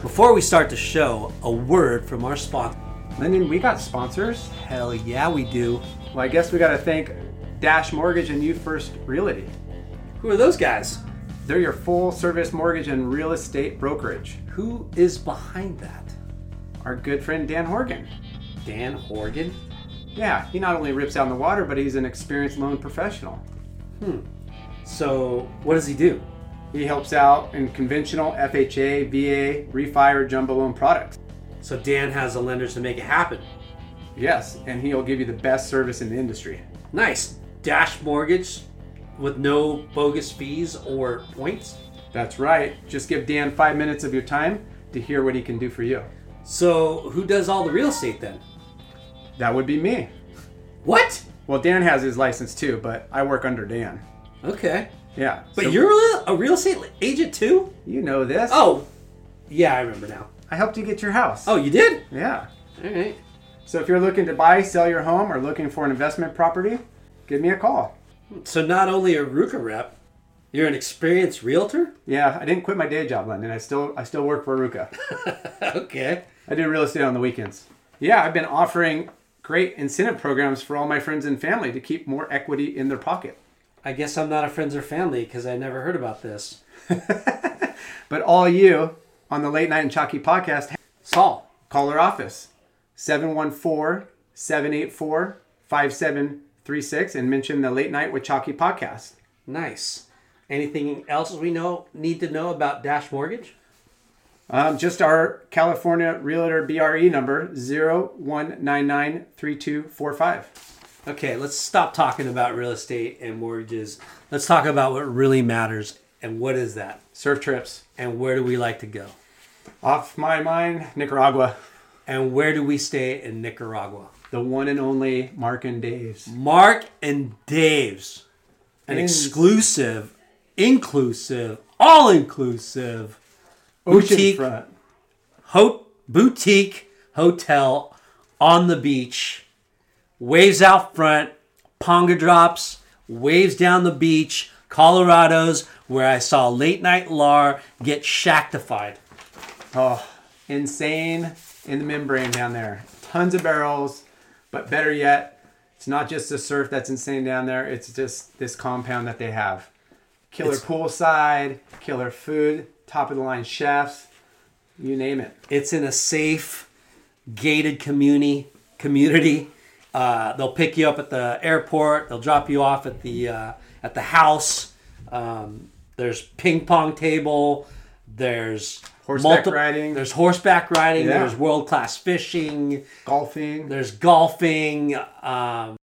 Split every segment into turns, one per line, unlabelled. Before we start the show, a word from our sponsor.
Lyndon, we got sponsors.
Hell yeah, we do.
Well, I guess we got to thank Dash Mortgage and You First Realty.
Who are those guys?
They're your full service mortgage and real estate brokerage.
Who is behind that?
Our good friend Dan Horgan.
Dan Horgan?
Yeah, he not only rips out in the water, but he's an experienced loan professional.
So, what does he do?
He helps out in conventional FHA, VA, refi, or jumbo loan products.
So, Dan has the lenders to make it happen.
Yes, and he'll give you the best service in the industry.
Nice. Dash mortgage with no bogus fees or points.
That's right. Just give Dan five minutes of your time to hear what he can do for you.
So, who does all the real estate then?
That would be me.
What?
Well, Dan has his license too, but I work under Dan.
Okay.
Yeah.
But
so-
you're a- a real estate agent too?
you know this.
Oh, yeah, I remember now.
I helped you get your house.
Oh, you did?
yeah.
All right.
So if you're looking to buy, sell your home, or looking for an investment property, give me a call.
So, not only a Ruka rep, you're an experienced realtor?
Yeah, I didn't quit my day job, London. I still I still work for Ruka.
Okay.
I do real estate on the weekends. Yeah, I've been offering great incentive programs for all my friends and family to keep more equity in their pocket.
I guess I'm not a friends or family because I never heard about this.
But all you on the Late Night and Chalky podcast,
Saul.
call our office 714 784 5736 and mention the Late Night with Chalky podcast.
Nice. Anything else we know need to know about Dash Mortgage?
Um, just our California Realtor BRE number 01993245.
Okay, let's stop talking about real estate and mortgages. Let's talk about what really matters and what is that
Surf trips.
and where do we like to go
Off my mind, Nicaragua.
and where do we stay in Nicaragua?
The one and only Mark and Dave's.
Mark and Dave's, an
In-
exclusive, inclusive, all inclusive boutique
Oceanfront.
ho- boutique hotel on the beach. Waves out front, ponga drops, waves down the beach, Colorado's, where I saw late night Lar get shactified.
Oh, insane in the membrane down there. Tons of barrels, but better yet, it's not just the surf that's insane down there. It's just this compound that they have. Killer
It's-
poolside, killer food, top of the line chefs, you name it.
It's in a safe, gated community. Community. Uh, they'll pick you up at the airport. They'll drop you off at the uh, at the house. Um, there's ping pong table. There's
Horseback riding.
There's horseback riding.
Yeah.
There's world class fishing.
Golfing.
There's golfing. Um,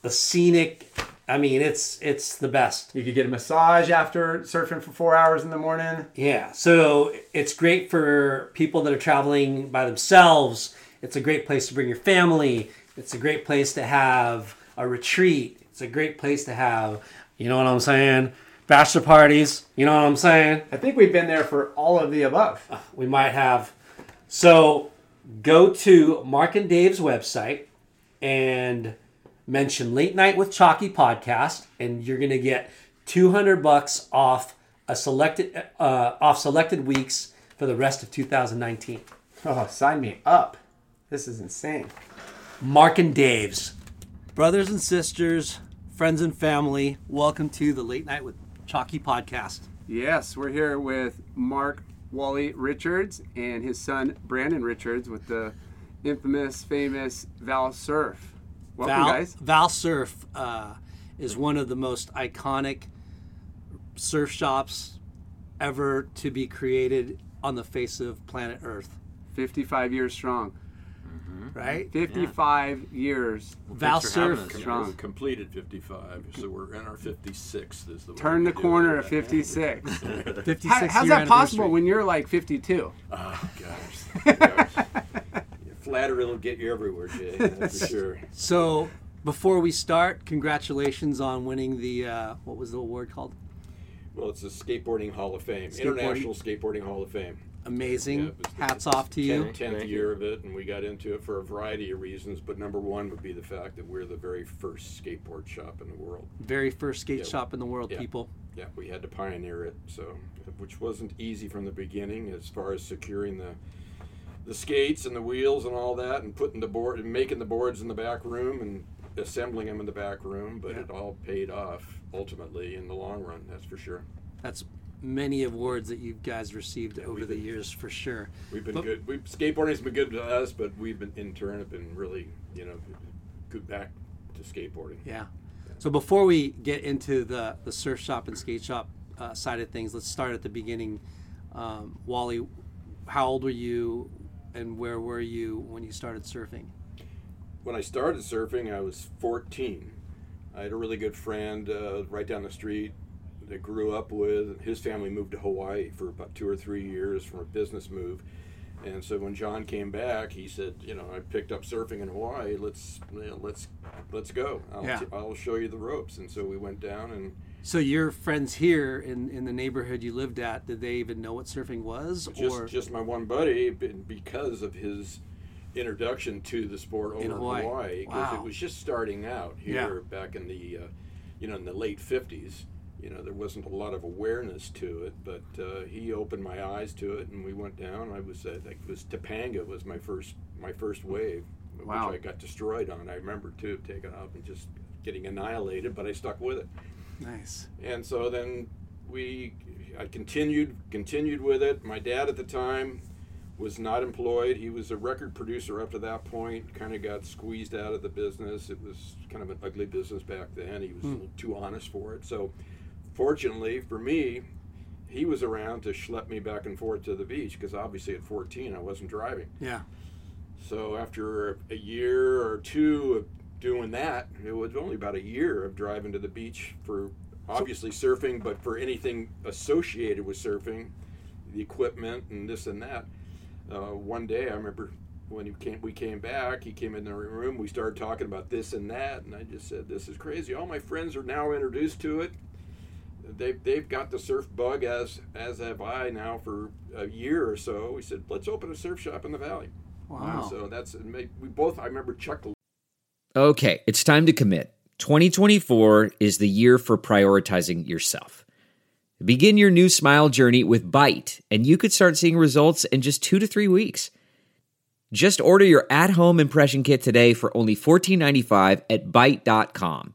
the scenic. I mean, it's it's the best.
You could get a massage after surfing for four hours in the morning.
Yeah, so it's great for people that are traveling by themselves. It's a great place to bring your family. It's a great place to have a retreat. It's a great place to have, you know what I'm saying, bachelor parties. You know what I'm saying?
I think we've been there for all of the above.
We might have. So go to Mark and Dave's website and mention Late Night with Chalky podcast, and you're gonna get 200 bucks off a selected uh, off selected weeks for the rest of 2019.
Oh, sign me up. This is insane.
Mark and Dave's. Brothers and sisters, friends and family, welcome to the Late Night with Chalky podcast.
Yes, we're here with Mark Wally Richards and his son Brandon Richards with the infamous, famous Val Surf. Welcome,
Val,
guys.
Val Surf uh, is one of the most iconic surf shops ever to be created on the face of planet Earth.
55 years strong.
right?
55 years.
Val
Thanks for having
Cerf-
us.
Yeah,
Strong.
we've completed 55, so we're in our 56th. Is the way
Turn
we
the
do it.
corner at 56.
56
How, how's
year
that possible
anniversary.
when you're like 52?
Oh, gosh. gosh. Yeah, Flattery will get you everywhere, Jay. That's for sure.
So, before we start, congratulations on winning the uh, what was the award called?
Well, it's the Skateboarding Hall of Fame, International Skateboarding Hall of Fame. Yeah,
Amazing.
it was the-
Hats off to you.
Tenth, tenth year of it, and we got into it for a variety of reasons. But number one would be the fact that we're the very first skateboard shop in the world.
Very first skate
Yeah.
shop in the world,
Yeah.
people.
Yeah, we had to pioneer it, so which wasn't easy from the beginning as far as securing the the skates and the wheels and all that, and putting the board and making the boards in the back room and assembling them in the back room. But it all paid off ultimately in the long run. That's for sure.
That's many awards that you guys received over the years for sure.
We've been
But-
good. We skateboarding's been good to us, but we've been in turn have been really you know good back to skateboarding.
Yeah. So before we get into the the surf shop and skate shop uh, side of things, let's start at the beginning. Um, Wally, how old were you, and where were you when you started surfing?
when I started surfing, I was 14. I had a really good friend uh, right down the street that I grew up with. His family moved to Hawaii for about two or three years from a business move. And so when John came back, he said, "You know, I picked up surfing in Hawaii. Let's you know, let's let's go. I'll,
Yeah.
t- I'll show you the ropes." And so we went down and
So your friends here in, in the neighborhood you lived at, did they even know what surfing was?
just
or
just my one buddy b- because of his introduction to the sport over in
Hawaii.
Hawaii because
Wow.
it was just starting out
Yeah.
here back in the uh, you know in the late 50s you know there wasn't a lot of awareness to it but uh, he opened my eyes to it and we went down I was uh, that was Topanga was my first my first wave
Wow.
which I got destroyed on I remember too taking off and just getting annihilated but I stuck with it
nice.
and so then we I continued continued with it. My dad at the time was not employed. He was a record producer up to that point. Kind of got squeezed out of the business. It was kind of an ugly business back then. He was a little too honest for it. So fortunately for me, he was around to schlep me back and forth to the beach because obviously at 14 I wasn't driving.
Yeah.
So after a year or two of doing that, it was only about a year of driving to the beach for obviously surfing, but for anything associated with surfing, the equipment and this and that. Uh, one day, I remember when he came, we came back. He came in the room. We started talking about this and that, and I just said, "This is crazy. All my friends are now introduced to it. They've, they've got the surf bug as as have I now for a year or so." We said, "Let's open a surf shop in the valley."
Wow.
So that's it made- we both. I remember Chuck
Okay, it's time to commit. 2024 is the year for prioritizing yourself. Begin your new smile journey with Bite, and you could start seeing results in just two to three weeks. Just order your at home impression kit today for only $14.95 at Byte.com.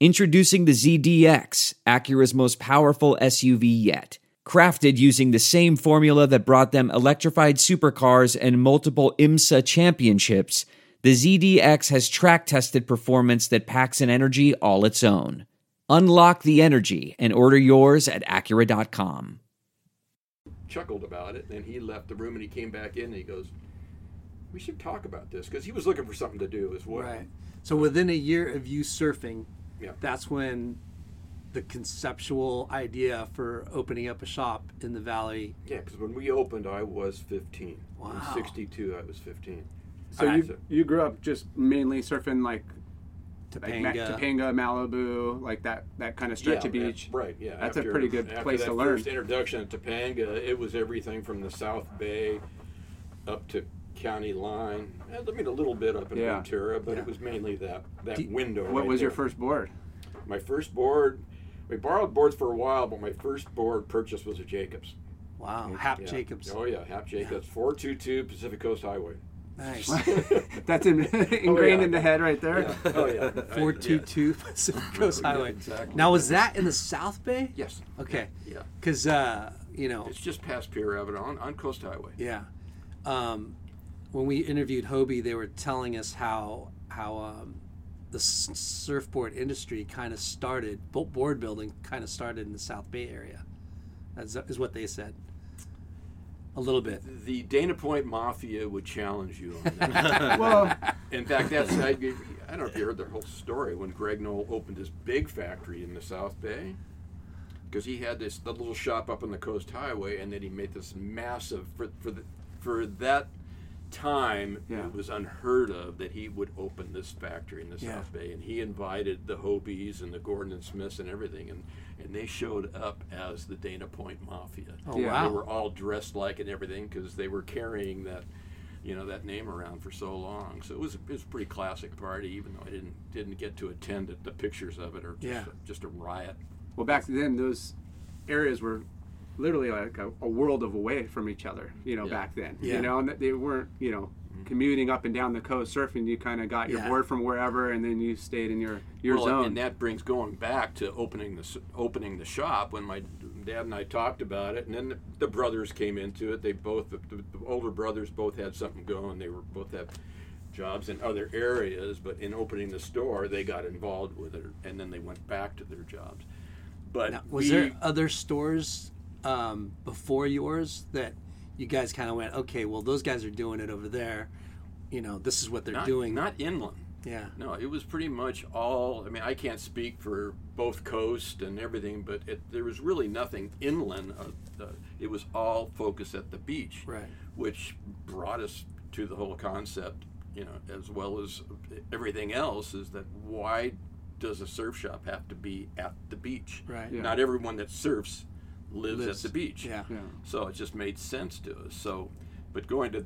Introducing the ZDX, Acura's most powerful SUV yet. Crafted using the same formula that brought them electrified supercars and multiple IMSA championships, the ZDX has track tested performance that packs an energy all its own. Unlock the energy and order yours at Acura.com.
chuckled about it, and he left the room and he came back in and he goes, "We should talk about this," because he was looking for something to do as well.
Right. So within a year of you surfing,
Yeah.
that's when the conceptual idea for opening up a shop in the valley.
Yeah, because when we opened, I was 15. Wow.
Wow.
62, I was 15.
So you, you grew up just mainly surfing like like Ma-
Topanga.
Topanga, Malibu, like that that kind of stretch of
yeah, yeah,
beach.
right? Yeah,
That's a pretty good place
that
to learn.
First introduction to Topanga, it was everything from the South Bay up to county line. Eh, I mean, a little bit up in
Yeah.
Ventura, but it was mainly that that window.
What
right
was your
there.
first board?
My first board, we borrowed boards for a while, but my first board purchase was a Jacobs.
Wow. Hap
Yeah.
Jacobs.
Oh yeah, Hap Jacobs, four two two Pacific Coast Highway.
Nice. That's in, ingrained in the head right there.
Oh yeah.
Four two two Pacific Coast Highway.
exactly.
Now, was that in the South Bay?
Yes.
Okay.
Yeah.
Because uh, you know,
It's just past Pier Avenue on, on Coast Highway.
yeah. Um, when we interviewed Hobie, they were telling us how how um, the s- surfboard industry kind of started, bo- board building kind of started in the South Bay area. That's is what they said. A little bit.
The Dana Point Mafia would challenge you on that.
Well,
In fact, that's I, I don't know if you heard the whole story when Greg Knoll opened his big factory in the South Bay, because he had this the little shop up on the Coast Highway, and then he made this massive for for the, for that time
Yeah.
it was unheard of that he would open this factory in the
Yeah.
South Bay, and he invited the Hobies and the Gordon and Smiths and everything, and and they showed up as the Dana Point Mafia.
Oh
Yeah,
wow.
They were all dressed like and everything because they were carrying that, you know, that name around for so long. So it was a, it was a pretty classic party, even though I didn't didn't get to attend it. The pictures of it are just,
Yeah.
a, just a riot.
well, back then those areas were literally like a, a world of away from each other. You know,
Yeah. Mm-hmm.
back then.
Yeah.
You know, and that they weren't. You know. Commuting up and down the coast, surfing, you kind of got your
Yeah.
board from wherever, and then you stayed in your your
Well,
zone.
and that brings going back to opening the s- opening the shop when my dad and I talked about it, and then the, the brothers came into it. They both the, the older brothers both had something going. They were both had jobs in other areas, but in opening the store, they got involved with it, and then they went back to their jobs. But
Now, was
we-
there other stores um, before yours that you guys kind of went, okay, well, those guys are doing it over there. You know, this is what they're
not,
doing.
not inland.
yeah.
No, it was pretty much all. I mean, I can't speak for both coast and everything, but it, there was really nothing inland. Of the, it was all focused at the beach,
Right.
Which brought us to the whole concept, you know, as well as everything else, is that why does a surf shop have to be at the beach?
Right.
Yeah.
Not everyone that surfs lives,
Lives-
at the beach.
Yeah.
yeah.
So it just made sense to us. So, but going to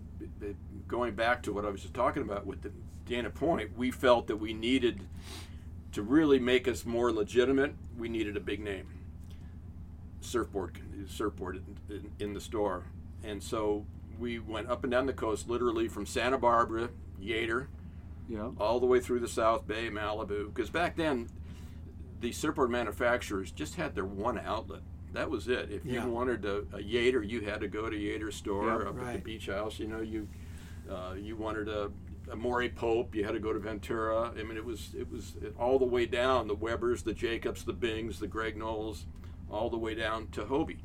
going back to what I was just talking about with the Dana Point, we felt that we needed to really make us more legitimate. We needed a big name, surfboard surfboard in, in, in the store, and so we went up and down the coast, literally from Santa Barbara, Yater,
Yeah.
all the way through the South Bay, Malibu. Because back then, the surfboard manufacturers just had their one outlet. That was it. If
Yeah.
you wanted a, a Yater, you had to go to Yater's store
Yeah,
up at the
right.
beach house. You know, you uh, you wanted a, a Maury Pope, you had to go to Ventura. I mean, it was it was all the way down the Webbers, the Jacobs, the Bings, the Greg Knowles, all the way down to Hobie.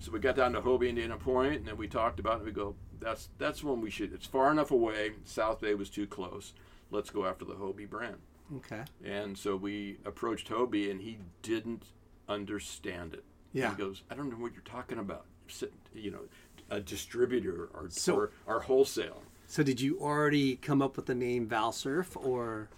So we got down to Hobie, Indiana Point, and then we talked about it. And we go, that's that's when we should. It's far enough away. South Bay was too close. Let's go after the Hobie brand.
Okay.
And so we approached Hobie, and he didn't understand it.
Yeah.
He goes, I don't know what you're talking about. Sit- You know, a distributor or
So-
or, or wholesale.
So did you already come up with the name Valsurf or?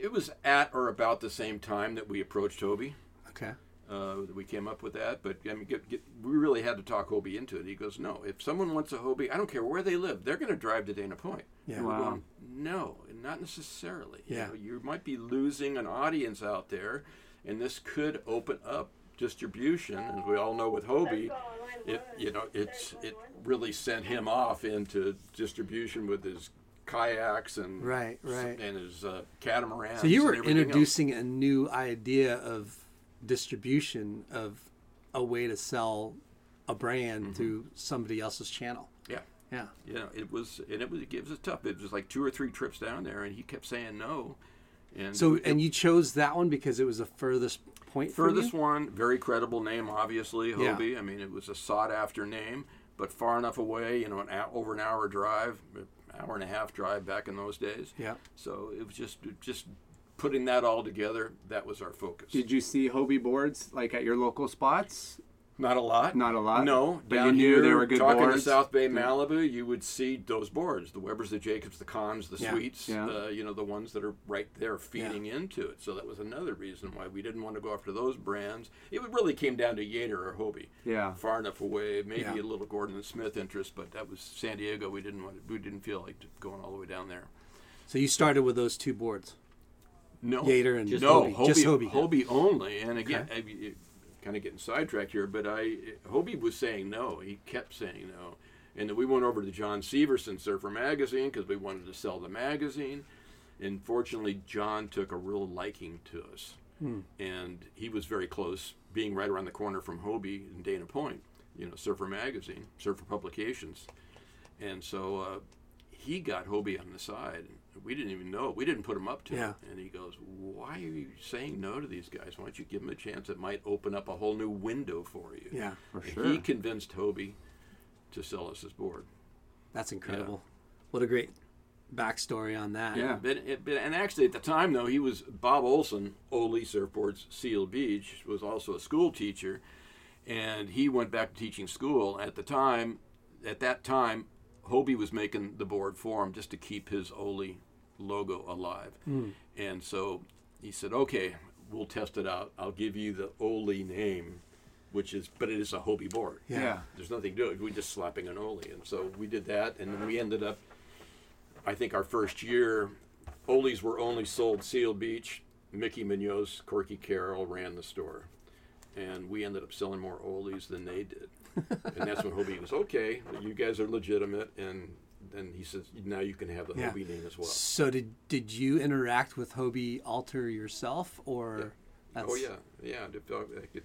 It was at or about the same time that we approached Hobie.
Okay.
Uh, that we came up with that, but I mean, get, get, we really had to talk Hobie into it. He goes, "No, if someone wants a Hobie, I don't care where they live, they're going to drive to Dana Point."
Yeah.
We're
Wow.
going, no, not necessarily. You
Yeah.
know, you might be losing an audience out there, and this could open up distribution. As we all know with Hobie, it you know it's it really sent him off into distribution with his kayaks and
Right, right.
and his uh, catamarans.
So you
and
were
everything else.
introducing a new idea of distribution of a way to sell a brand
Mm-hmm.
through somebody else's channel.
yeah.
Yeah.
you know, it was, and it was, it was tough. It was like two or three trips down there, and he kept saying no. And
So
it-
and you chose that one because it was the furthest point. from
furthest
you?
one, very credible name, obviously,
Yeah.
Hobie. I mean, it was a sought after name, but far enough away, you know, an hour, over an hour drive, an hour and a half drive back in those days.
Yeah.
So it was just, just putting that all together. That was our focus.
Did you see Hobie boards like at your local spots?
Not a lot.
Not a lot?
No.
But you
down
knew
here,
they were good
talking
boards?
to South Bay, Malibu, you would see those boards: the Webbers, the Jacobs, the Cons, the
Yeah.
Sweets.
Yeah.
Uh, you know, the ones that are right there feeding into it. So that was another reason why we didn't want to go after those brands. It really came down to Yater or Hobie.
Yeah.
Far enough away, maybe
Yeah.
a little Gordon and Smith interest, but that was San Diego. We didn't want. We didn't feel like going all the way down there.
So you started with those two boards.
No,
Yater and Just
no,
Hobie. Just Hobie.
only. And again, kind of getting sidetracked here, but I Hobie was saying no. He kept saying no, And then we went over to John Severson Surfer Magazine because we wanted to sell the magazine. And fortunately, John took a real liking to us.
Hmm.
And he was very close, being right around the corner from Hobie and Dana Point, you know, Surfer Magazine, Surfer Publications. And so uh, he got Hobie on the side. We didn't even know. We didn't put him up to
Yeah.
it. And he goes, Why are you saying no to these guys? Why don't you give them a chance? It might open up a whole new window for you.
Yeah, for
And
sure.
He convinced Hobie to sell us his board.
That's incredible. What a great backstory on that.
Yeah.
But it, but, and actually, at the time, though, he was Bob Olson, Ole Surfboards, Seal Beach, was also a school teacher, and he went back to teaching school. At the time, at that time, Hobie was making the board for him just to keep his Ole logo alive, and so he said, "Okay, we'll test it out. I'll give you the Ole name." Which is, but it is a Hobie board.
Yeah.
There's nothing to it. We're just slapping an Ole. And so we did that, and then we ended up I think our first year, Ole's were only sold Seal Beach. Mickey Munoz, Corky Carroll ran the store. And we ended up selling more Ole's than they did. and that's when Hobie was, okay, you guys are legitimate. And then he says, now you can have the
Yeah.
Hobie name as well.
So did did you interact with Hobie Alter yourself or
Oh yeah, yeah. I could- I could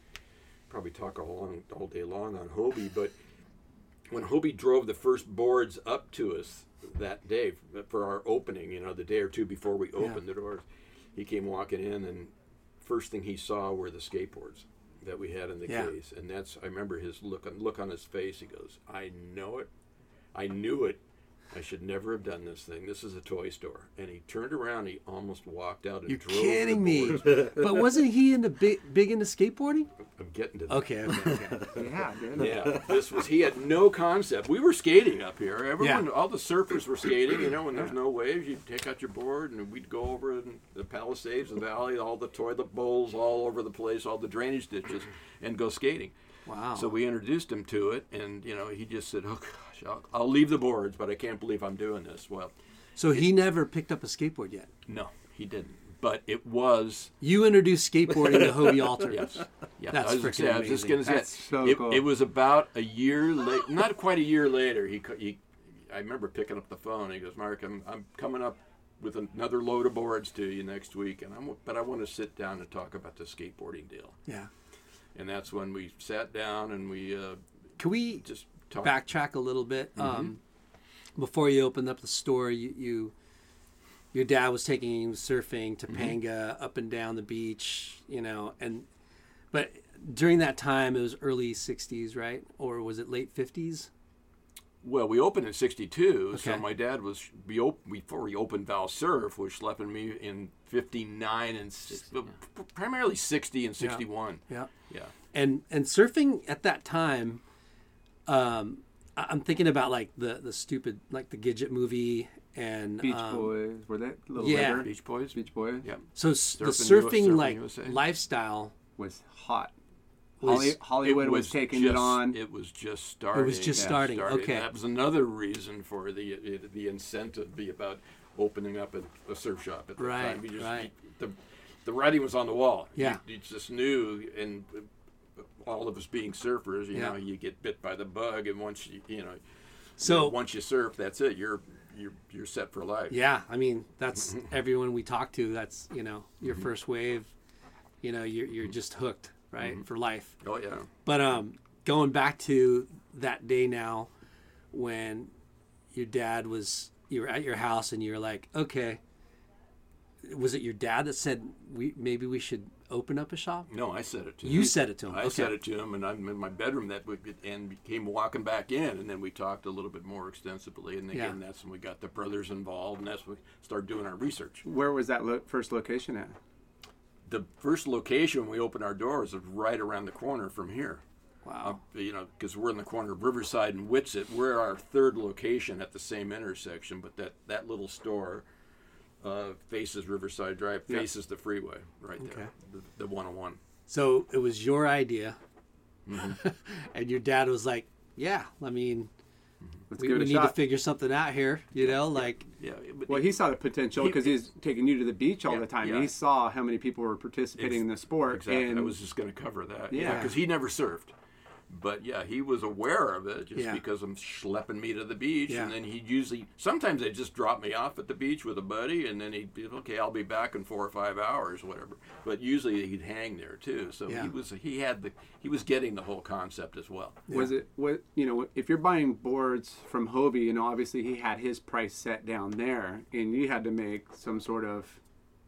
probably talk all long, all day long on Hobie, but when Hobie drove the first boards up to us that day for our opening, you know, the day or two before we opened the doors, he came walking in, and first thing he saw were the skateboards that we had in the
Yeah.
case, and that's I remember his look on look on his face. He goes, "I know it, I knew it." I should never have done this thing. This is a toy store. And he turned around. He almost walked out and
You're
drove the
kidding me.
boards.
but wasn't he into big big into skateboarding?
I'm getting to that.
Okay, okay, okay.
Yeah, dude.
Yeah, this was he had no concept. We were skating up here. Everyone,
Yeah.
all the surfers were skating. You know, when there's no waves, you take out your board and we'd go over in the Palisades, the valley, all the toilet bowls all over the place, all the drainage ditches, and go skating.
Wow.
So we introduced him to it, and you know, he just said, "Oh gosh, I'll, I'll leave the boards, but I can't believe I'm doing this." Well,
So he never picked up a skateboard yet.
no, he didn't. But it was
You introduced skateboarding to Hobie Alter.
Yes. Yeah,
That's
I was, gonna say-
freaking
I was just
amazing.
gonna say
That's so
it,
cool.
it was about a year late, not quite a year later. He, co- he, I remember picking up the phone. He goes, "Mark, I'm, I'm coming up with another load of boards to you next week, and I'm, but I want to sit down and talk about the skateboarding deal."
Yeah.
And that's when we sat down and we uh,
Can we
just talked.
backtrack a little bit? Um, before you opened up the store, you, you your dad was taking you surfing to Panga up and down the beach, you know, and but during that time it was early 60s, right? Or was it late 50s?
Well, we opened in '62, so
Okay.
my dad was we op- before we opened Val Surf was schlepping me in '59 and s- p- primarily '60 and '61.
Yeah.
yeah.
and and surfing at that time um I- i'm thinking about like the the stupid like the gidget movie and
Beach
um,
Boys. Were that little
yeah.
River?
Beach Boys.
Beach Boys.
Yeah.
so s- the
Surfing
surfing
U- Surfing
like
USA.
lifestyle
Was hot.
Was-
Holly, Hollywood was, taking
just,
it on.
It was just starting.
just starting, okay.
That was another reason for the it, the incentive be about opening up a, a surf shop at the
Right,
time. You just,
right.
the, the writing was on the wall.
Yeah.
You, you just knew, and uh, all of us being surfers, you
Yeah.
know, you get bit by the bug, and once you you know,
so
once you surf, that's it. You're you're you're set for life.
yeah i mean that's everyone we talk to that's you know your
Mm-hmm.
first wave you know you're, you're just hooked right for life
Oh yeah.
But um, going back to that day now, when your dad was you were at your house and you were like, okay, was it your dad that said we maybe we should open up a shop?
No, I said it to him.
You said it to him.
Mm-hmm. I
okay.
said it to him, and I'm in my bedroom that week, and came walking back in, and then we talked a little bit more extensively, and again,
Yeah.
that's when we got the brothers involved, and that's when we started doing our research.
Where was that lo- first location at?
The first location we opened our doors was right around the corner from here.
Wow.
You know, because we're in the corner of Riverside and Witsit. We're our third location at the same intersection, but that that little store uh, faces Riverside Drive, faces the freeway right there, the, the 101.
So it was your idea, and your dad was like, yeah, I mean,
Let's
we,
give it
we
a
need
shot.
to figure something out here, you know, like.
Yeah. but-
Well, he saw the potential because he's taking you to the beach all
Yeah,
the time.
yeah.
He saw how many people were participating in the sport.
Exactly.
And
I was just going to cover that.
Yeah.
because he never surfed. But yeah, he was aware of it just
Yeah.
because I'm schlepping me to the beach,
Yeah.
and then he'd usually sometimes they'd just drop me off at the beach with a buddy, and then he'd be okay, I'll be back in four or five hours, whatever. But usually he'd hang there too. So
Yeah.
he was he had the he was getting the whole concept as well.
Was it what you know? If you're buying boards from Hobie, you know obviously he had his price set down there, and you had to make some sort of,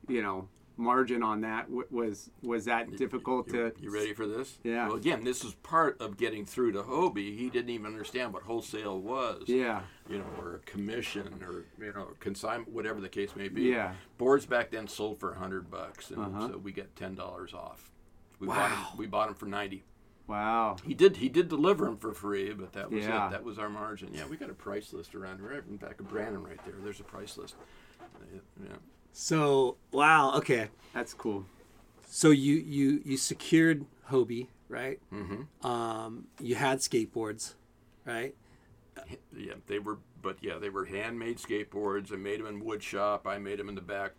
you know, margin on that. W- Was was that difficult
You,
to?
you ready for this?
Yeah.
Well, again, this is part of getting through to Hobie. He didn't even understand what wholesale was.
Yeah,
You know, or a commission, or you know, consignment, whatever the case may be.
Yeah.
Boards back then sold for hundred bucks, and so we got ten dollars off. We wow. Bought 'em- we bought them for ninety.
wow.
He did. He did deliver them for free, but that was
Yeah.
it. That was our margin. Yeah, we got a price list around here. In back of Brandon, right there. There's a price list. Yeah.
So wow, okay.
That's cool.
So you you you secured Hobie, right? Mm-hmm. Um, you had skateboards, right?
yeah, they were, but yeah, they were handmade skateboards. I made them in wood shop. I made them in the back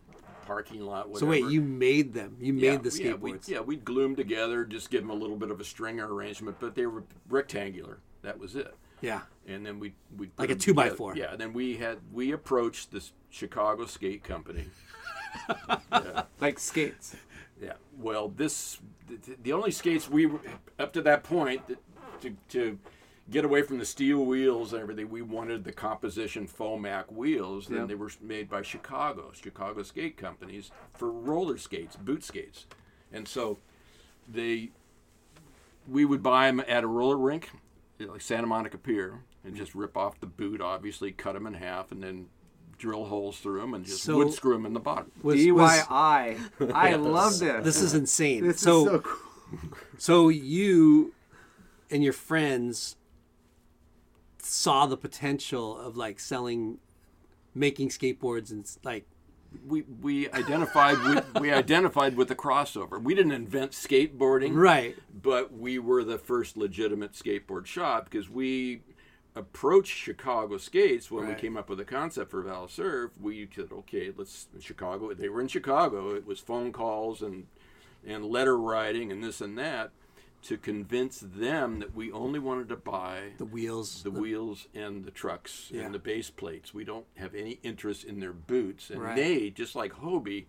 parking lot. Whatever.
So wait, you made them. You
yeah,
made the
yeah, we-
skateboards.
Yeah, we'd glue them together, just give them a little bit of a stringer arrangement, but they were rectangular. That was it.
yeah.
And then we we put
Like a
them
two by
together.
four.
Yeah. and Then we had we approached this Chicago Skate Company. yeah.
Like skates.
Yeah. Well, this the, the only skates we were- up to that point that, to to get away from the steel wheels and everything, we wanted the composition Fomac wheels. Then
Yeah.
they were made by Chicago, Chicago skate companies for roller skates, boot skates, and so they we would buy them at a roller rink, you know, like Santa Monica Pier, and just rip off the boot, obviously cut them in half, and then drill holes through them and just
So-
wood screw them in the bottom.
Was- was-
DIY. I love this.
this is insane.
This is
so
so cool.
so you and your friends saw the potential of like selling, making skateboards and like
we we identified with we identified with the crossover. We didn't invent skateboarding,
right.
But we were the first legitimate skateboard shop because we approached Chicago Skates when
Right.
we came up with the concept for Val Surf. We said, okay, let's Chicago. They were in Chicago. It was phone calls and and letter writing and this and that to convince them that we only wanted to buy
The wheels.
the wheels and the trucks
Yeah.
and the base plates. We don't have any interest in their boots, and
Right.
they, just like Hobie,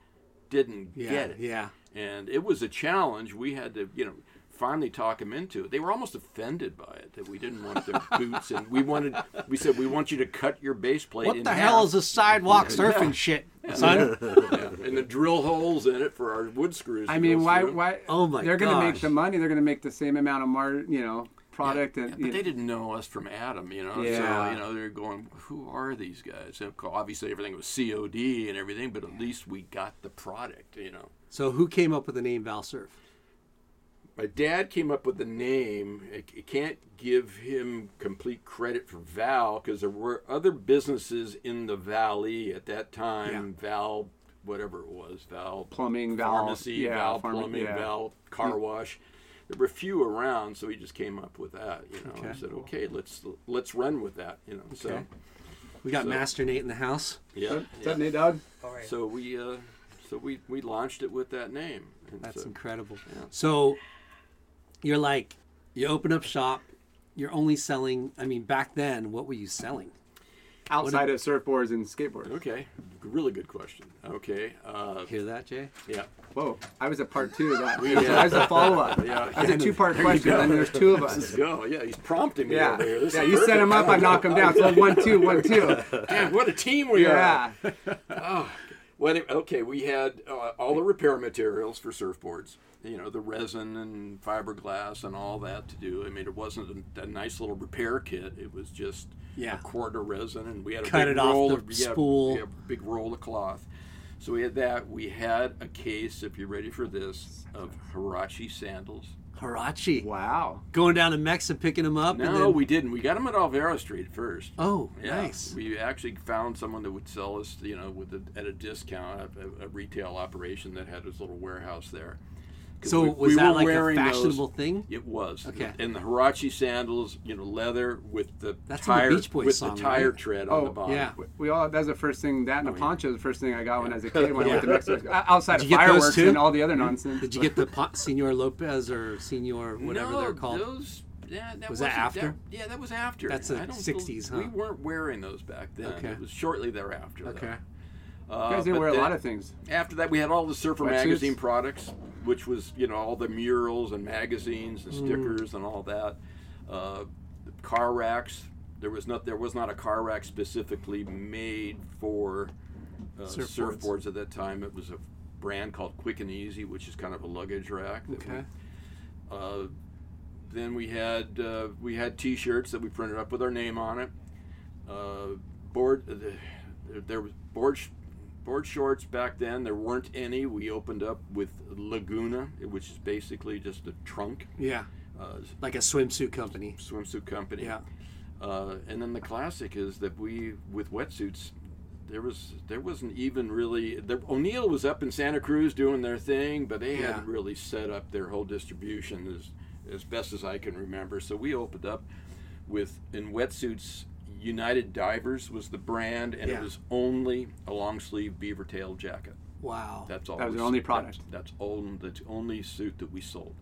didn't
yeah,
get it.
Yeah.
And it was a challenge. We had to, you know, finally talk them into it. They were almost offended by it that we didn't want their boots, and we wanted. We said we want you to cut your base plate.
What
in
the
half."
hell is this sidewalk surfing
Yeah.
shit, son?
Yeah, and the drill holes in it for our wood screws.
I
to
mean,
go
why?
through.
Why?
Oh my
They're gonna make
gosh.
the money. They're gonna make the same amount of mar, you know, product. and
Yeah,
you
but they
know,
didn't know us from Adam, you know.
Yeah.
So you know they're going, who are these guys? And of course, obviously, everything was COD and everything, but at least we got the product, you know.
So who came up with the name Valsurf?
My dad came up with the name. I I can't give him complete credit for Val because there were other businesses in the valley at that time. Val, whatever it was, Val
plumbing, valve,
pharmacy,
yeah,
Val
pharma-
plumbing,
yeah.
Val car wash. There were a few around, so he just came up with that. You know, I said, okay, let's let's run with that. You know, so
Okay. We got
So-
Master Nate in the house.
yeah,
Is
yeah.
that Nate Dog?
so we uh, so we we launched it with that name. And
That's
so,
incredible. So you're like, you open up shop, you're only selling, I mean, back then, what were you selling?
Outside of surfboards and skateboards.
okay, really good question. Okay, uh,
Hear that, Jay?
yeah.
Whoa, I was at part two of that. That was a follow up.
uh, Yeah.
That's a two part question, and there's two of us.
Go. Yeah, he's prompting me
Yeah,
over here. This
yeah.
is
You set
perfect.
him up, I knock him down. So one, two, one, two.
Damn, what a team we are.
Yeah,
Well, okay, we had uh, all the repair materials for surfboards. You know, the resin and fiberglass and all that to do. I mean, it wasn't a, a nice little repair kit. It was just
Yeah.
a quart of resin, and we had a
Cut
big
it off
roll
the
of yeah,
spool.
yeah, big roll of cloth. So we had that. We had a case, if you're ready for this, of Hirachi sandals.
Harachi.
wow.
Going down to Mex and picking them up. and
No,
then,
we didn't. We got them at Alvaro Street first.
Oh,
Yeah,
nice.
We actually found someone that would sell us, you know, with a, at a discount, a, a retail operation that had his little warehouse there. 'Cause
so
we-
was
we
that
were
like a
wearing those-
fashionable thing?
It was.
Okay.
And the Hirachi sandals, you know, leather with the
That's in the
tire
Beach Boys
with
song,
the tire
right?
tread on
Oh,
the bottom.
yeah.
We all that was the first thing that and
Oh,
a poncho was the first thing I got when I was a kid when I went to
Yeah.
Mexico. O- Outside of
you get those
fireworks
too?
and all the other nonsense.
Did you get the pa- Senor Lopez or Senor whatever
no,
they're called?
Those yeah, that
Was that
wasn't-
after?
yeah, that was after.
That's the
I don't
60s,
bel-
huh?
We weren't wearing those back then.
Okay.
It was shortly thereafter. though.
Okay.
Uh,
You guys didn't
but
wear a
then-
lot of things.
After that, we had all the Surfer
Wetsuits?
magazine products, which was you know all the murals and magazines and stickers and all that. Uh, car racks. There was not there was not a car rack specifically made for uh,
Surfboards.
surfboards. at that time. It was a brand called Quick and Easy, which is kind of a luggage rack. that we-
Okay.
uh, then we had uh, we had T-shirts that we printed up with our name on it. Uh, board uh, there, there was board sh- board shorts back then. There weren't any. We opened up with Laguna, which is basically just a trunk
Yeah.
uh,
Like a swimsuit company.
swimsuit company.
Yeah.
Uh, and then the classic is that we with wetsuits. There was there wasn't even really there, O'Neill was up in Santa Cruz doing their thing, but they
Yeah.
hadn't really set up their whole distribution as as best as I can remember. So we opened up with in wetsuits. United Divers was the brand, and
Yeah.
it was only a long sleeve beaver tail jacket.
Wow.
That's all.
That was
we
the only
s-
product.
That's, that's only the only suit that we sold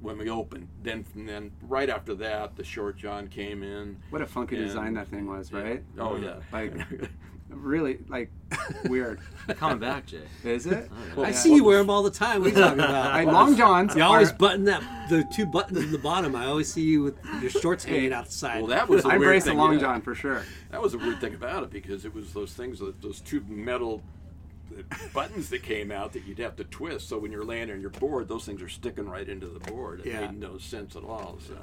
when we opened. Then from then right after that, the short john came in.
What a funky
And-
design that thing was, right?
Oh yeah.
Like, really, like, weird.
Coming back, Jay.
Is it?
I see you wear them all the time. What are you talking about?
Hey, long johns.
You always
are-
button that the two buttons in the bottom. I always see you with your shorts hanging out the side.
Well, that was. A
I
weird
embrace a
thing,
long
yeah.
john for sure.
That was a weird thing about it because it was those things, that- those two metal uh, buttons that came out that you'd have to twist. So when you're laying on your board, those things are sticking right into the board. It
Yeah.
made no sense at all. So.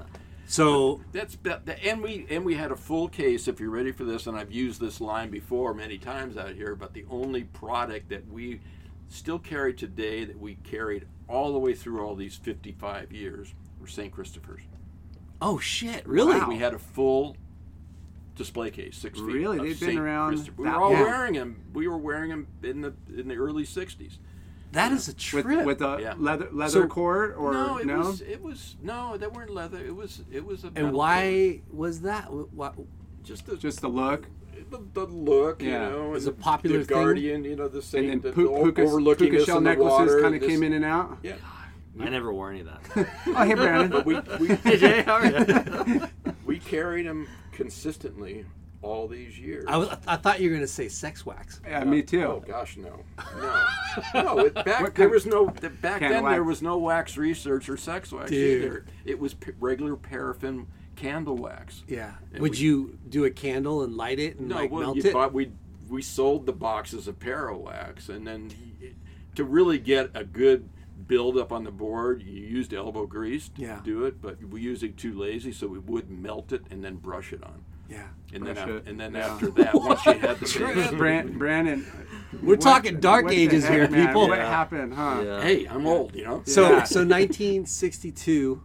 so
That's be- the- and we and we had a full case. If you're ready for this, and I've used this line before many times out here, but the only product that we still carry today that we carried all the way through all these 55 years were St. Christopher's.
oh shit, really?
We had a full display case, six feet.
Really?
of
They've been
St.
around
Christopher. We
that
were all
long?
wearing them. We were wearing them in the in the early 60s.
that is a
With
trip.
with a
Yeah.
leather leather
So-
core or
no,
no?
it was it was no, they weren't leather. It was it was a
and
metal
why was that? Why,
coat. just a,
Just the look.
the, the look,
Yeah.
you know,
It's
and
a popular
the
thing.
Guardian, you know, the same,
And then
the, the
puka,
o-
puka,
overlooking
puka
us
shell
in the
necklaces
water,
kind of
this-
came in and out.
Yeah,
I never wore any of that.
Oh, hey, Brandon.
we, we,
hey, Jay, how are you?
we carried them consistently all these years.
I, was, I thought you were gonna say sex wax.
Yeah, me
Oh
too.
gosh, no, no, no! It, back
What
there
kind-
was no the, back
kind of
then. There
wax?
was no wax research or sex wax
Dude.
either. It was p- regular paraffin candle wax.
Yeah.
And
Would
we-
you do a candle and light it and
No,
like
well,
melt
you
it?
bought we we sold the boxes of Parallax, and then to really get a good build up on the board, you used elbow grease to
Yeah.
do it. But we used it too lazy, so we would melt it and then brush it on.
yeah.
And then,
Brush
after,
it.
and then
Yeah.
after that, once you had the base,
Brand, Brandon.
We're talking dark
what the
ages
heck,
here,
man?
people.
What happened, huh?
Yeah.
hey, I'm old, you know.
So
Yeah.
so 1962,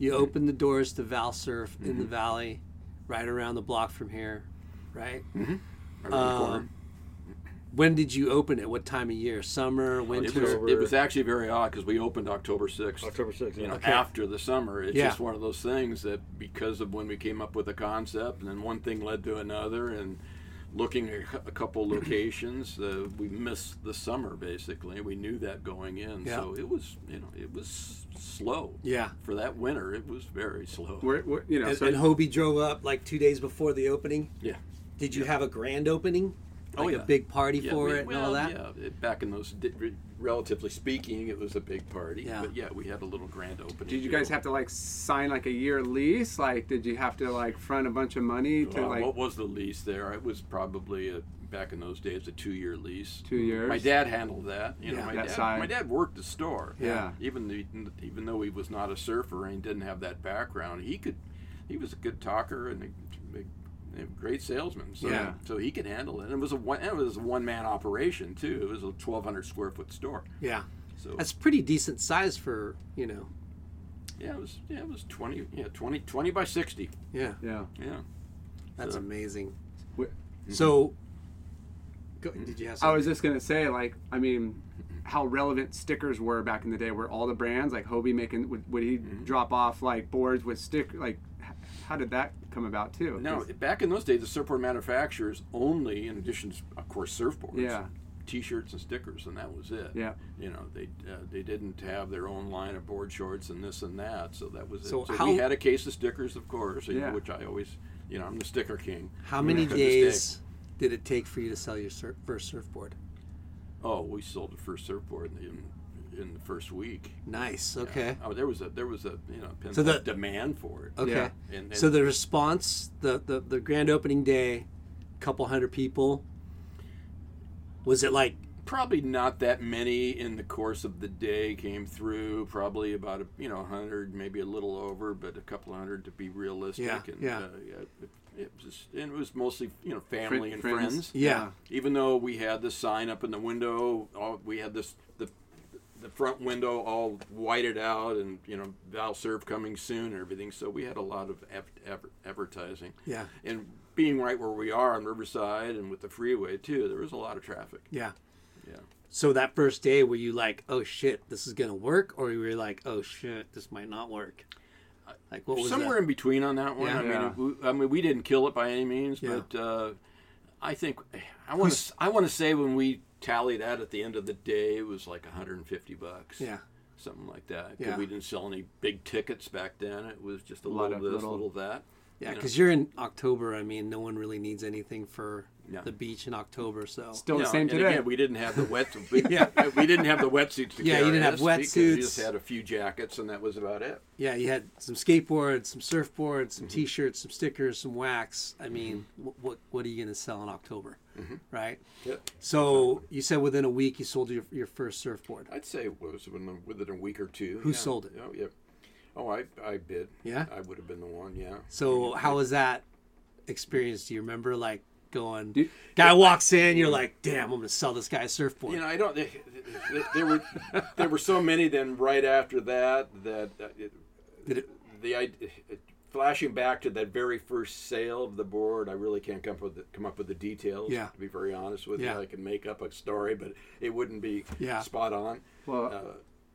you opened the doors to Val Surf in
Mm-hmm.
the Valley, right around the block from here, right?
Around the
uh,
corner.
When did you open it? What time of year? Summer,
It
winter?
was,
October-
it was actually very odd because we opened October 6th.
October 6th,
You
yeah.
know,
Okay.
after the summer. It's
Yeah.
just one of those things that because of when we came up with the concept, and then one thing led to another, and looking at a cou- a couple locations, uh, we missed the summer basically. We knew that going in.
Yeah.
So it was, you know, it was slow.
Yeah.
For that winter, it was very slow.
We're, we're, you know,
And,
so
and Hobie drove up like two days before the opening.
yeah.
Did you have a grand opening?
Oh,
Like a
yeah.
big party
Yeah,
for
we-
it and all
well,
that?
Yeah, it, back in those, di- re- relatively speaking, it was a big party.
Yeah.
But yeah, we had a little grand opening.
Did you guys
too.
have to like sign like a year lease? Like, did you have to like front a bunch of money to
Well,
like
Uh, what was the lease there? It was probably a, back in those days a two-year lease.
two years?
My dad handled that. You know,
Yeah,
my
that
dad.
side.
My dad worked the store.
Yeah.
Even the, even though he was not a surfer and didn't have that background, he could. He was a good talker and a, a- a great salesman. So,
Yeah.
So he could handle it. And it was a one. and It was a one-man operation too. It was a 1,200 square foot store.
Yeah.
So
That's pretty decent size for, you know.
yeah, it was yeah, it was 20 yeah 20 20 by 60.
Yeah.
Yeah.
Yeah.
That's amazing.
Wh-
mm-hmm.
So, go, did you have
I
something?
was just gonna say, like, I mean, how relevant stickers were back in the day. Were all the brands like Hobie making? Would, would he
Mm-hmm.
drop off like boards with stick? Like, h- how did that come about too?
No,
'Cause-
back in those days, the surfboard manufacturers only, in addition to, of course, surfboards,
Yeah.
T-shirts and stickers, and that was it.
Yeah.
You know, they uh, they didn't have their own line of board shorts and this and that, so that was
So
it. So
how-
we had a case of stickers, of course, you know,
Yeah.
which I always, you know, I'm the sticker king.
How
You
many
know, to this day.
days did it take for you to sell your sur- first surfboard?
Oh, we sold the first surfboard in the, in, in the first week.
Nice. Okay.
Oh, there was a there was a you know pent
So the-
up demand for it.
Okay.
Yeah.
And- and-
so the response, the, the the grand opening day, couple hundred people. Was it like
probably not that many in the course of the day came through probably about a, you know 100 maybe a little over but a couple hundred to be realistic
Yeah,
and
yeah.
Uh, yeah, it, it was just, and it was mostly you know family and friends,
yeah?
even though we had the sign up in the window all, we had this the the front window all whited out and you know Val Serve coming soon and everything so we had a lot of ad- ad- advertising
Yeah.
and being right where we are on Riverside and with the freeway too there was a lot of traffic
Yeah.
yeah
So that first day, were you like, "Oh shit, this is gonna work," or you were like, "Oh shit, this might not work"? Like what was that?
somewhere in between on that one.
Yeah.
I mean,
Yeah.
it- we, I mean, we didn't kill it by any means,
Yeah.
but uh, I think I want to. I want to say when we tallied out at the end of the day, it was like 150 bucks.
Yeah.
Something like that. 'Cause
Yeah.
We didn't sell any big tickets back then. It was just a,
lot
little
of
this,
little-
little that.
Yeah,
you know.
because you're in October. I mean, no one really needs anything for
Yeah.
the beach in October. So
Still the
No,
same
and
today.
Again, we didn't have the wet. we, we didn't have the wetsuits. To
Yeah, you
carry
didn't have
us because We just
wetsuits.
had a few jackets, and that was about it.
yeah, you had some skateboards, some surfboards, some
Mm-hmm.
t-shirts, some stickers, some wax. I mean, wh- what what are you gonna sell in October,
Mm-hmm.
right?
Yep.
So you said within a week you sold your your first surfboard.
I'd say it was within, within a week or two.
Who
yeah.
sold it?
Oh, yeah. Oh, I, I bid.
Yeah?
I would have been the one, yeah.
So how was that experience? Do you remember like going?
Dude,
guy walks in, you're like, "Damn, I'm gonna sell this guy a surfboard."
Mm-hmm. You know, I don't. There, there were there were so many. Then right after that, that uh, it,
Did it-
the idea. Flashing back to that very first sale of the board, I really can't come up with the, come up with the details.
Yeah.
To be very honest with
Yeah.
you, I can make up a story, but it wouldn't be
Yeah.
spot on.
Well-
uh,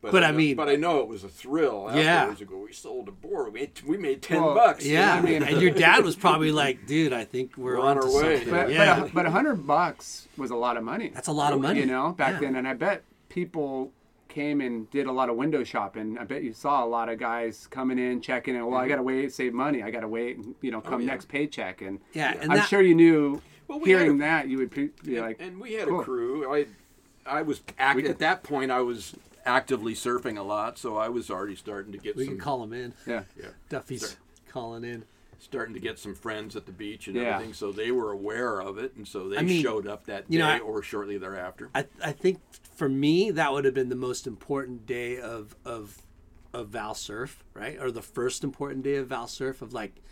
but,
But I
know-
mean-
but I know it was a thrill.
Yeah.
Afterwards, ago, we sold a board. We, we made ten
Well,
bucks.
yeah,
I mean,
and your dad was probably like, "Dude, I think we're,
We're
on to
on our way."
something."
But-
But,
yeah.
but, a, but a hundred bucks was a lot of money.
That's a lot of money.
You know, back
Yeah.
then, and I bet people came and did a lot of window shopping. I bet you saw a lot of guys coming in, checking in. Well, I got to wait, save money. I got to wait, and, you know, come
Mm-hmm. Oh, yeah.
next paycheck. And
Yeah, and
I'm
that-
sure you knew.
Well, we had
hearing
a-
that, you would pre- be like,
and we had
cool.
a crew. I, I was act, at that point. I was actively surfing a lot, so I was already starting to get
we
some
can call him in.
Yeah.
yeah,
Duffy's calling in.
starting to get some friends at the beach and
Yeah.
everything. So they were aware of it, and so they
I mean,
showed up that
you
day
know, I-
or shortly thereafter.
I, I think for me that would have been the most important day of of of Val Surf, right? Or the first important day of Val Surf of like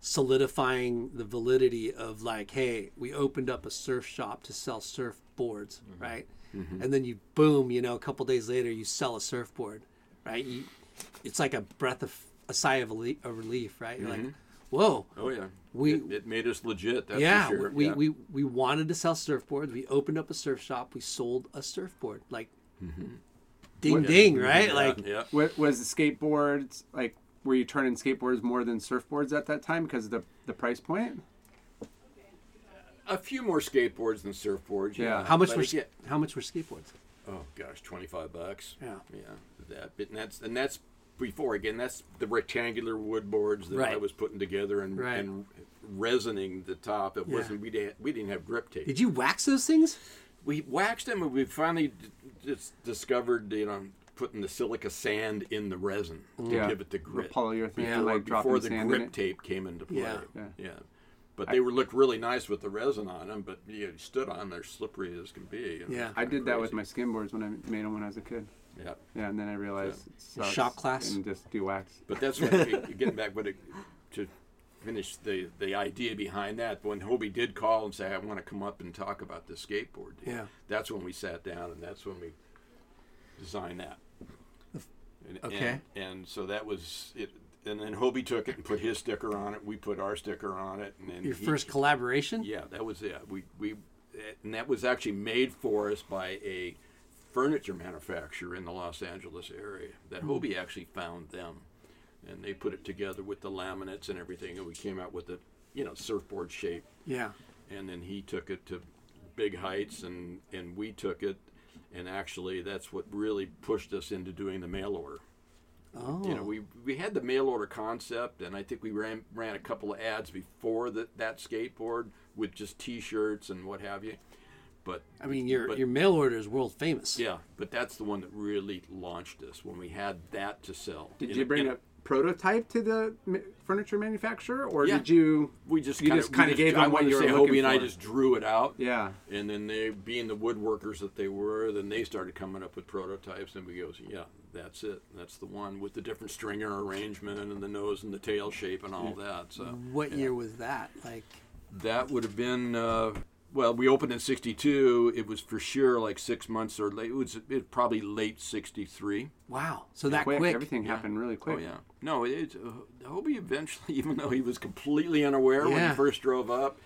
solidifying the validity of like, hey, we opened up a surf shop to sell surfboards, right? And then you boom, you know, a couple days later you sell a surfboard, right? You, it's like a breath of a sigh of relief, a relief right? You're like, whoa,
oh yeah,
we-
it, it made us legit. That's
yeah,
for sure.
we,
yeah.
we we wanted to sell surfboards. We opened up a surf shop. We sold a surfboard. Like,
Mm-hmm.
ding ding, right?
Yeah,
like,
yeah.
Wa- was the skateboards like? Were you turning skateboards more than surfboards at that time because of the the price point?
a few more skateboards than surfboards. Yeah,
Yeah.
how much
But
were
again-
how much were skateboards?
Oh gosh, twenty five bucks.
Yeah.
yeah. That, but- and that's and that's before again. That's the rectangular wood boards that I
Right.
was putting together and
Right.
and resining the top. It wasn't we didn't we didn't have grip tape.
Did you wax those things?
we waxed them, and we finally d- just discovered you know putting the silica sand in the resin to
Yeah.
give it the
The
grit.
polyurethane,
before,
like dropping
before the
sand in
grip
it.
tape came into play.
Yeah.
yeah.
Yeah.
But they were looked really nice with the resin on them, but you stood on them, they're slippery as can be. and
Yeah.
it's
I
kinda
did that with my
crazy.
skimboards when I made them when I was a kid.
Yeah.
Yeah, and then I realized it sucks
Shop class?
and just do wax.
But that's what getting back what it, to finish the the idea behind that. When Hobie did call and say, "I want to come up and talk about the skateboard," deal,"
Yeah.
that's when we sat down and that's when we designed that. And,
Okay.
And, and so that was it. And then Hobie took it and put his sticker on it. We put our sticker on it. And then
Your
he-
first collaboration?
yeah, that was it. We we and that was actually made for us by a furniture manufacturer in the Los Angeles area. That Hobie actually found them, and they put it together with the laminates and everything, and we came out with the you know surfboard shape.
Yeah.
And then he took it to big heights, and and we took it, and actually that's what really pushed us into doing the mail order. Oh.
Hmm.
You know, we we had the mail order concept, and I think we ran ran a couple of ads before that that skateboard with just T-shirts and what have you. But
I mean, your
But-
your mail order is world famous.
yeah, but that's the one that really launched us when we had that to sell.
Did
In
you
a-
bring
in
a prototype to the ma- furniture manufacturer, or
Yeah.
did you?
We just
you
kinda,
just
we
kind of gave
I
them what
wanted
you
to
were
say
looking
Hobie and I
for.
just drew it out.
Yeah.
And then they, being the woodworkers that they were, then they started coming up with prototypes, and we goes, yeah, that's it, that's the one with the different stringer arrangement and the nose and the tail shape and
Hmm.
all that. So
What year was that? Like,
that would have been, uh, well, we opened in '62. It was for sure like six months or late. It was it probably late '63.
wow. So that
Quick,
quick.
everything happened really quick.
Oh yeah. No, it- it's uh, Hobie eventually, even though he was completely unaware when
Yeah.
he first drove up,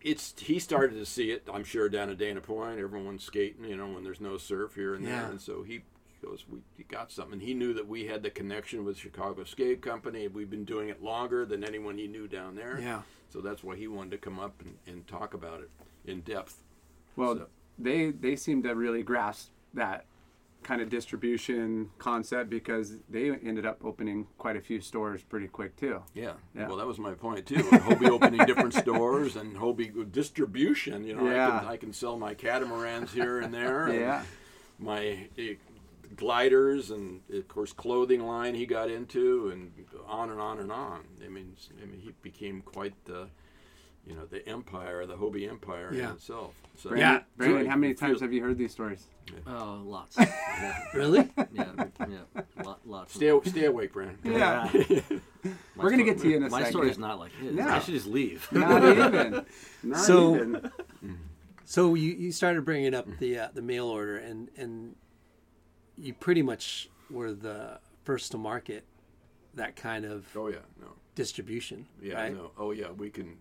it's he started to see it. I'm sure down at Dana Point, everyone's skating. You know, when there's no surf here and
Yeah.
there, and so he goes, "We he got something." He knew that we had the connection with Chicago Skate Company. We've been doing it longer than anyone he knew down there.
Yeah.
So that's why he wanted to come up and, and talk about it in depth.
Well,
So-
they they seem to really grasp that kind of distribution concept because they ended up opening quite a few stores pretty quick too.
Yeah.
Yeah.
Well, that was my point too. Hobie opening different stores and Hobie distribution. You know, I,
Yeah.
can, I can sell my catamarans here and there. and
Yeah.
my eh, gliders and of course clothing line he got into and on and on and on. I mean, s- I mean he became quite the, you know, the empire, the Hobie empire
Yeah.
in itself. So
Yeah.
Brandon, how many times have you heard these stories?
Oh, lots.
Really?
Yeah, yeah, lot, lots.
Stay, aw- stay awake, Brandon.
Yeah.
My
We're gonna
story-
get to you in a
My
second.
story's not like his.
No.
I should just leave.
Not even. Not
So-
even.
So you, you started bringing up
Mm-hmm.
the uh, the mail order and and you pretty much were the first to market that kind of
Oh yeah, no.
distribution.
Yeah,
right?
no. Oh yeah, we can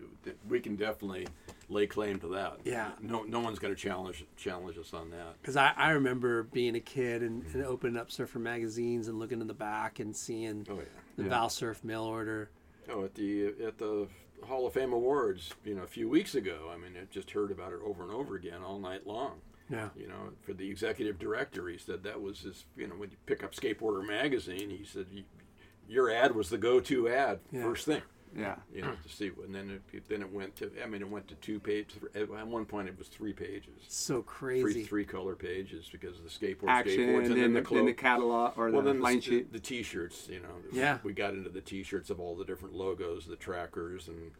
we can definitely lay claim to that.
Yeah.
No no one's going to challenge challenge us on that.
Because I, I remember being a kid and, and opening up surfer magazines and looking in the back and seeing
Oh yeah.
the Val Surf mail order.
Oh, at the at the Hall of Fame Awards, you know, a few weeks ago. I mean, I just heard about it over and over again all night long.
Yeah.
You know, for the executive director, he said that was his. You know, when you pick up Skateboarder magazine, he said "You- your ad was the go-to ad first thing.
Yeah.
You know, to see, and then it, then it went to. I mean, it went to two pages. At one point, it was three pages,
So
three
crazy.
three color pages because of the skateboard
Action
skateboards
and then, the, then
clo-
the catalog or
well,
the
then
line
the,
sheet.
the T-shirts, you know.
Yeah.
We got into the T-shirts of all the different logos, the trackers, and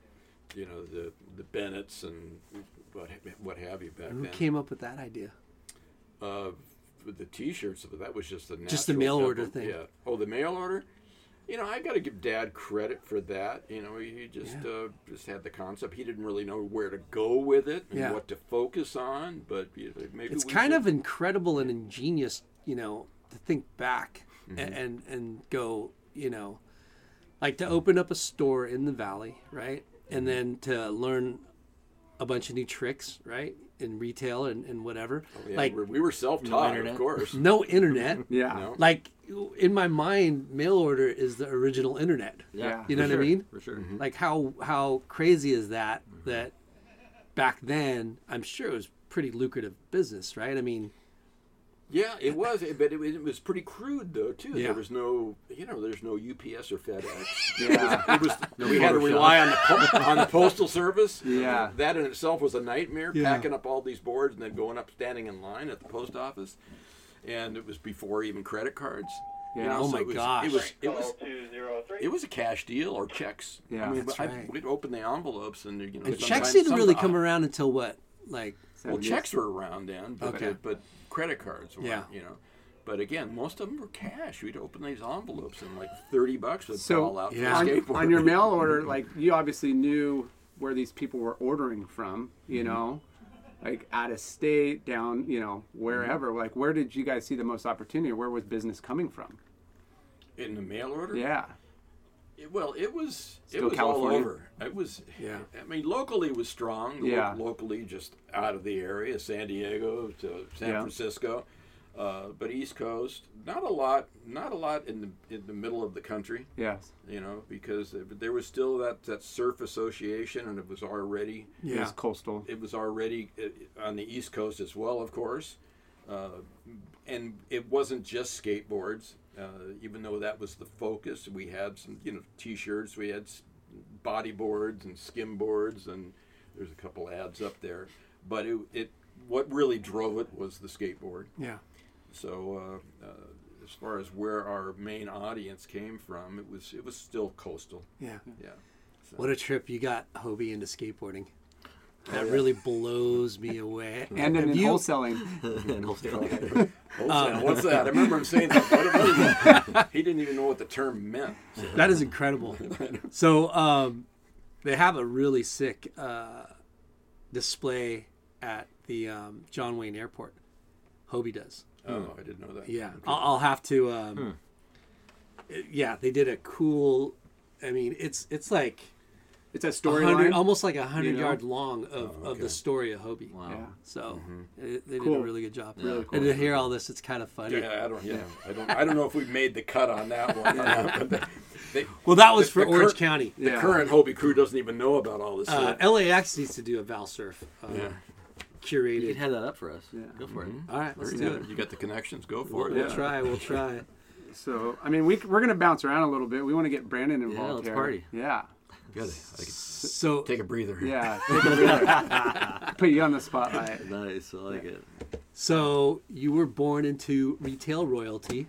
you know the the Bennett's and what what have you back
Who
then.
came up with that idea?
uh, with the T-shirts, but that was just the
Just the
natural
mail order
template.
thing.
Yeah. Oh, the mail order. You know, I got to give Dad credit for that. You know, he he just uh, just had the concept. He didn't really know where to go with it and
Yeah.
what to focus on, but you know, maybe
It's
we
kind
should-
of incredible and ingenious, you know, to think back a- and and go, you know, like to open up a store in the valley, right? And then to learn a bunch of new tricks, right? In retail and, and whatever.
Oh, yeah,
like
we were- we were self-taught, of
internet.
course.
no internet.
Yeah.
No.
Like in my mind, mail order is the original internet.
Yeah. Mm-hmm.
You know
for
what I
sure,
mean?
For sure.
Like how how crazy is that that back then I'm sure it was pretty lucrative business, right? I mean,
Yeah, it was, it- but it, was- it was pretty crude though too.
Yeah.
There was no, you know, there's no UPS or FedEx.
Yeah.
It was we had to rely on the po- on the postal service.
Yeah.
that in itself was a nightmare. Packing up all these boards and then going up, standing in line at the post office, and it was before even credit cards. You
Yeah.
know,
Oh
so
my
it was,
gosh.
It was it was
two zero three.
it was a cash deal or checks.
Yeah.
I mean,
That's
I-
right.
we'd open the envelopes and you know
and
sometimes-
checks didn't really
sometimes-
come around until what? Like
well,
Seventies.
checks were around then, but, uh,
Okay.
but credit cards were,
Yeah.
not you know. But again, most of them were cash. We'd open these envelopes and like 30 bucks would fall
So
out
Yeah.
for the
on,
skateboard.
on your mail order, like you obviously knew where these people were ordering from, you know, like out of state, down, you know, wherever. Like, where did you guys see the most opportunity? Where was business coming from?
In the mail order?
Yeah,
It- well, it was, it
Still
was all
California?
over. It was, yeah. I mean, locally it was strong. Lo-
Yeah.
locally, just out of the area, San Diego to San
Yeah.
Francisco. uh, but East Coast, not a lot, not a lot in the in the middle of the country,
Yes.
you know, because there was still that that surf association, and it was already
Yeah. It's coastal.
it was already uh, on the East Coast as well, of course, uh, and it wasn't just skateboards. Uh, even though that was the focus, we had some, you know, T-shirts, we had s- bodyboards and skimboards, and there's a couple ads up there. But it, it what really drove it was the skateboard.
Yeah.
So uh, uh, as far as where our main audience came from, it was it was still coastal.
Yeah.
Yeah,
What a trip you got Hobie into skateboarding. That really blows me away.
Oh, And then in
you-
wholesaling.
and also,
Wholesale, what's that? I remember him saying that. What about that? he didn't even know what the term meant. So,
That is incredible. So um, they have a really sick uh, display at the um, John Wayne Airport. Hobie does.
oh, I didn't know that.
Yeah, I'll, I'll have to. Um, uh, Yeah, they did a cool. I mean, it's it's like
It's a
a hundred,
storyline.
almost like a hundred
know?
yard long of, of the story of Hobie.
wow.
Yeah.
So it, they did
Cool.
a really good job.
Really
And to hear all this, it's kind of funny.
Yeah, I don't. Yeah, I don't. I don't know if we made the cut on that one. or not, but the, they,
Well, that was for
the
Orange
cur-
County.
the
Yeah.
current Hobie crew doesn't even know about all this
Uh,
stuff.
LAX needs to do a Val Surf uh,
You
curated.
could have that up for us. Go for
Mm-hmm.
it.
all right, let's do it.
You got the connections. Go for it.
We'll try. We'll try.
So I mean, we we're gonna bounce around a little bit. We want to get Brandon involved
let's
here.
party.
Yeah.
Good. I could
So
a breather.
Yeah. take it away. Put you on the spotlight.
Nice. I like it.
so you were born into retail royalty,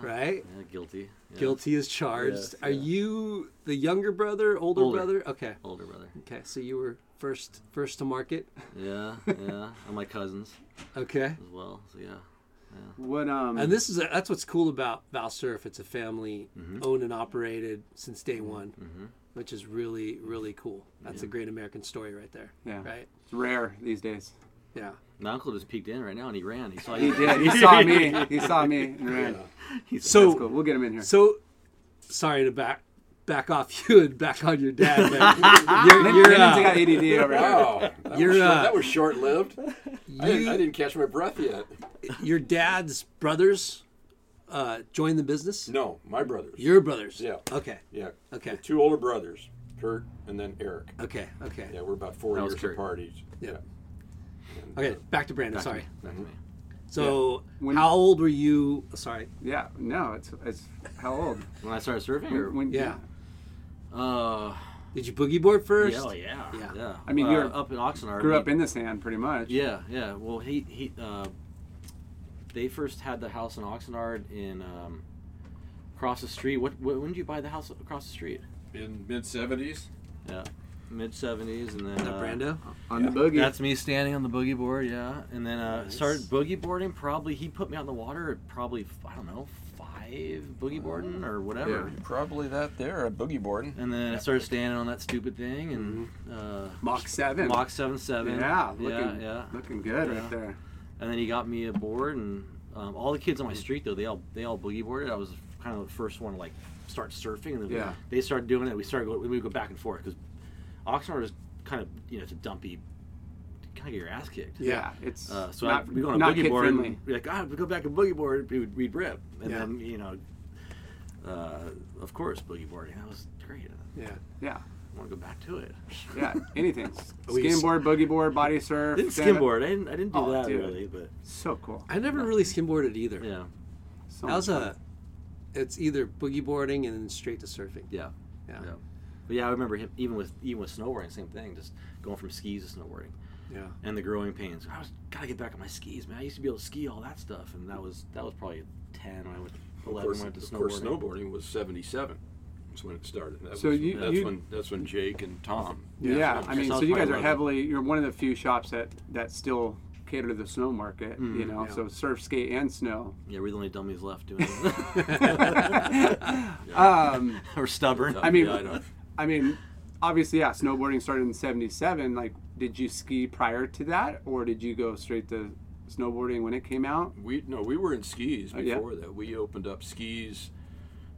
right?
Yeah, guilty. Yeah.
Guilty as charged.
Yes,
Are
yeah.
you the younger brother, older,
Older.
brother? Okay.
Older brother.
Okay. So you were first first to market.
Yeah, yeah. And my cousins
Okay.
as well. So yeah.
What um.
And this is that's what's cool about Val Surf. It's a family
Mm-hmm.
owned and operated since day one, which is really really cool. That's a great American story right there.
Yeah.
Right.
It's rare these days.
Yeah.
My uncle just peeked in right now and he ran. He saw
He
you.
did. He saw me. He saw me and ran.
So
That's cool. We'll get him in here.
So, sorry to back back off you and back on your dad. But you're, you're,
Brandon's
uh,
got ADD over here.
Wow, that,
You're,
was short,
uh,
that was short-lived. I, didn't, I
you-
didn't catch my breath yet.
your dad's brothers uh, joined the business.
No, my brothers.
Your brothers.
Yeah.
Okay.
yeah.
Okay.
Two older brothers, Kurt and then Eric.
Okay. Okay.
Yeah, we're about four
That was
years
Kurt.
apart each.
Yeah.
Yeah. uh,
Okay. Back to Brandon.
Back to
sorry.
me, back to me.
So,
When-
how old were you? Sorry.
Yeah. No. It's it's how old?
When I started surfing, or,
When, when-
Yeah.
uh,
Did you boogie board first?
yeah, oh, yeah,
Yeah.
I mean,
Uh,
you're-
up in Oxnard.
Grew up
he-
in the sand, pretty much.
Yeah, yeah. Well, he he. Uh, they first had the house in Oxnard in um, across the street. What, what when did you buy the house across the street?
In mid '70s.
Yeah, mid seventies, and then
Is that
uh,
Brando?
On the boogie.
That's me standing on the boogie board, yeah. And then uh, started boogie boarding. Probably he put me out in the water at probably I don't know five boogie boarding or whatever.
probably that there at boogie boarding.
And then I started standing on that stupid thing and uh,
Mach seven.
Mach seven seven.
Yeah.
yeah,
Looking,
yeah.
Looking good
Yeah.
right there.
And then he got me a board, and um, all the kids on my street though they all they all boogie boarded. I was kind of the first one to like start surfing, and then
Yeah.
they started doing it. We started going, we would go back and forth because Oxnard is kind of you know it's a dumpy, kind of get your ass kicked.
Yeah. It's
Uh, so
not,
I, we go on a
not
boogie board.
kid-friendly.
And we're like, ah, we go back and boogie board. We would we'd rip, and
Yeah.
then you know, uh, of course, boogie boarding. That was great.
Yeah.
Yeah.
I want to go back to it.
Yeah. Anything.
We used-
Skimboard, boogie board, body surf.
Didn't
stand up.
skimboard. I didn't. I didn't do
Oh,
that
dude.
really, but
So cool.
I never really skimboarded either.
yeah,
So
That was
much
a. It's either boogie boarding and then straight to surfing.
yeah,
Yeah.
yeah. But yeah, I remember him, even with even with snowboarding, same thing. Just going from skis to snowboarding,
Yeah.
and the growing pains. I was gotta get back on my skis, man. I used to be able to ski all that stuff, and that was that was probably ten when I went
Of
eleven
course,
when I went to
of course,
snowboarding.
snowboarding was '77. That's when it started. That
So
was,
you-
that's
you-
when that's when Jake and Tom.
Yeah, I mean, so you guys are
Sounds
heavily. You're one of the few shops that that still cater to the snow market. you know, so surf, skate, and snow.
Yeah, we're the only dummies left doing it.
Um,
We're stubborn.
I mean,
Yeah, I know.
I mean, obviously, yeah. Snowboarding started in '77. Like, did you ski prior to that, or did you go straight to snowboarding when it came out?
We no, we were in skis
Oh, yeah?
before that. We opened up skis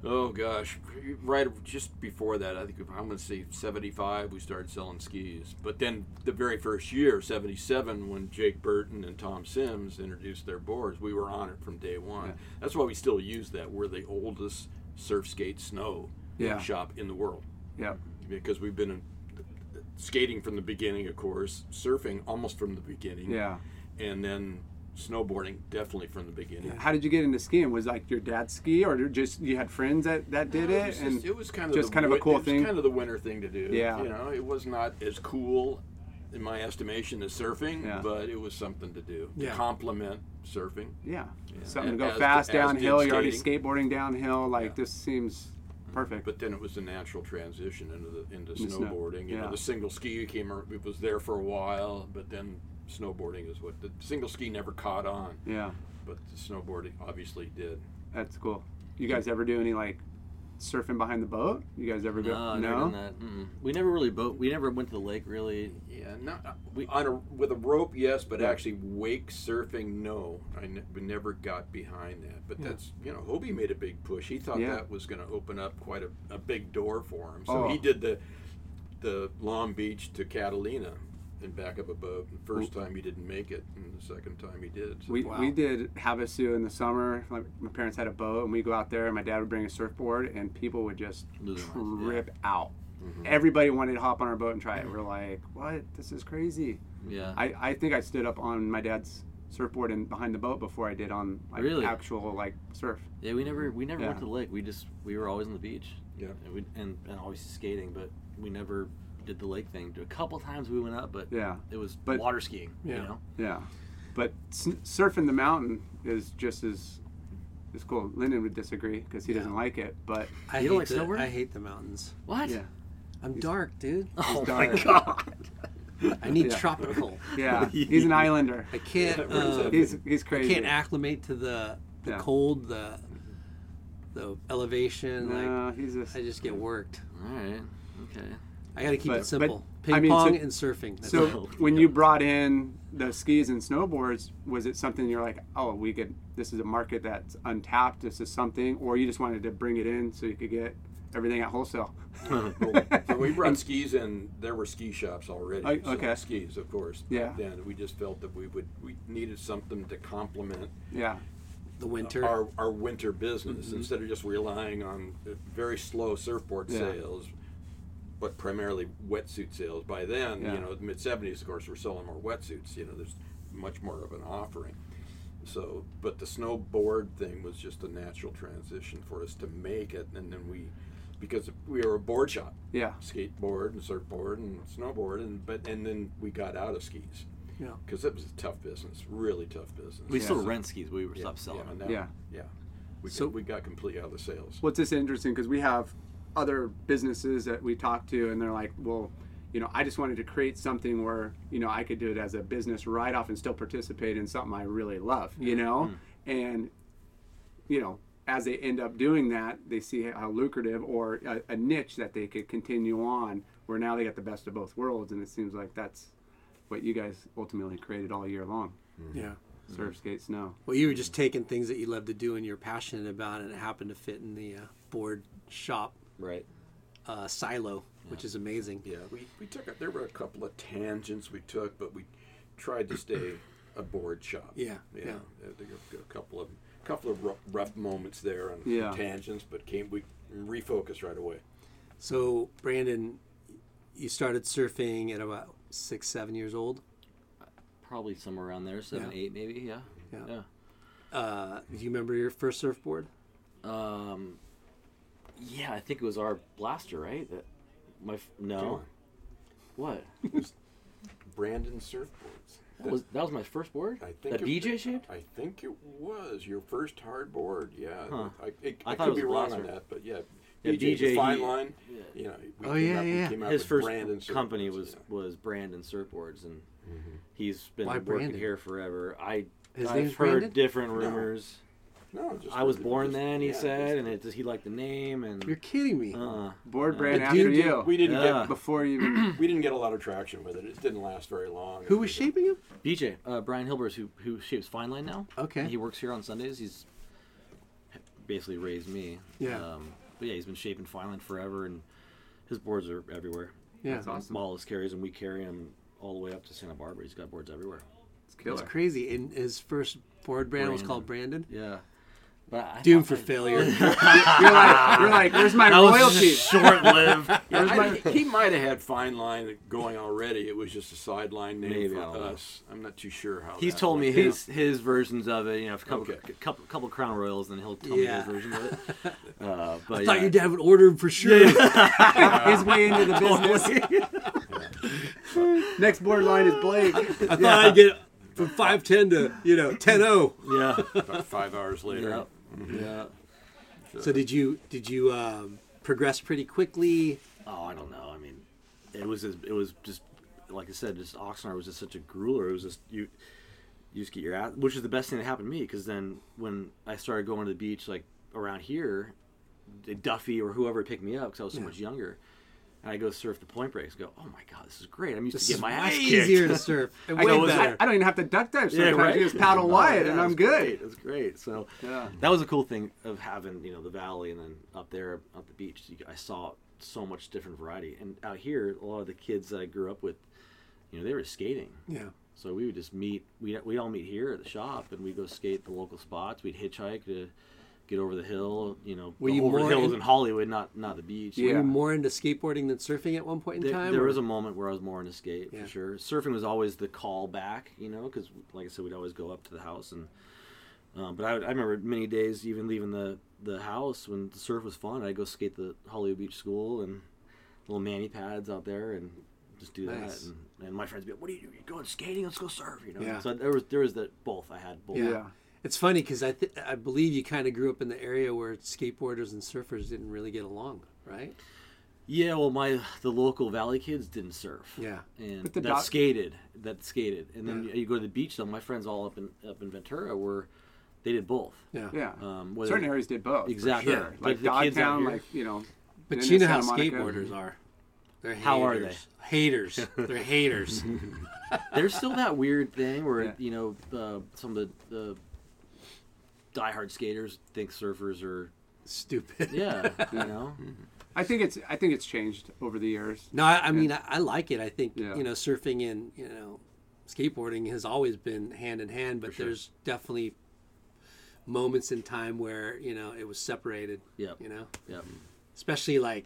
Oh gosh, right just before that, I think I'm going to say 75, we started selling skis. But then the very first year, 77, when Jake Burton and Tom Sims introduced their boards, we were on it from day one. That's why we still use that. We're the oldest surf skate snow
Yeah.
shop in the world
Yep.
because we've been in, skating from the beginning, of course, surfing almost from the beginning,
Yeah.
and then snowboarding definitely from the beginning.
How did you get into skiing? Was like your dad ski, or just you had friends that, that did
No,
it?
was just-
and
it was kind of
just
the
kind of a
win-
cool
it was
thing?
Kind of the winter thing to do.
Yeah.
you know, it was not as cool, in my estimation, as surfing,
Yeah.
but it was something to do
Yeah.
to complement surfing.
yeah. something
And
to go
as-
fast
as did
downhill. You're already skateboarding downhill. Like this seems perfect.
But then it was a natural transition into the into
Into snow-
snowboarding. You
yeah.
know, the single ski came. ar- It was there for a while, but then snowboarding is what the single ski never caught on,
yeah,
but the snowboarding obviously did.
that's cool. You guys ever do any like surfing behind the boat? You guys ever go?
No, I've never done Uh, that. Mm-mm. We never really boat. We never went to the lake really.
Yeah, not we, on a with a rope, yes, but actually wake surfing, no. I ne- we never got behind that. But that's you know, Hobie made a big push. He thought
Yeah.
that was going to open up quite a, a big door for him. So
Oh.
he did the the Long Beach to Catalina and back up a boat. The first time he didn't make it, and the second time he did. So
We,
Wow.
we did Havasu in the summer. Like my parents had a boat, and we go out there, and my dad would bring a surfboard, and people would just
Lose their minds, yeah. Mm-hmm.
trip out. Everybody wanted to hop on our boat and try it. We're like, what? This is crazy.
Yeah.
I, I think I stood up on my dad's surfboard and behind the boat before I did on like
Really?
actual like surf.
yeah. We never. We never
Yeah.
went to the lake. We just. We were always on the beach.
Yeah.
And, we, and and always skating, but we never did the lake thing. A couple times we went up, but
Yeah,
it was
But-
water skiing. You
Yeah.
know.
yeah. But s- surfing the mountain is just as is cool. Lyndon would disagree because he doesn't like it, but
I
You
hate
don't like
the,
snowboard?
I hate the mountains.
What?
yeah,
I'm dark, dude.
Oh
dark.
my god.
I need
Yeah.
tropical.
yeah. He's an islander.
I can't.
Where does
uh,
that
He's he's
I
crazy.
can't acclimate to the the
Yeah.
cold, the the elevation. Like
No, he's just
I just get worked.
All right. Okay.
I got to keep
But-
it
but,
simple. Ping
I mean, so-
pong and surfing. That's
So
it.
Oh,
when you brought in the skis and snowboards, was it something you're like, oh, we could? This is a market that's untapped. This is something, or you just wanted to bring it in so you could get everything at wholesale?
so we brought skis in. There were ski shops already.
Oh,
selling
okay.
skis, of course.
Yeah.
Then we just felt that we would we needed something to complement
Yeah,
the winter.
our, our winter business instead of just relying on uh, very slow surfboard
Yeah.
sales, but primarily wetsuit sales. By then,
Yeah.
you know, mid 70s, of course, we're selling more wetsuits. You know, there's much more of an offering. So, but the snowboard thing was just a natural transition for us to make it. And then we, because we were a board shop,
yeah,
skateboard and surfboard and snowboard, and but and then we got out of skis
Yeah.
because it was a tough business, really tough business.
We
Yeah.
still rent skis. but We were stopped
Yeah,
selling. them.
no,
Yeah.
yeah. We,
So-
got, we got completely out of the sales.
Well, it's just interesting because we have other businesses that we talk to, and they're like, well, you know, I just wanted to create something where you know I could do it as a business write off and still participate in something I really love, you know, and you know. As they end up doing that, they see how lucrative or a, a niche that they could continue on. Where now they got the best of both worlds, and it seems like that's what you guys ultimately created all year long:
Yeah.
surf, skate, snow.
Well, you were just taking things that you love to do and you're passionate about, and it happened to fit in the uh, board shop
Right.
uh, silo, which is amazing.
Yeah, we, we took a, there were a couple of tangents we took, but we tried to stay a board shop.
Yeah,
yeah.
yeah.
Uh, there were a couple of couple of rough, rough moments there on
Yeah.
tangents, but came we refocused right away.
So, Brandon, you started surfing at about six, seven years old.
Probably somewhere around there, seven,
Yeah.
eight, maybe. Yeah.
Yeah.
Yeah.
Uh, do you remember your first surfboard?
Um, yeah, I think it was our blaster, right? That my f- no.
Sure.
What?
Brandon surfboards.
That was that was my first board.
I think
that
it-
BJ shaped.
I think it was your first hard board. Yeah,
Huh.
I, it,
I
I,
thought
could
it
be
was
wrong
Blaster.
on that, but yeah,
Yeah,
BJ,
BJ,
Fine
he-
Line.
yeah.
You know, we
Oh,
came
yeah,
out, we
yeah.
came out
His
with
first
Brandon
company
surfboards,
was
yeah.
was Brandon Surfboards, and he's been
Why
working
Brandon?
here forever. I
His
I've
name's
heard
Brandon?
different rumors.
No, just
I was
just-
born
just-
then, he
yeah,
said,
just-
and it, he liked the name and.
You're kidding me.
uh,
Board brand
The
after
dude did-
you.
we didn't
Yeah.
before you.
get we didn't get a lot of traction with it. It didn't last very long.
Who was shaping him?
BJ, uh, Brian Hilbers, who who shapes Fine Line now.
Okay.
He works here on Sundays. He's basically raised me.
Yeah.
Um, but yeah, he's been shaping Finland forever, and his boards are everywhere.
Yeah,
That's awesome. Wallace carries them. We carry him all the way up to Santa Barbara. He's got boards everywhere.
It's
It's
killer.
crazy. And his first board brand was called Brandon.
Yeah. But I
Doomed for failure.
You're
Ah.
like, you're like, where's my royalties?
short lived.
Where's
I,
my?
think he might have had fine line going already. It was just a sideline name
Maybe,
for
I don't know.
us. I'm not too sure how.
He's
that
told me
went
his his versions of it. You know, a couple
Okay.
couple, couple Crown Royals, then he'll tell
Yeah.
me his version of it. Uh, but
I
yeah.
thought your dad would order him for sure.
His way into the business. Next board line is Blake.
I thought I'd get from 5'10 to, you know, oh. 10'0.
yeah,
About five hours later.
yeah, yeah.
So did you did you um, progress pretty quickly?
Oh, I don't know. I mean, it was just- it was just like I said, just Oxnard was just such a grueler. It was just you you just get your ass, which is the best thing that happened to me because then when I started going to the beach like around here, D- Duffy or whoever picked me up because I was so much younger. And I go surf the point breaks. Go, oh my god, this is great! I'm used
This
to
is
get my
way
ass kicked.
easier to surf. And
I,
way
go, I,
better.
I don't even have to duck dive. Sometimes
Yeah, right.
you just paddle wide, and I'm good.
It's great. So
Yeah.
that was a cool thing of having you know the valley and then up there at the beach. You, I saw so much different variety. And out here, a lot of the kids that I grew up with, you know, they were skating.
yeah.
So we would just meet. We we'd all meet here at the shop, and we would go skate the local spots. We'd hitchhike to get over the hill. You know,
Were
go
you
over the
more
hills
in-
in, Hollywood, not not the beach.
Were
Yeah.
you more into skateboarding than surfing at one point in
There,
time?
there
or-
was a moment where I was more into skate
Yeah.
for sure. Surfing was always the call back, you know, because like I said, we'd always go up to the house and. Um, but I, I remember many days, even leaving the the house when the surf was fun. I'd go skate the Hollywood Beach School and little manny pads out there and just do
Nice.
that. And, and my friends would be, like, "What are you doing? You're going skating? Let's go surf!" You know.
Yeah.
So there was there was that both. I had both.
Yeah. It's funny because I th- I believe you kind of grew up in the area where skateboarders and surfers didn't really get along, right?
Yeah, well, my the local valley kids didn't surf.
Yeah.
and
But the
that
doc-
skated, that skated, and then you go to the beach. Though my friends all up in up in Ventura were, they did both.
Yeah.
Yeah.
Um, whether-
Certain areas did both. for
Exactly.
sure.
Yeah. But
Like
the kids out
Dogtown,
here-
like, you know.
But
then
you know
there's
how
Santa Monica.
skateboarders are. They're haters.
How are
Haters. They're haters.
There's still that weird thing where
Yeah.
you know uh, some of the, the diehard skaters think surfers are
Stupid.
yeah, you know.
Hmm. I think it's I think it's changed over the years.
No, I, I mean I, I like it. I think
Yeah.
you know surfing and you know skateboarding has always been hand in hand, but
sure.
there's definitely moments in time where you know it was separated.
Yep.
You know,
Yep.
especially like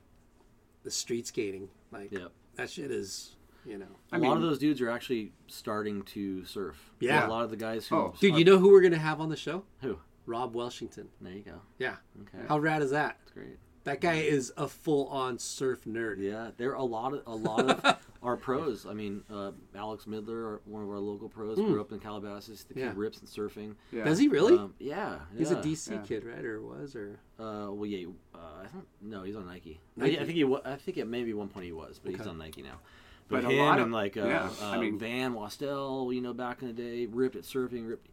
the street skating. Like
Yep.
that shit is you know.
A lot of those dudes are actually starting to surf.
Yeah.
a lot of the guys who.
Oh.
Dude, you know who we're gonna have on the show?
who?
Rob Welshington.
There you go.
Yeah.
Okay,
How rad is that?
that's great.
That guy is a full-on surf nerd.
Yeah, there are a lot of a lot of our pros. I mean, uh, Alex Midler, our- one of our local pros, grew up in Calabasas. The kid
Yeah.
rips and surfing.
Hmm. Yeah.
Does he really?
Um, yeah,
He's
yeah.
a DC
yeah.
kid, right? Or was or
Uh, well, yeah, uh, I don't. No, he's on Nike.
Nike.
I, I think he. wa- I think at maybe one point he was, but he's
Okay.
on Nike now.
But
But,
a
him
lot of-
and like uh,
yeah,
uh,
I mean-
Van Wastel, you know, back in the day, ripped at surfing. Ripped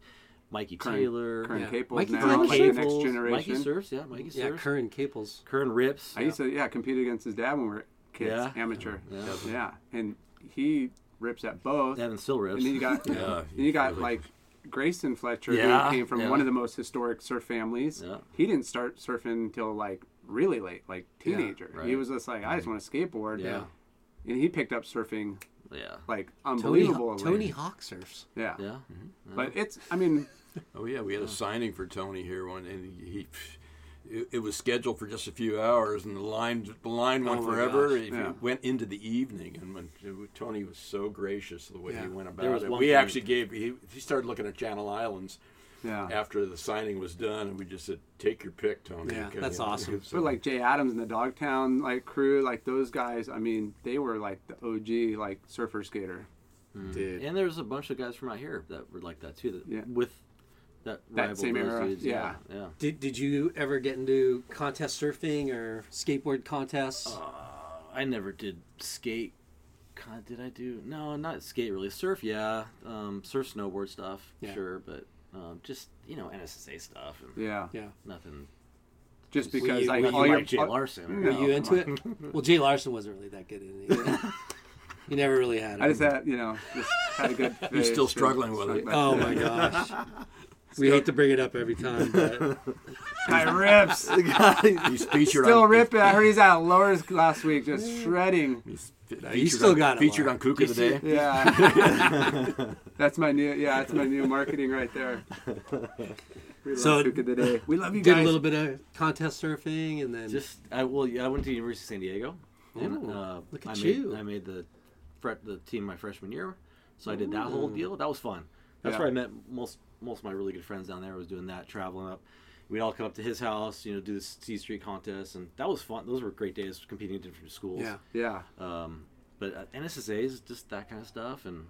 Mikey
Current-
Taylor,
Current
Yeah.
Caples
Mikey
now,
Taylor
like the
surfs.
next
Caples,
generation.
Mikey surfs, yeah, Mikey
yeah,
surfs.
Curran Caples.
Current rips.
I
yeah.
used to yeah compete against his dad when we were kids,
Yeah.
amateur.
Yeah.
and he rips at both.
Evan still rips.
And then you got and you got like Grayson Fletcher,
Yeah,
who came from
yeah.
one of the most historic surf families.
Yeah.
He didn't start surfing until like really late, like teenager. He
right.
was just like, I just want to skateboard.
Yeah.
and he picked up surfing
yeah,
like
Tony,
unbelievable.
Tony Hawk surfs.
Yeah.
yeah. mm-hmm.
But it's, I mean,
Oh yeah, we had a signing for Tony here one, and he. It, it was scheduled for just a few hours, and the line the line went
Oh, my
forever.
gosh,
It
yeah.
went into the evening, and when, Tony was so gracious the way
Yeah,
he went
there
about
was
it.
one
We
point-
actually gave he, he started looking at Channel Islands
yeah.
after the signing was done, and we just said, "Take your pick, Tony."
Yeah,
Okay,
that's awesome.
So-
But like Jay Adams and the Dogtown like crew, like those guys, I mean, they were like the OG like surfer skater.
Dude.
And there's a bunch of guys from out here that were like that too. That
Yeah.
with that,
That
rival
same
those
era,
Dudes.
yeah.
yeah, yeah.
Did, did you ever get into contest surfing or skateboard contests?
Oh,
I never did skate. God, did I do? No, not skate really. Surf, yeah. Um, surf, snowboard stuff,
Yeah.
sure, but um, just you know NSSA stuff and
Yeah.
yeah.
nothing.
Just
Were
because
you-
like
were
Nothing
you
all your
like Jay
all-
Larson.
No.
Were you into it? well, Jay Larson wasn't really that good in it. you never really had it.
I just had, you know, just had a good.
He's
face
still
and
struggling with it.
stuck back
oh
there.
my gosh. We hate to bring it up every time, but
My rips.
He's featured
Still
on,
ripping. I heard he's out of lowers last week, just shredding.
He's
you still got it.
featured on
Mark.
Kook of the Day.
Yeah. that's my new. Yeah, that's my new marketing right there. We love
So-
Kook of the day. We love you
Did
guys.
a little bit of contest surfing and then
Just I well yeah, I went to the University of San Diego. And,
Ooh,
uh,
look
I
at
made,
you.
I made the fre- the team my freshman year, so I did that whole deal. That was fun. That's
Yeah.
where I met most most of my really good friends down there. I was doing that, traveling up. We'd all come up to his house, you know, do the C Street contest, and that was fun. Those were great days competing in different schools.
Yeah.
yeah.
Um, but uh, NSSAs, just that kind of stuff, and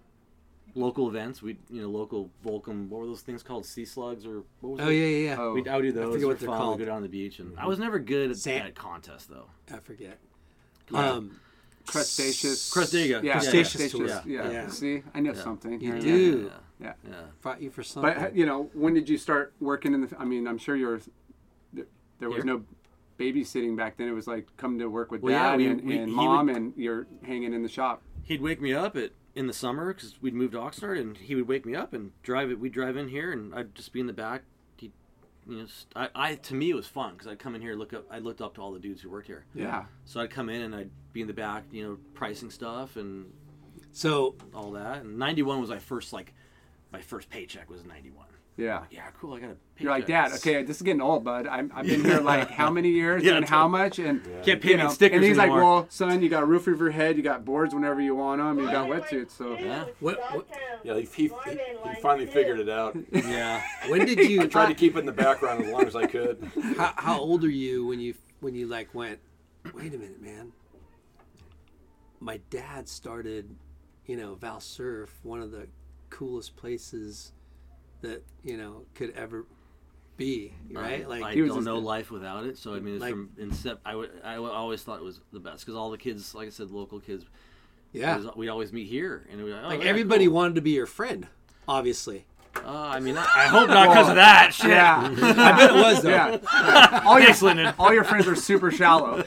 local events. We, you know, local Volcom. What were those things called? Sea slugs or what was
Oh
it?
yeah, yeah, yeah.
Oh,
We'd, I would do those.
forget
for
what they're
fun. We'd
called. Mm-hmm.
Go down to the beach, and I was never good at
Sand-
that contest though.
I forget.
Yeah.
Um,
crustaceous.
Crustega.
Yeah. crustaceous,
Crustaceous tour.
Yeah.
Yeah.
See, I know something.
you
Yeah.
do.
Yeah.
Yeah. yeah.
Fought you for something.
But you know, when did you start working in the? I mean, I'm sure you were. There, there was
Here.
no babysitting back then. It was like come to work with
Well, yeah,
dad
we-
and,
we-
and
he
mom,
would-
and you're hanging in the shop.
He'd wake me up at in the summer because we'd moved to Oxnard, and he would wake me up and drive it. We'd drive in here, and I'd just be in the back. He, you know, just, I, I to me it was fun because I'd come in here, look up. I looked up to all the dudes who worked here.
Yeah.
So I'd come in and I'd be in the back, you know, pricing stuff and
so
all that. And '91 was my first like, my first paycheck was '91.
Yeah.
Yeah, cool. I got a. Paycheck.
You're like, Dad, okay, this is getting old, bud. I'm, I've been here like how many years
Yeah,
and
that's
how
right.
much? And
Can't pay
you
me in
know,
stickers
And he's like,
anymore.
Well, son, you got a roof over your head, you got boards whenever you want them, you got wetsuits. So,
Yeah.
what, what?
Yeah, he, he, he, he finally figured it out.
Yeah.
When did you?
I tried to keep it in the background as long as I could.
how, how old are you when you when you like went? Wait a minute, man. My dad started, you know, Val Surf, one of the coolest places that you know could ever be, right?
I-
Like
I
he was
don't
just-
know life without it. So I mean, it's
Like-
from incept. I would- I wa- always thought it was the best because all the kids, like I said, local kids,
yeah,
was- we'd always meet here, and we like, oh,
like
yeah,
everybody
cool.
wanted to be your friend, obviously.
Uh, I mean, I, I hope not because of that. Shit.
yeah.
I bet it was though.
Yeah. All your,
Thanks, Lyndon.
all your friends are super shallow.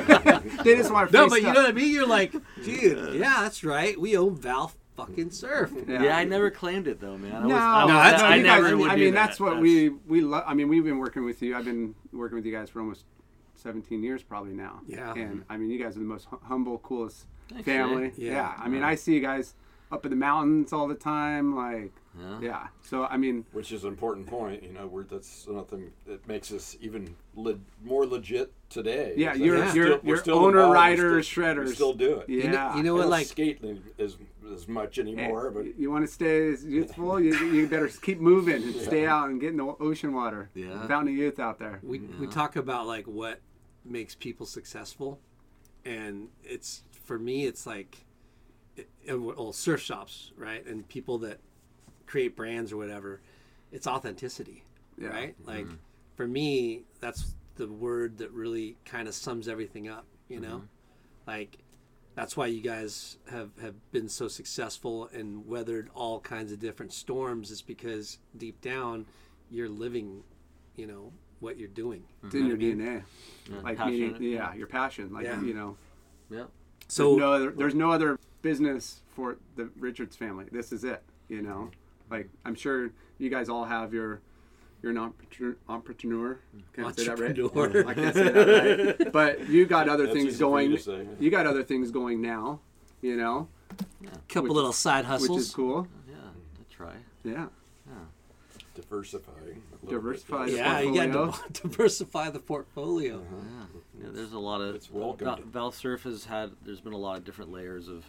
they just want free
No, but
stuff.
you know what I mean. You're like, dude, yeah, that's right. We own Val fucking Surf.
Yeah. I never claimed it though, man. I was,
No,
I, was,
No, that's-
I,
you
never
guys,
would
I
do
mean,
that.
that's what we we love. I mean, we've been working with you. I've been working with you guys for almost 17 years, probably now.
Yeah.
And I mean, you guys are the most hu- humble, coolest
Thanks,
family.
man.
Yeah.
Yeah.
I mean, I see you guys up in the mountains all the time. Like,
Yeah.
yeah. So I mean,
which is an important point. You know, we're, that's nothing that makes us even le- more legit today.
Yeah,
It's like
you're-
we're
you're-
still- we're
you're
still
owner,
involved, we
rider,
still-
shredders.
We still do it.
yeah. Eh,
You know, you know
I
what?
don't
Like,
skate as as much anymore, but
you want to stay as youthful, you, you better keep moving and stay out and get in the o- ocean water.
Yeah.
Fountain of youth out there.
we, we talk about like what makes people successful and it's for me it's like it, it, uh, well, surf shops right and people that create brands or whatever it's authenticity
Yeah. Mm-hmm.
right like for me that's the word that really kind of sums everything up you know
Mm-hmm.
like that's why you guys have, have been so successful and weathered all kinds of different storms is because deep down you're living you know what you're doing
It's in your DNA.
Mm-hmm. Yeah,
Like,
passionate.
meaning, yeah, your passion. Like,
Yeah.
you know,
Yeah.
so
no other, there's no other business for the Richards family. This is it, you know. Like I'm sure you guys all have your you're an entrepreneur. entrepreneur. Can I say that right?
Entrepreneur.
I can't say that right. But you got other
That's
things
easy for
going.
you to say, yeah.
You got other things going now, you know,
couple
which-
little side hustles
which is cool.
Yeah. I try.
Yeah,
diversifying. a little bit.
diversify. the
yeah you got
portfolio.
to diversify the portfolio
Uh-huh.
Yeah, there's a lot of
It's welcomed.
Val- Val Surf has had. There's been a lot of different layers of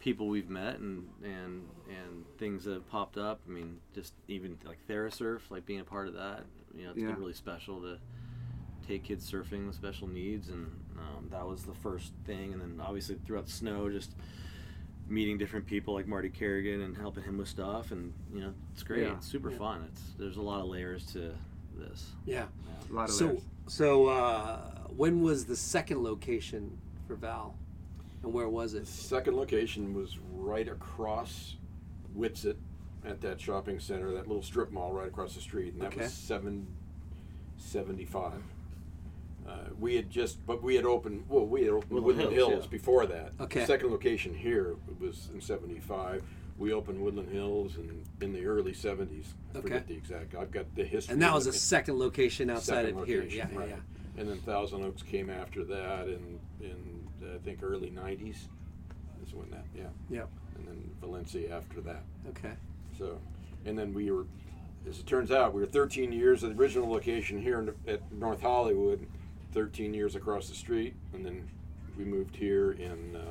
people we've met and and and things that have popped up. I mean, just even like Therasurf, like being a part of that. You know, it's
Yeah.
been really special to take kids surfing with special needs, and um, that was the first thing. And then obviously throughout the snow, just meeting different people like Marty Kerrigan and helping him with stuff, and you know, it's great.
Yeah.
It's super fun. It's there's a lot of layers to this.
yeah
A lot of
so
layers.
so uh, when was the second location for val and where was it
Second location was right across Witsit at that shopping center, that little strip mall right across the street, and that
Okay.
was seven seventy-five. Uh, we had just, but we had opened. Well, we had opened Woodland,
Hills,
Hills,
yeah.
before that.
Okay.
Second location here was in seventy-five. We opened Woodland Hills in, in the early 70s. I
Okay.
forget the exact. I've got the history.
And that
of
was
it.
a second location outside
Second
of here.
location,
Yeah,
right.
yeah,
And then Thousand Oaks came after that in, in I think, early 90s is when that, yeah.
yeah.
And then Valencia after that.
Yep. Okay.
So, and then we were, as it turns out, we were 13 years at the original location here in, at North Hollywood, 13 years across the street, and then we moved here in uh,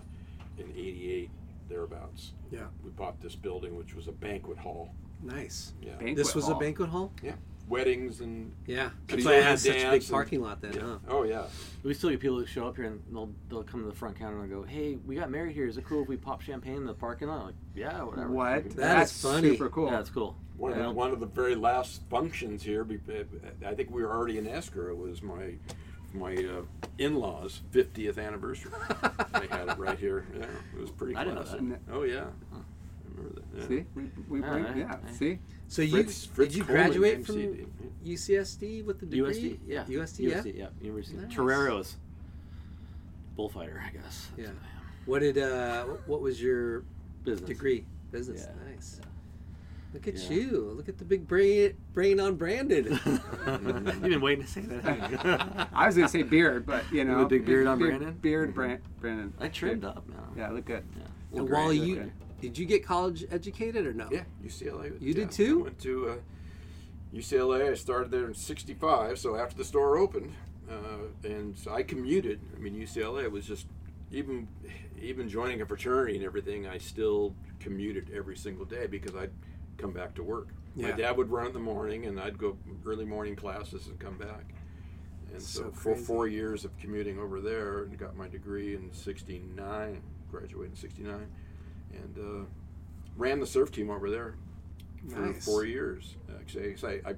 in '88 thereabouts.
Yeah.
We bought this building, which was a banquet hall.
Nice.
Yeah,
Banquet
This was a
hall.
banquet hall.
yeah, weddings and
Yeah. That's
Could you
why it
go
has
and
such a
dance
big
and-
parking lot then, huh?
oh yeah,
We still get people who show up here and they'll they'll come to the front counter and they'll go, "Hey, we got married here. Is it cool if we pop champagne in the parking lot?" Like, yeah, whatever.
What?
Fucking-
That
That's
is funny.
super cool.
Yeah, it's cool.
one of,
Yeah.
the, one of the very last functions here. be- I think we were already in escrow. Was my my uh, in-laws' 50th anniversary. they had it right here. Yeah, it was pretty.
I didn't know
classy.
that.
Oh yeah, I remember that. Yeah.
See, we, we
All
bring,
right.
yeah.
Hey.
See,
So you
Fritz- Fritz
did you
Coleman
graduate
MCD,
from UCSD with the degree?
USD, yeah.
USD, yeah.
USD, yeah. University.
Nice.
Toreros. Bullfighter, I guess.
Yeah. What did uh wh- what was your
Business.
degree? Business.
Yeah.
Nice. Look at
Yeah.
you. Look at the big brain brain on Brandon.
You've been waiting to say that. haven't you?
I was gonna say beard, but you know,
a big beard on
big
Brandon?
Beard, Bran- Brandon.
I trimmed up, man.
Yeah, look good.
and
great,
while you
okay.
did you get college educated or no?
Yeah, UCLA.
You did
yeah.
too?
I went to uh, UCLA. I started there in '65, so after the store opened, uh, and so I commuted. I mean, UCLA was just even even joining a fraternity and everything. I still commuted every single day because I'd come back to work. My
Yeah.
dad would run in the morning, and I'd go early morning classes and come back. And so,
So
for
crazy.
four years of commuting over there, and got my degree in '69, graduated in '69, and uh, ran the surf team over there for
Nice.
four years. Actually, 'Cause I, I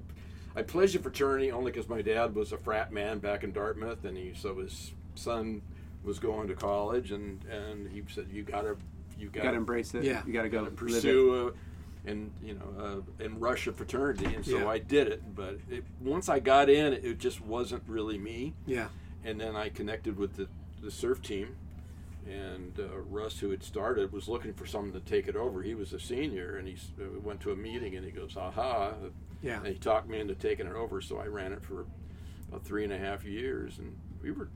I pledged a fraternity only because my dad was a frat man back in Dartmouth, and he so his son was going to college, and and he said you gotta you
You
gotta,
gotta embrace it.
Yeah.
You gotta go
gotta
Live
pursue. A, and you know, uh, and rush a fraternity, and so
Yeah.
I did it. But it, once I got in, it, it just wasn't really me
Yeah.
and then I connected with the, the surf team. And uh, Russ, who had started, was looking for someone to take it over. He was a senior, and he s- uh, went to a meeting, and he goes, "Aha!"
Yeah.
And he talked me into taking it over. So I ran it for about three and a half years, and we were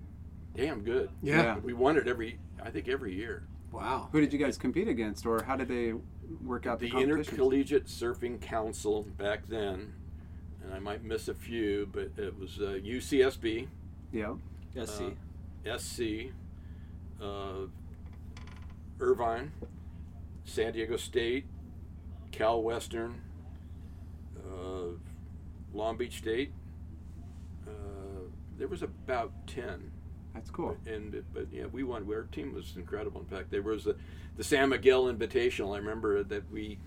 damn good.
Yeah.
Yeah.
we won it every, I think, every year.
Wow.
Who did you guys compete against, or how did they work out the,
The
competition?
Intercollegiate Surfing Council back then, and I might miss a few, but it was uh, UCSB,
yeah.
Yeah.
Uh,
Uh, SC.
SC, uh, Irvine, San Diego State, Cal Western, uh, Long Beach State. Uh, there was about ten,
That's cool.
and but yeah, we won. Our team was incredible. In fact, there was the, the San Miguel Invitational. I remember that we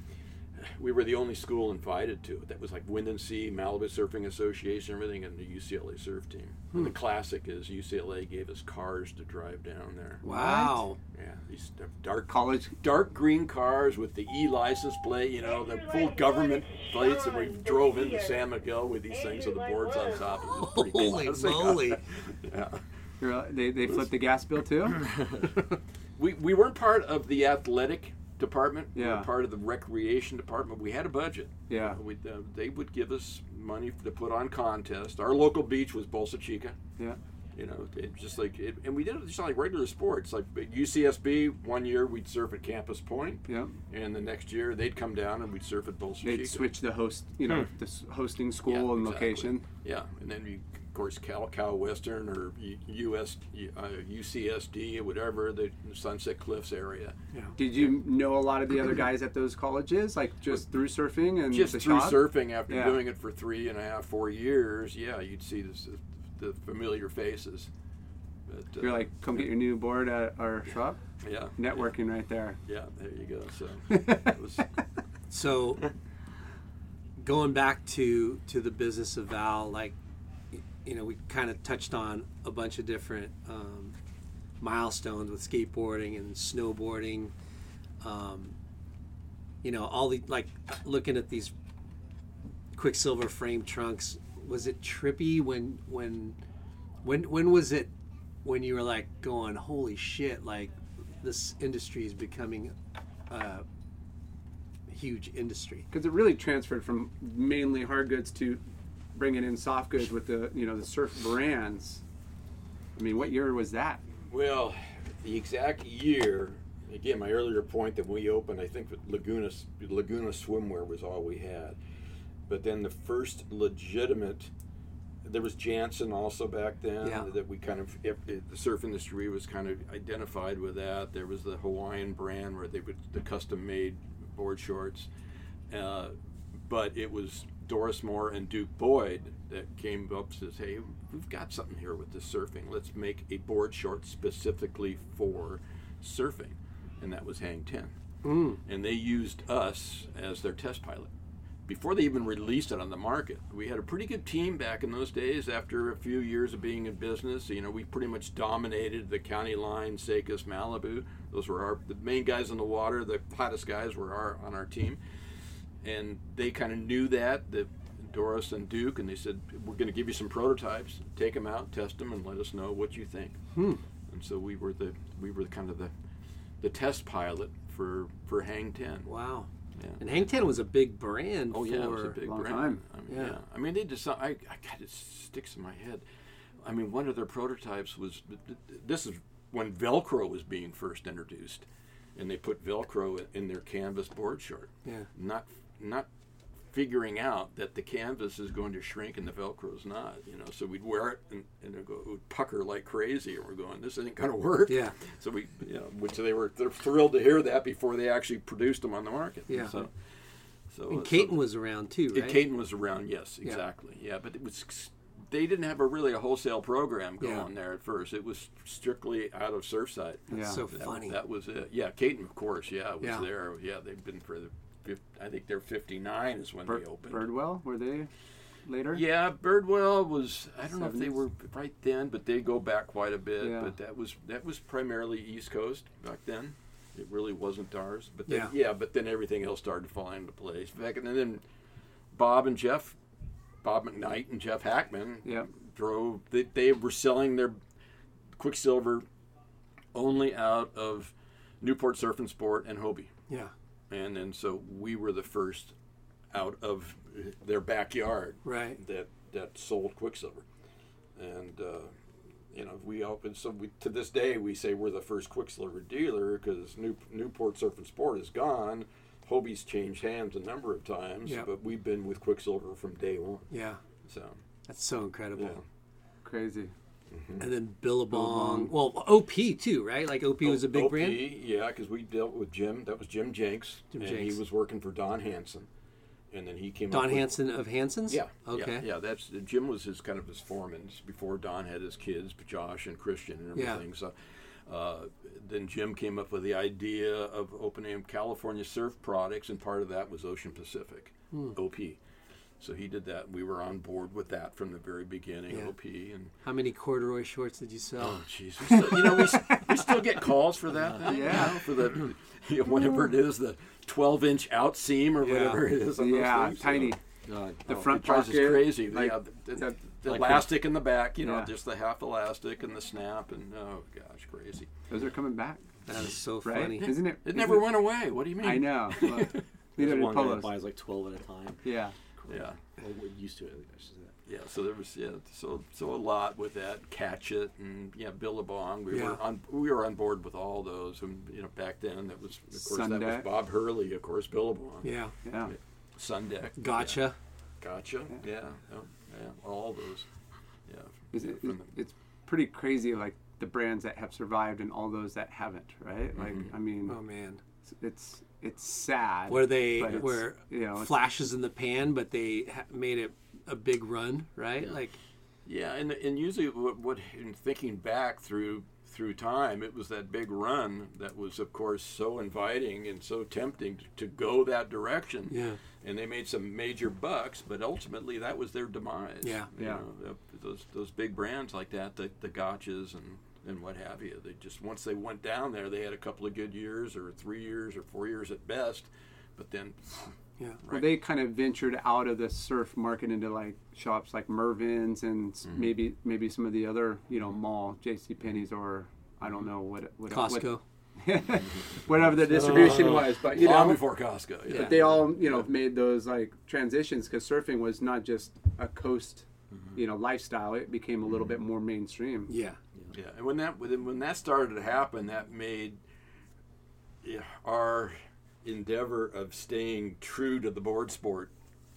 we were the only school invited to it. That was like Wind and Sea, Malibu Surfing Association, everything, and the UCLA surf team. And
Hmm.
the classic is UCLA gave us cars to drive down there.
Wow.
Yeah, these dark
College.
dark green cars with the E license plate, you know, the full government plates, and we drove into San Miguel with these things with the boards on top. It was pretty cool.
Holy
I was like,
moly.
You're, uh, they they flipped the gas bill too.
we, we weren't part of the athletic department. We
Yeah.
were part of the recreation department. We had a budget.
Yeah.
We, uh, they would give us money to put on contests. Our local beach was Bolsa Chica.
Yeah.
You know, it just like it, and we did it just like regular sports. Like at UCSB, one year we'd surf at Campus Point,
Yeah.
and the next year they'd come down and we'd surf at Bolsa
They'd
Chica.
switch the host, you know, the s- hosting school
Hmm. Yeah,
and
exactly.
location.
Yeah, and then you, of course, Cal Cal Western or U- US uh, UCSD or whatever the Sunset Cliffs area.
Did you know a lot of the other guys at those colleges, like just through surfing and
just
the
through
shop?
surfing after
Yeah.
doing it for three and a half four years yeah you'd see this, the familiar faces but, uh,
You're like, come get your new board at our shop.
yeah
Networking right there.
yeah there you go so it was
So going back to to the business of Val, like y- you know, we kind of touched on a bunch of different um, milestones with skateboarding and snowboarding. Um, you know, all the like looking at these Quicksilver frame trunks. Was it trippy when when when when was it when you were like going, holy shit, like this industry is becoming huge industry.
because it really transferred from mainly hard goods to bringing in soft goods with the you know the surf brands. I mean, what year was that?
Well, the exact year, again, my earlier point that we opened, I think with Laguna Laguna swimwear was all we had, but then the first legitimate, there was Jansen also back then
Yeah.
that we kind of if, if the surf industry was kind of identified with that. There was the Hawaiian brand where they would the custom made board shorts, uh, but it was. Doris Moore and Duke Boyd that came up and says, "Hey, we've got something here with this surfing. Let's make a board short specifically for surfing," and that was Hang Ten. Mm. And they used us as their test pilot before they even released it on the market. We had a pretty good team back in those days. After a few years of being in business, you know, we pretty much dominated the county line, Secus, Malibu. Those were our the main guys in the water. The hottest guys were our on our team and they kind of knew that that Doris and Duke, and they said we're going to give you some prototypes, take them out, test them, and let us know what you think. And so we were the we were kind of the the test pilot for for Hang Ten.
Wow.
Yeah.
And Hang Ten was a big brand.
Oh
for,
yeah, it was a big
long
brand.
time.
I mean, yeah. I mean, they decided. I, I God, it sticks in my head. I mean, one of their prototypes was. This is when Velcro was being first introduced, and they put Velcro in- in their canvas board short.
Yeah.
Not not figuring out that the canvas is going to shrink and the Velcro's not. You know, so we'd wear it and, and it'd go it would pucker like crazy, and we're going, this isn't going to work.
Yeah.
So we, you know, which they were they're thrilled to hear that before they actually produced them on the market.
Yeah.
So. So,
And
so-
Caton was around too,
yeah,
right?
Caden was around, yes, exactly. Yeah. but it was they didn't have a really a wholesale program going
Yeah.
there at first. It was strictly out of Surfside.
Yeah.
so
That,
funny.
That was it. Yeah, Caden, of course. Yeah, was
Yeah.
there. Yeah, they've been for the. fif- I think they're 59 is when
Bir-
they opened.
Birdwell were they later?
Yeah, Birdwell was. I don't know if they
70s.
were right then, but they go back quite a bit.
Yeah.
But that was that was primarily East Coast back then. It really wasn't ours. But then,
Yeah.
yeah. but then everything else started to fall into place. Back and then Bob and Jeff, Bob McKnight and Jeff Hackman
Yeah.
drove. They, they were selling their Quicksilver only out of Newport Surf and Sport and Hobie
yeah.
and and so we were the first out of their backyard
Right.
that that sold quicksilver and uh, you know we opened so we to this day we say we're the first quicksilver dealer because New, newport surf and sport is gone hobie's changed hands a number of times
Yep.
but we've been with quicksilver from day one
Yeah.
so
That's so incredible.
Yeah. mhm.
crazy.
And then Billabong. Well, OP too, right? Like OP was a big
OP,
brand.
Yeah, because we dealt with Jim. That was Jim Jenks,
Jim
and
Jenks.
he was working for Don Hanson, and then he came. up
Don
with-
Hanson of Hanson's?
Yeah. yeah,
Okay.
Yeah, that's Jim was his kind of his foreman just before Don had his kids, Josh and Christian and
Yeah.
everything. So uh, then Jim came up with the idea of opening California Surf Products, and part of that was Ocean Pacific, OP. So he did that. We were on board with that from the very beginning,
Yeah.
OP. And
How many corduroy shorts did you sell?
oh, jeez, we still- you know, we, s- we still get calls for that. Thing,
Yeah.
you know, for the you know, whatever it is, the twelve-inch out seam or whatever it is. on those
Yeah,
things, so-
tiny.
God.
The
Oh,
front
the price
pocket,
is crazy.
like,
yeah, the, the-
that-
the
like
elastic in the back, you know,
Yeah.
just the half elastic and the snap, and oh gosh, crazy.
Those are coming back,
That is so
right?
funny.
Isn't it?
It
isn't
never went away. What do you mean?
I know. Look,
There's
Neither did
one guy that
polos.
buys like 12 at a time.
Yeah.
Yeah,
Well, we're used to it. I should say that.
yeah. So there was yeah, so so a lot with that catch it and yeah, Billabong. We
Yeah.
were on we were on board with all those, and you know back then that was of course that
Sundeck.
was Bob Hurley, of course Billabong,
Yeah.
Yeah.
Sundeck,
Gotcha.
Gotcha, yeah, yeah, oh, yeah all those, yeah.
Is
yeah,
it-
from the-
it's pretty crazy, like the brands that have survived and all those that haven't, right? Like, I mean,
Oh man.
it's it's sad.
Where they
but it's,
were
you know, it's-
flashes in the pan, but they ha- made it a big run, right? Like
Yeah, and and usually what, what in thinking back through through time, it was that big run that was, of course, so inviting and so tempting to, to go that direction.
Yeah.
and they made some major bucks, but ultimately that was their demise.
Yeah.
You
Yeah.
know, the- those those big brands like that, the the gotchas and and what have you. They just once they went down there, they had a couple of good years or three years or four years at best, but then
yeah.
Well, they kind of ventured out of the surf market into like shops like Mervin's and s maybe maybe some of the other you know mall J C Penney's or I don't know what what what-
Costco.
whatever the distribution was. But you
Long
know,
before Costco. Yeah.
but they all you know made those like transitions because surfing was not just a coast, you know, lifestyle. It became a little bit more mainstream.
Yeah.
Yeah, and when that when when that started to happen, that made yeah, our endeavor of staying true to the board sport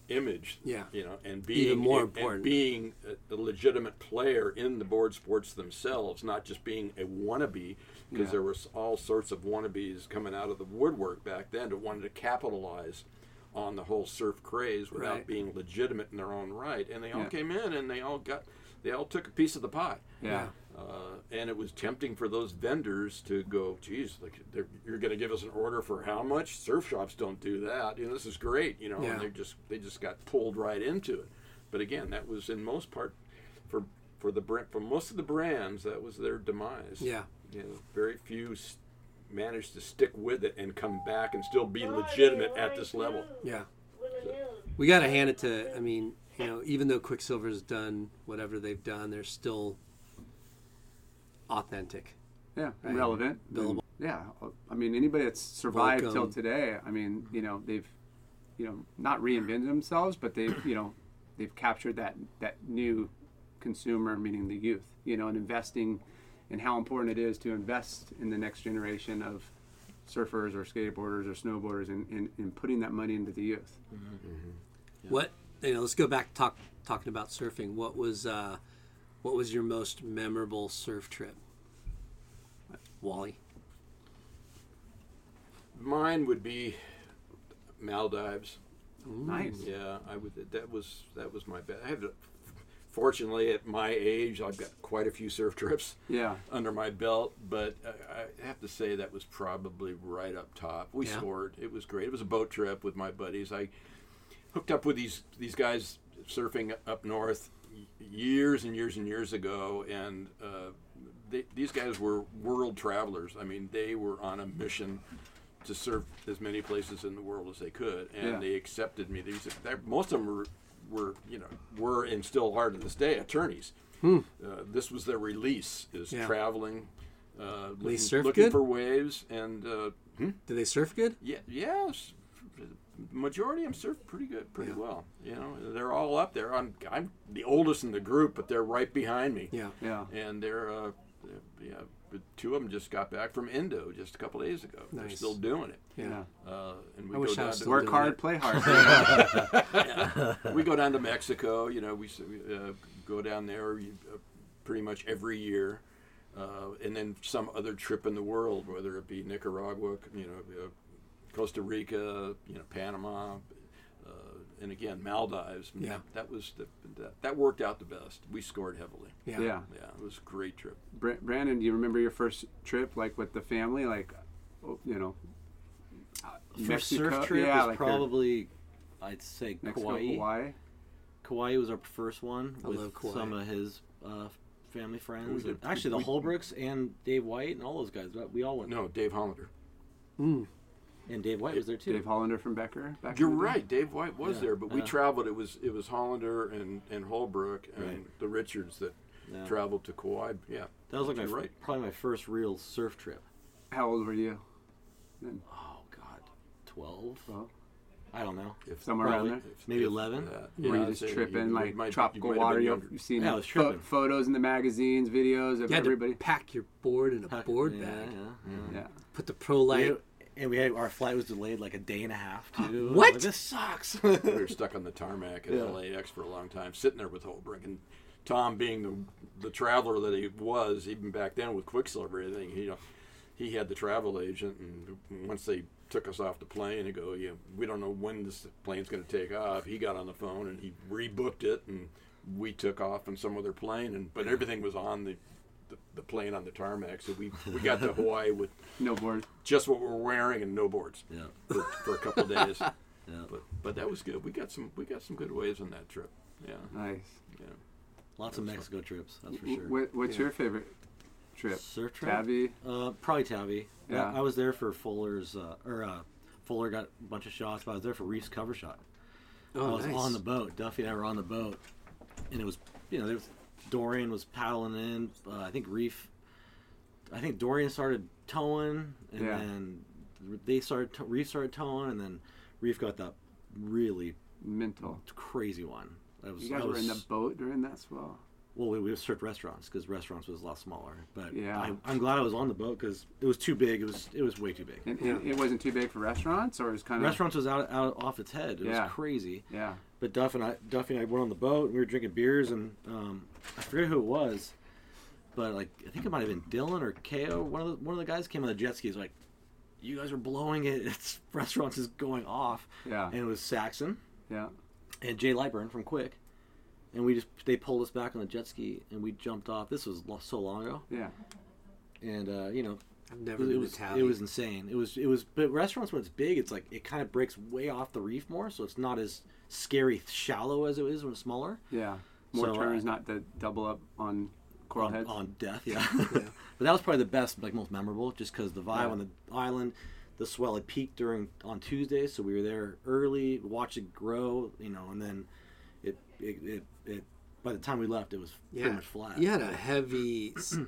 image,
Yeah.
you know, and being
Even more
and- and
important.
being a, a legitimate player in the board sports themselves, not just being a wannabe, because there was all sorts of wannabes coming out of the woodwork back then that wanted to capitalize on the whole surf craze without
Right.
being legitimate in their own right, and they all
Yeah.
came in and they all got they all took a piece of the pie.
Yeah.
Uh, and it was tempting for those vendors to go, geez, like they're, you're going to give us an order for how much? Surf shops don't do that. You know, this is great. You know,
Yeah.
and they just they just got pulled right into it. But again, that was in most part for for the brand for most of the brands that was their demise.
Yeah.
you know, very few s- managed to stick with it and come back and still be legitimate at this level.
Yeah. We got to hand it to, I mean, you know, even though Quicksilver's done whatever they've done, they're still authentic.
Yeah, relevant.
Billable.
Yeah, uh, I mean anybody that's survived till
Welcome.
today. I mean, you know, they've, you know, not reinvented themselves, but they've, you know, they've captured that that new consumer, meaning the youth. You know, and investing, and how important it is to invest in the next generation of surfers or skateboarders or snowboarders, and and, and putting that money into the youth.
What, you know, let's go back to talk, talking about surfing. What was, uh, what was your most memorable surf trip? Wally.
Mine would be Maldives.
Nice.
Yeah, I would. That was that was my best. I have, fortunately, at my age, I've got quite a few surf trips
Yeah.
under my belt. But I, I have to say that was probably right up top. We
Yeah.
scored. It was great. It was a boat trip with my buddies. I hooked up with these these guys surfing up north y- years and years and years ago, and uh, they, these guys were world travelers. I mean, they were on a mission to surf as many places in the world as they could, and
Yeah.
they accepted me. These they- most of them were, were you know were and still are to this day attorneys. Uh, this was their release is
Hmm. Yeah.
traveling, uh, looking,
surf
looking
good?
for waves and. Uh,
Did they surf good?
yeah, yes. Majority of them surf pretty good, pretty well. You know, they're all up there. I'm I'm the oldest in the group, but they're right behind me.
Yeah.
Yeah.
And they're, uh, yeah, but two of them just got back from Indo just a couple days ago. They're
Nice.
still doing it.
Yeah.
Uh, and we
I wish I
go down
was
to
still
Work
doing
hard,
it.
play hard.
we go down to Mexico. You know, we s- we, uh, go down there you- uh, pretty much every year, uh, and then some other trip in the world, whether it be Nicaragua, you know, uh, Costa Rica, you know, Panama, uh, and again Maldives.
Yeah.
that, that was the, that, that worked out the best. We scored heavily.
Yeah.
yeah.
Yeah, it was a great trip.
Bra- Brandon, do you remember your first trip, like with the family, like, oh, you know, uh,
For surf trip
yeah,
is
like your
probably, I'd say
Mexico,
Kauai.
Hawaii.
Kauai was our first one
I
with
love Kauai.
some of his uh, family friends.
did-
and actually, the Holbrooks and Dave White and all those guys. but We all went.
No, Dave Hollander.
And Dave White was there too.
Dave Hollander from Becker. Back
You're
in the day?
right. Dave White was
Yeah.
there, but we
Yeah.
traveled. It was it was Hollander and and Holbrook and
Right.
the Richards that
Yeah.
traveled to Kauai. Yeah,
that was like my
you're
fir-
right.
probably my first real surf trip.
How old were you?
Oh God, twelve?
Well,
I don't know.
if uh,
Somewhere around
Probably.
there.
Maybe eleven.
were you just tripping, like tropical water? You have seen
Yeah, I was
pho-
tripping.
photos in the magazines, videos of
You had
everybody.
to pack your board in a board
yeah,
bag.
yeah, yeah.
Yeah.
Put the pro light.
We- and we had our flight was delayed like a day and a half too. I'm
What?
like, this sucks.
we were stuck on the tarmac at LAX for a long time, sitting there with Holbrook and Tom, being the the traveler that he was, even back then with Quicksilver, and everything. You know, he had the travel agent, and once they took us off the plane and go, yeah, we don't know when this plane's going to take off. He got on the phone and he rebooked it, and we took off on some other plane, and but everything was on the. The, the plane on the tarmac, so we we got to Hawaii with
No board.
just what we're wearing and no boards
yeah.
for, for a couple days. But but that was good. We got some we got some good waves on that trip. Yeah.
Nice.
Lots of Mexico trips, that's for
Wh-
sure.
What, what's your favorite trip?
Surf trip?
Tabby.
Uh, probably Tabby.
Yeah.
I, I was there for Fuller's, uh, or uh, Fuller got a bunch of shots, but I was there for Reef's cover shot. I
Oh,
was
nice.
on the boat. Duffy and I were on the boat, and it was you know there was Dorian was paddling in. Uh, I think Reef. I think Dorian started towing, and
Yeah.
then they started to- Reef started towing, and then Reef got that really
mental.
crazy one. That was,
You guys
that
were in
was-
the boat during that swell.
well, we, we searched restaurants because restaurants was a lot smaller. But
Yeah.
I, I'm glad I was on the boat because it was too big. It was it was way too big.
And, and it wasn't too big for restaurants, or it was kind of
Restaurants was out out off its head. It
Yeah.
was crazy.
Yeah,
But Duff and I, Duffy and I went on the boat. and We were drinking beers, and um, I forget who it was, but like I think it might have been Dylan or Ko. One of the, one of the guys came on the jet skis like, "You guys are blowing it. It's restaurants is going off."
Yeah.
And it was Saxon
yeah.
and Jay Lightburn from Quick, and we just they pulled us back on the jet ski, and we jumped off. This was lo- so long ago,
Yeah,
and uh, you know
I've never
it
been
was
to Tally.
it was insane. It was it was but restaurants when it's big, it's like it kind of breaks way off the reef more, so it's not as scary shallow as it is when it's smaller.
yeah. More
So, uh,
turns, not to double up on coral
on,
heads.
on death, yeah. but that was probably the best, like most memorable, just because the vibe
Yeah.
on the island, the swell had peaked during on Tuesday, so we were there early, watched it grow, you know, and then it it, it, it by the time we left, it was pretty much flat.
You had a heavy s-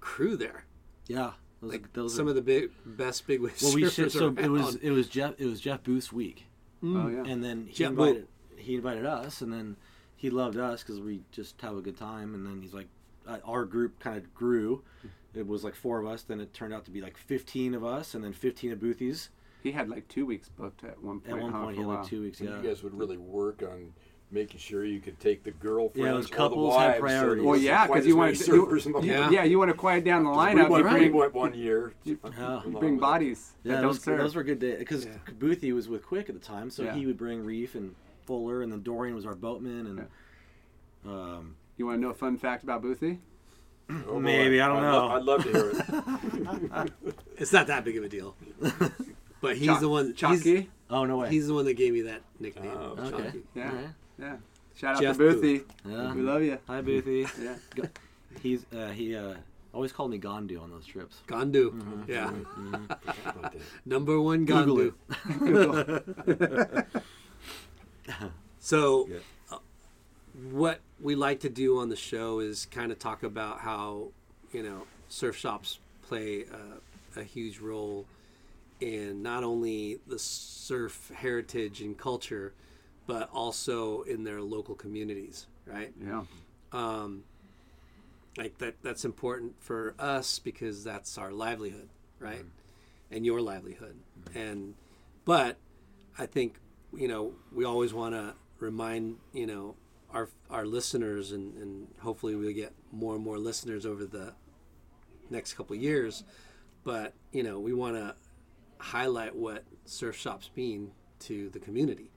crew there.
yeah. Those,
Like
those
some
are,
of the big best big wave
well, we should,
surfers
so it was
around.
it was Jeff it was Jeff Booth's week.
oh yeah.
and then he
Yeah, well-
invited he invited us, and then he loved us because we just have a good time. And then he's like, uh, our group kind of grew. It was like four of us. Then it turned out to be like fifteen of us, and then fifteen of Boothies.
he had like two weeks booked at one
At
point.
one
huh, for
point, he
a
had
while.
like two weeks.
And
Yeah,
You guys would really work on making sure you could take the girlfriends,
Yeah,
yeah,
those
the
couples
wives.
had
so
priorities.
there's
Well, yeah,
quite
because
as
you
many
want to
surfers in the
you,
lineup.
yeah, you want to quiet down the lineup.
we
You
went, we
bring,
went one year. Oh,
Yeah.
Along
bring
with-
bodies. that
yeah,
don't
those,
serve.
those were good days because
Yeah.
Boothie was with Quick at the time, so
Yeah.
he would bring Reef and Fuller, and then Dorian was our boatman, and um,
You want to know a fun fact about Boothie?
Oh, boy.
Maybe, I don't
I'd
know.
I'd love to hear it.
it's not that big of a deal. But he's
Chalk-
the one. He's,
Chalky.
oh no way,
he's the one that gave me that nickname.
Oh,
okay.
Chalky.
Yeah,
Alright.
yeah. Shout
Jeff
out to Boothie.
Yeah.
We love you.
Hi Boothie.
Yeah.
Go- he's uh, he uh, always called me Gondu on those trips.
Gandu. Yeah.
about that.
Number one
Mm-hmm. Google
Gandu. so,
Yeah.
uh, what we like to do on the show is kind of talk about how, you know, surf shops play a, a huge role in not only the surf heritage and culture, but also in their local communities, right?
Yeah.
like that that's important for us because that's our livelihood right and your livelihood and but i think you know we always want to remind you know our our listeners and and hopefully we'll get more and more listeners over the next couple of years but you know we want to highlight what surf shops mean to the community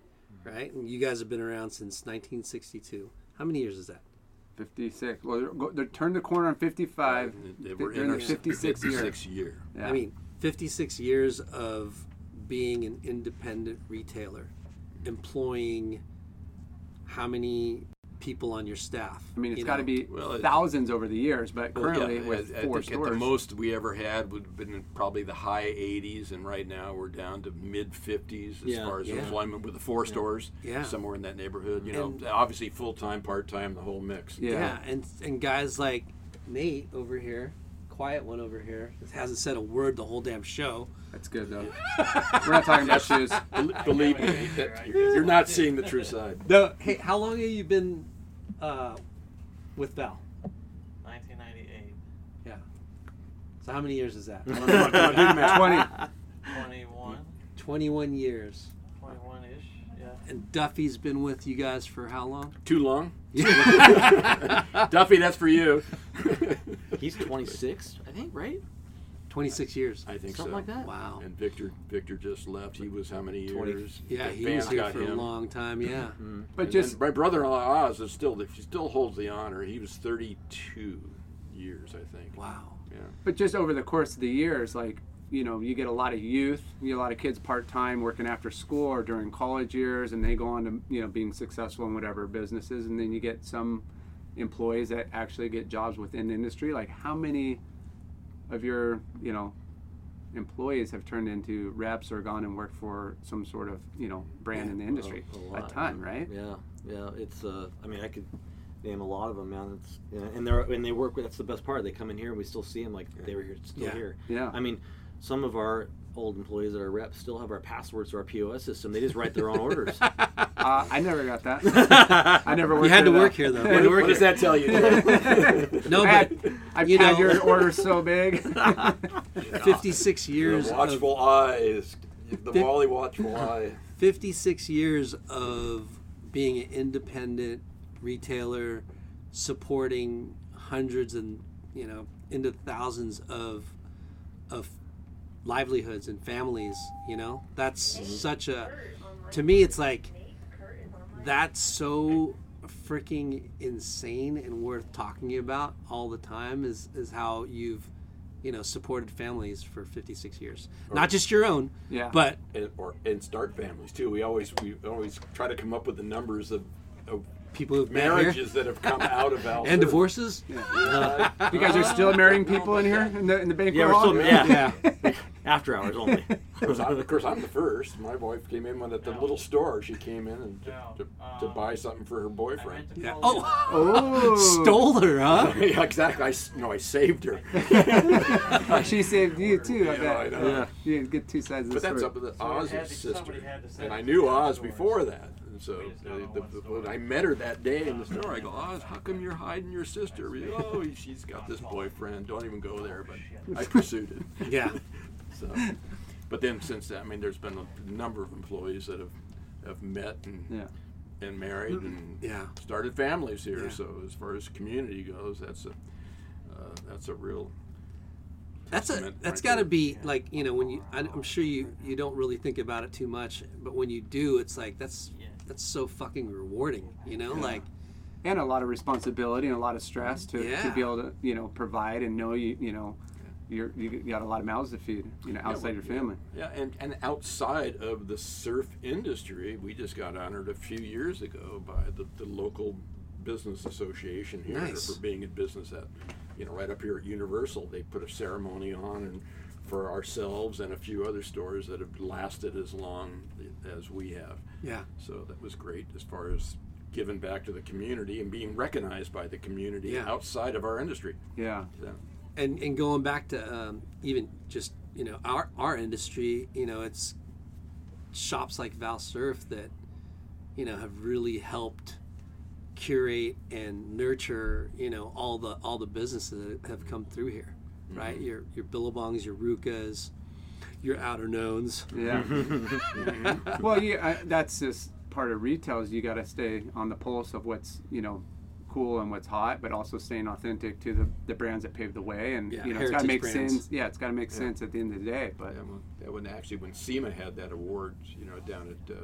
right and you guys have been around since 1962 how many years is that
56. Well, they're, go- they're turned the corner on 55.
Uh, They
They're
were
in
in
their
our
56 year.
56 year.
Yeah.
I mean, 56 years of being an independent retailer, employing how many people on your staff?
I mean,
you
it's got to
know?
be
Well, it-
thousands over the years, but
Well,
currently
yeah,
with
I, I
four
think
stores.
At the most we ever had would have been probably the high 80s, and right now we're down to mid 50s as
Yeah.
far as
Yeah.
employment with the four stores,
Yeah.
somewhere in that neighborhood. You know,
And-
obviously full time, part time, the whole mix.
Yeah.
Yeah, and and guys like Nate over here, quiet one over here, hasn't said a word the whole damn show.
That's good, though. We're not talking about shoes.
Bel- Believe me, that- you're not seeing the true side.
No, hey, how long have you been uh, with Val?
1998,
Yeah. So how many years is that?
20.
21,
21 years.
21 ish. Yeah.
And Duffy's been with you guys for how long?
Too long, Duffy. That's for you.
He's 26, I think, right?
26 years.
I think
Something
so.
like that.
Wow.
And Victor, Victor just left. He was how many
Twenty-
years?
Yeah,
The
he was
fans
here
got
for a
him.
long time. Yeah,
But
And
just,
then my brother-in-law Oz is still he still holds the honor. He was 32 years, I think.
wow.
Yeah.
but just over the course of the years, like you know, you get a lot of youth, you get a lot of kids part time working after school or during college years, and they go on to you know being successful in whatever businesses, and then you get some employees that actually get jobs within the industry. Like how many of your you know employees have turned into reps or gone and worked for some sort of you know brand in the industry? A,
a lot.
ton, right?
Yeah, yeah. It's uh, I mean, I could, name a lot of them, man. It's, yeah, and they're and they work. with That's the best part. They come in here and we still see them. Like they were here, still
Yeah.
here.
Yeah.
I mean, some of our old employees that are reps still have our passwords to our POS system. They just write their own orders.
Uh, I never got that. I never worked.
You had to
there,
work
though.
here though.
What- what does
that tell you?
No,
I
but
had, I
you
had
know-
your order so big.
56 years
the
of
watchful eyes, the Wally watchful eye.
56 years of being an independent retailer supporting hundreds and you know into thousands of of livelihoods and families you know that's such a to me it's like that's so freaking insane and worth talking about all the time is is how you've you know supported families for 56 years not just your own
Yeah.
but
and, or and start families too. We always we always try to come up with the numbers of, of
people who've been here.
marriages that have come out of Al
and divorces.
You guys are still marrying people in here in the in the banquet
yeah, we're
hall.
still yeah. After hours only.
Of course, I'm, of course, I'm the first. My wife came in when at the little store. She came in and to, to, to buy something for her
um, I
boyfriend.
meant to call you.
Oh,
Oh,
stole her, huh?
yeah, exactly. I s- no, I saved her.
she saved you too. I
Yeah, I
bet.
know.
Yeah.
You get two sides of the
But that's
story.
up to the
So it had
Oz's
to-
sister,
somebody had to say
and I
it.
knew Oz before that. And so
We just
the,
don't know
the,
what
when
story.
I met her that day in the store, I go, Oz, how come you're hiding your sister? Oh, she's got this boyfriend. Don't even go there. But I pursued it.
Yeah.
So, but then since that, I mean, there's been a number of employees that have have met and
Yeah.
and married and
Mm-hmm. Yeah.
started families here.
Yeah.
So as far as community goes, that's a uh, that's a real
That's a
Testament
that's
right
got to
there.
be like you know when you I, I'm sure you you don't really think about it too much, but when you do, it's like that's
Yeah.
that's so fucking rewarding. You know, like
and a lot of responsibility and a lot of stress to, to
Yeah.
be able to you know provide and know you you know you're you got a lot of mouths to feed you know outside your family.
yeah. And and outside of the surf industry, we just got honored a few years ago by the, the local business association here
Nice.
for being in business at you know right up here at Universal. They put a ceremony on and. For ourselves and a few other stores that have lasted as long as we have.
yeah,
So that was great as far as giving back to the community and being recognized by the community
Yeah.
outside of our industry.
Yeah.
So,
and and going back to um, even just you know our our industry, you know, it's shops like Val Surf that you know have really helped curate and nurture you know all the all the businesses that have come through here right your your billabongs your rukas your outer knowns
Yeah. well, yeah, I, that's just part of retail is you got to stay on the pulse of what's you know cool and what's hot, but also staying authentic to the, the brands that paved the way, and
Yeah,
you know it's got to make
heritage brands.
sense. Yeah, it's got to make sense at the end of the day. But
that one, that one actually, when SEMA had that award, you know, down at uh,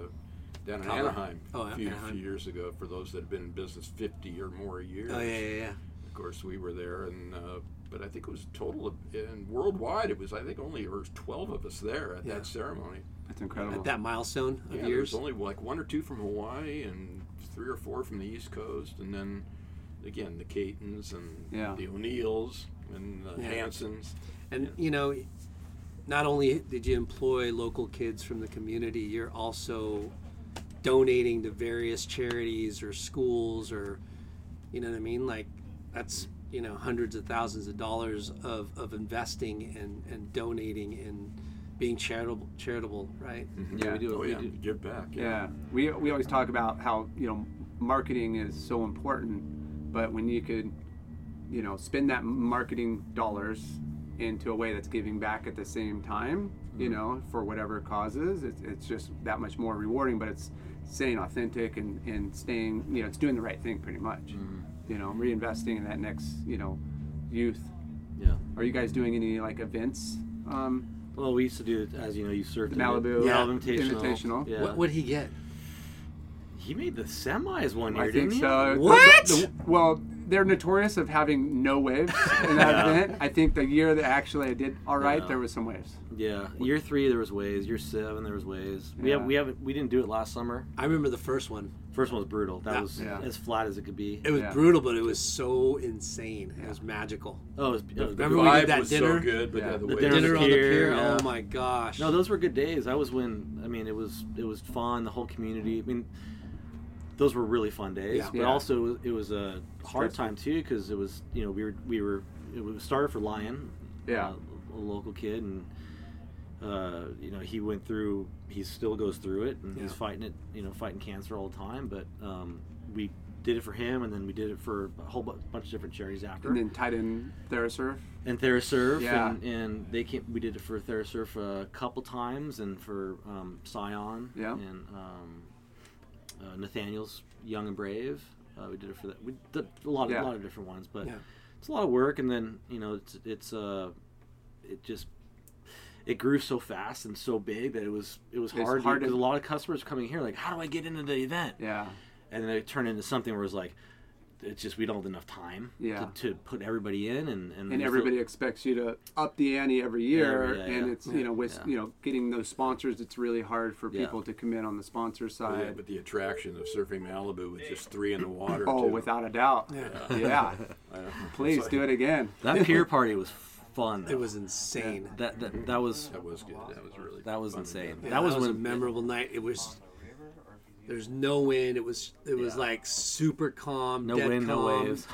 down in
Colorado.
Anaheim
Oh,
a few,
Anaheim.
few years ago, for those that have been in business 50 or more years.
oh yeah yeah yeah
Of course, we were there, and uh, but I think it was a total of, and worldwide, it was I think only there was 12 of us there at
Yeah.
that ceremony.
that's incredible.
at that milestone of
Yeah, there
years
was only like one or two from Hawaii and three or four from the East Coast, and then again the Catons and
Yeah.
the O'Neills and the
Yeah.
Hansons.
and you know not only did you employ local kids from the community you're also donating to various charities or schools or you know what i mean like that's you know hundreds of thousands of dollars of, of investing and, and donating and being charitable charitable right
Yeah, we do.
Oh
we
yeah,
do.
give back.
Yeah, we, we always talk about how you know marketing is so important, but when you could, you know, spend that marketing dollars into a way that's giving back at the same time, you know, for whatever causes, it's, it's just that much more rewarding. But it's staying authentic and and staying, you know, it's doing the right thing pretty much. You know, reinvesting in that next, you know, youth.
Yeah.
Are you guys doing any like events? Um,
Well, we used to do it as you know, you
The
surfed in
Malibu
the
Yeah.
Invitational.
Invitational.
Yeah.
what would he get
He made the semis one year,
I
didn't
think
he?
so.
What?
The- the- well, they're notorious of having no waves in that event. I think the year that actually I did all right,
Yeah.
there was some waves.
Yeah. Year three there was ways. Year seven there was ways. We have
Yeah.
we haven't we didn't do it last summer.
i remember the first one
First one was brutal. That
Yeah.
was
Yeah.
as flat as it could be.
it was
Yeah.
brutal but it was so insane it was magical
oh, it was, it was
The
Remember when we did
vibe
that
was
dinner?
so good, but
Yeah.
yeah, the,
The
way
dinner-
dinner on the
pier,
pier
yeah.
oh my gosh
No, those were good days. That was when I mean it was it was fun. The whole community. I mean, those were really fun days.
Yeah.
But
Yeah.
also it was a hard time too because it was you know we were we were it was started for Lion,
Yeah.
uh, a local kid, and uh, you know he went through he still goes through it and he's
Yeah.
fighting it you know fighting cancer all the time. But um, we did it for him and then we did it for a whole bu- bunch of different charities after
And then Titan Therasurf.
and Therasurf,
Yeah.
and, and they came. We did it for Therasurf a couple times, and for um, Scion,
Yeah.
and um, uh, Nathaniel's Young and Brave. Uh, we did it for that. We did a lot of
Yeah.
a lot of different ones, but
Yeah.
it's a lot of work. And then you know, it's it's uh, it just it grew so fast and so big that it was it was
It's
hard
hard to-
because a lot of customers coming here like, how do I get into the event?
Yeah.
and then it turned into something where it's like it's just we don't have enough time
Yeah.
to, to put everybody in and and,
And
so-
everybody expects you to up the ante every year,
Yeah, yeah,
and
yeah.
it's you know with
Yeah.
you know getting those sponsors, it's really hard for
Yeah.
people to commit on the sponsor
Yeah,
side.
but the attraction of surfing Malibu with just three in the water.
oh,
too.
without a doubt. Yeah. Please do it again.
That pier party was fun.
It was insane.
that that, that was
That was good. That was really.
that was
fun.
insane.
Yeah,
that was,
a
when
memorable night. It was there's no wind. It was it was
Yeah.
like super calm,
no
dead
wind, no
calm,
waves.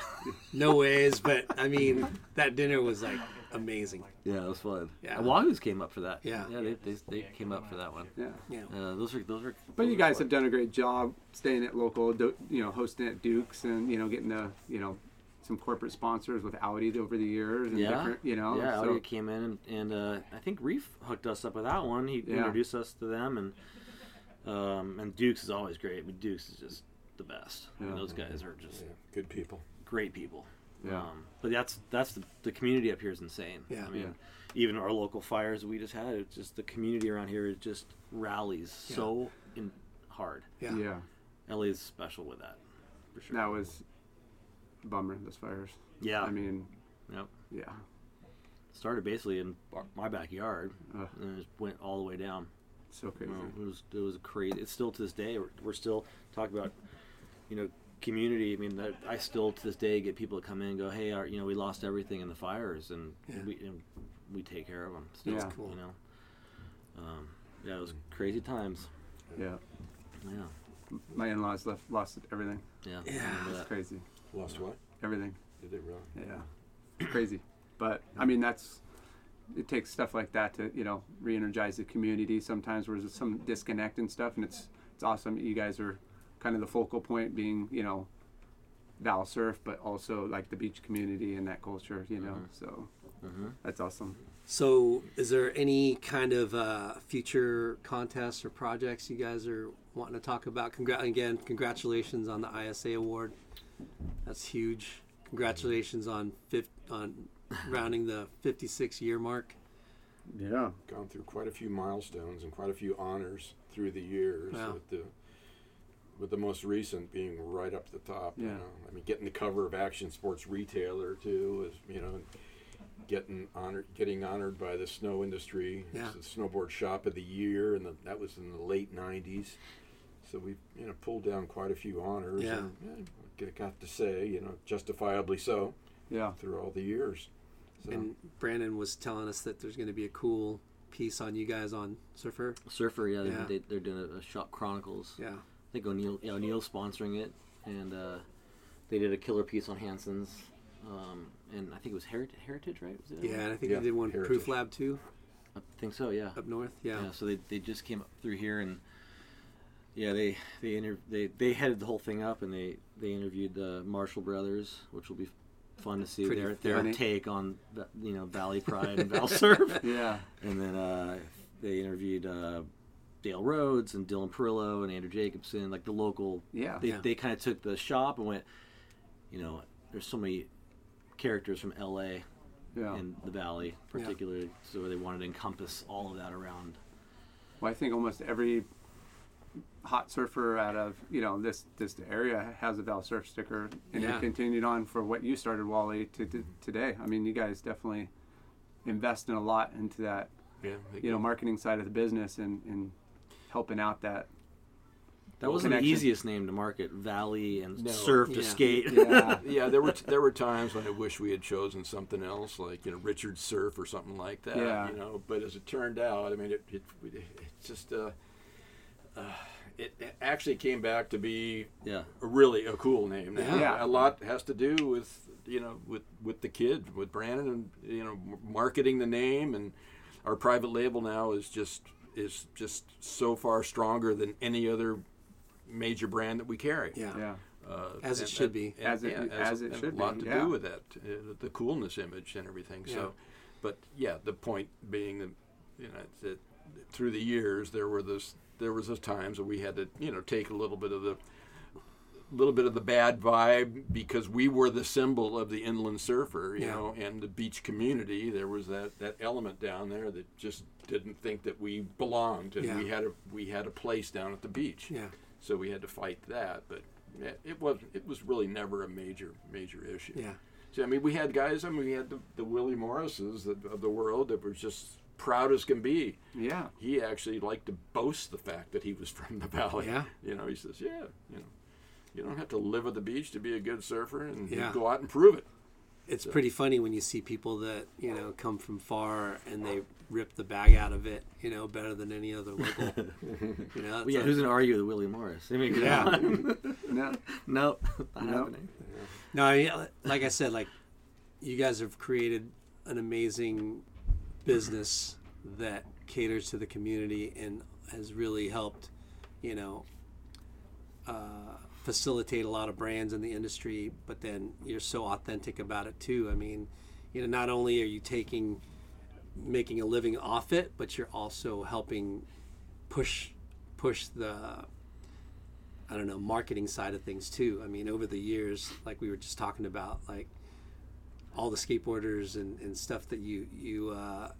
no waves. But I mean, that dinner was like amazing.
yeah, it was fun.
Yeah.
And Wahoo's came up for that.
Yeah.
yeah, they, they, they came up for that one.
Yeah.
Yeah,
Uh, those are those are.
But you guys have done a great job staying at local, do- you know, hosting at Duke's and you know getting the you know some corporate sponsors with Audi over the years and
Yeah,
different you know.
yeah.
so-
Audio came in and, and uh, I think Reef hooked us up with that one. He
Yeah.
introduced us to them and um, and Dukes is always great. But Dukes is just the best. I mean,
Yeah.
those guys are just
Yeah, good people.
great people.
Yeah.
Um, but that's that's the, the community up here is insane.
Yeah.
I mean,
Yeah.
even our local fires that we just had, it's just the community around here it just rallies
Yeah.
so in hard.
yeah,
yeah,
LA is special with that, for sure.
that was a bummer. Those fires.
yeah.
I mean,
yep.
yeah,
Started basically in our- my backyard
Ugh.
and it just went all the way down.
so crazy.
It was it was crazy. It's still to this day. We're, we're still talking about, you know, community. I mean, that, I still to this day get people to come in and go, hey, our, you know, we lost everything in the fires, and
Yeah.
we and we take care of them. Still,
Yeah.
Cool.
You know, um, yeah, it was crazy times.
Yeah,
Yeah,
my in-laws left lost everything.
yeah. I
Yeah.
remember
It's
that.
crazy.
Lost what?
Everything.
Did they really?
Yeah, crazy. But I mean, that's it takes stuff like that to you know re-energize the community. Sometimes where there's some disconnect and stuff, and it's it's awesome. that You guys are kind of the focal point, being you know Val Surf, but also like the beach community and that culture. You know, so that's awesome.
So, is there any kind of uh, future contests or projects you guys are wanting to talk about? Congra- again, congratulations on the ISA award. That's huge. Congratulations on fif- on rounding the 56 year mark.
Yeah,
Gone through quite a few milestones and quite a few honors through the years.
Wow.
With the with the most recent being right up the top. You
Yeah.
know? I mean, getting the cover of Action Sports Retailer too is you know. Getting honored, getting honored by the snow industry,
Yeah.
It's the snowboard shop of the year, and the, that was in the late '90s. So we, you know, pulled down quite a few honors.
Yeah.
and, yeah, got to say, you know, justifiably so
yeah,
through all the years. So
And Brandon was telling us that there's going to be a cool piece on you guys on Surfer.
Surfer, yeah, they,
Yeah.
They, they're doing a, a shop chronicles.
Yeah.
I think O'Neill, yeah, O'Neill's sponsoring it, and uh, they did a killer piece on Hanson's, um, and I think it was Heritage, Heritage right? Was it?
Yeah, and I think
Yeah,
you did one
Heritage.
Proof Lab too
I think so. Yeah.
up north. Yeah.
Yeah, so they, they just came up through here and yeah, they they inter- they they headed the whole thing up and they they interviewed the Marshall brothers, which will be fun to see
Pretty
their their
funny.
take on the, you know Valley Pride and Val Surf.
yeah,
And then uh, they interviewed uh, Dale Rhodes and Dylan Perillo and Andrew Jacobson, like the local
yeah.
they,
Yeah.
they kind of took the shop and went, you know, there's so many characters from LA
yeah.
in the Valley, particularly, so they wanted to encompass all of that around.
Well, I think almost every hot surfer out of you know this this area has a Val Surf sticker, and
Yeah.
it continued on for what you started, Wally, to, to today. I mean, you guys definitely investing a lot into that
yeah, they
you know marketing side of the business and and helping out that.
That wasn't
connection.
the easiest name to market. Valley and
No.
surf to
Yeah.
skate.
Yeah,
yeah, there were there were times when I wish we had chosen something else, like you know Richard Surf or something like that.
Yeah.
You know, but as it turned out, I mean, it, it, it it's just uh, uh, it it actually came back to be
Yeah.
a really a cool name. Now.
Yeah.
a lot has to do with you know with with the kid with Brandon and you know m- marketing the name and our private label now is just is just so far stronger than any other major brand that we carry.
Yeah.
Yeah.
Uh,
As it
and-
should
and-
be.
and-
As it-
yeah,
as it
and
should
A lot
be,
to
yeah.
do with that, uh, the coolness image and everything. So, but yeah, the point being that you know that through the years there were those there was those times that we had to you know take a little bit of the little bit of the bad vibe because we were the symbol of the inland surfer, you
Yeah.
know, and the beach community. There was that, that element down there that just didn't think that we belonged, and we
Yeah.
had a we had a place down at the beach.
Yeah.
So we had to fight that, but it, it was it was really never a major major issue.
Yeah.
So I mean, we had guys. I mean, we had the, the Willie Morrises that, of the world that were just proud as can be
Yeah.
he actually liked to boast the fact that he was from the valley.
Yeah.
You know, he says, yeah, you know, you don't have to live at the beach to be a good surfer, and you
Yeah.
go out and prove it.
It's pretty funny when you see people that you know come from far and they rip the bag out of it, you know, better than any other local. you know, it's
Well, yeah,
like-
who's gonna argue with Willie Morris? I mean, yeah.
No.
no, not
No.
happening.
No, I mean, li- like I said, like you guys have created an amazing business that caters to the community and has really helped, you know, uh, facilitate a lot of brands in the industry. But then you're so authentic about it too. I mean, you know, not only are you taking making a living off it, but you're also helping push push the I don't know, marketing side of things too. I mean, over the years, like we were just talking about, like all the skateboarders and, and stuff that you you uh,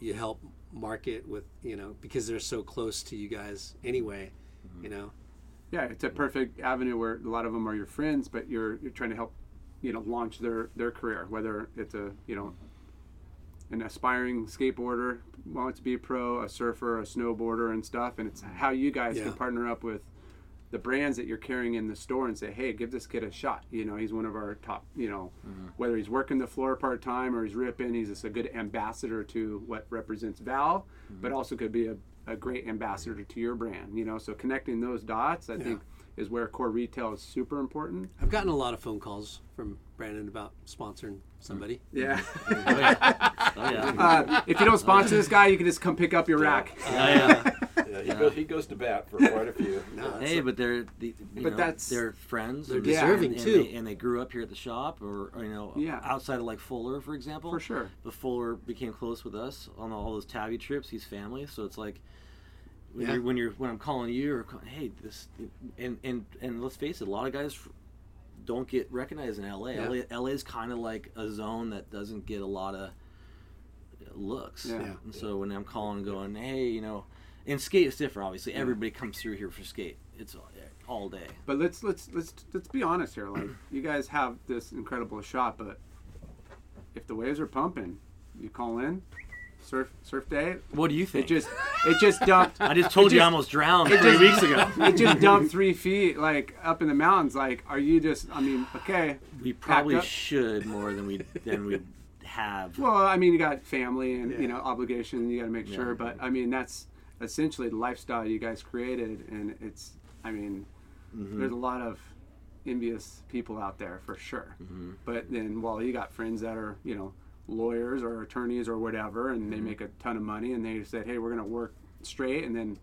you help market with, you know, because they're so close to you guys anyway,
Mm-hmm.
you know.
Yeah, it's a perfect avenue where a lot of them are your friends, but you're you're trying to help, you know, launch their their career. Whether it's a you know, an aspiring skateboarder wants to be a pro, a surfer, a snowboarder, and stuff, and it's how you guys
Yeah.
can partner up with the brands that you're carrying in the store and say, hey, give this kid a shot. You know, he's one of our top. You know, whether he's working the floor part time or he's ripping, he's just a good ambassador to what represents Val, but also could be a a great ambassador to your brand, you know. So connecting those dots, I think, is where core retail is super important.
I've gotten a lot of phone calls from Brandon about sponsoring somebody.
Yeah.
Oh yeah.
uh, if you don't sponsor this guy, you can just come pick up your rack.
Oh,
Yeah, he, Goes, he goes to bat for quite a few.
Mm-hmm. hey, but they're the, you know,
that's-
they're friends. They're
deserving,
and,
too.
and they, and they grew up here at the shop, or, or, you know,
Yeah.
outside of like Fuller, for example.
For sure.
But Fuller became close with us on all those tabby trips. He's family, so it's like when
Yeah.
you're when you're when I'm calling you or call, hey this and and and let's face it, a lot of guys don't get recognized in LA.
Yeah.
LA LA is kind of like a zone that doesn't get a lot of looks.
Yeah. Yeah.
And so when I'm calling, going, hey, you know, and skate is different. Obviously, everybody comes through here for skate. It's all- all day.
But let's let's let's let's be honest here. Like you guys have this incredible shot, but if the waves are pumping, you call in, surf surf day.
What do you
It
think?
just it just dumped.
I just told
it
you I
just-
almost drowned three weeks ago.
It just dumped three feet, like up in the mountains. Like, are you just? I mean, okay.
We
packed
probably
up.
should more than we than we have.
Well, I mean, you got family and you know obligation. You got to make sure, but I mean, that's essentially the lifestyle you guys created, and it's. I mean, there's a lot of envious people out there for sure. But then, well, you got friends that are you know lawyers or attorneys or whatever, and they make a ton of money, and they said, hey, we're gonna work straight, and then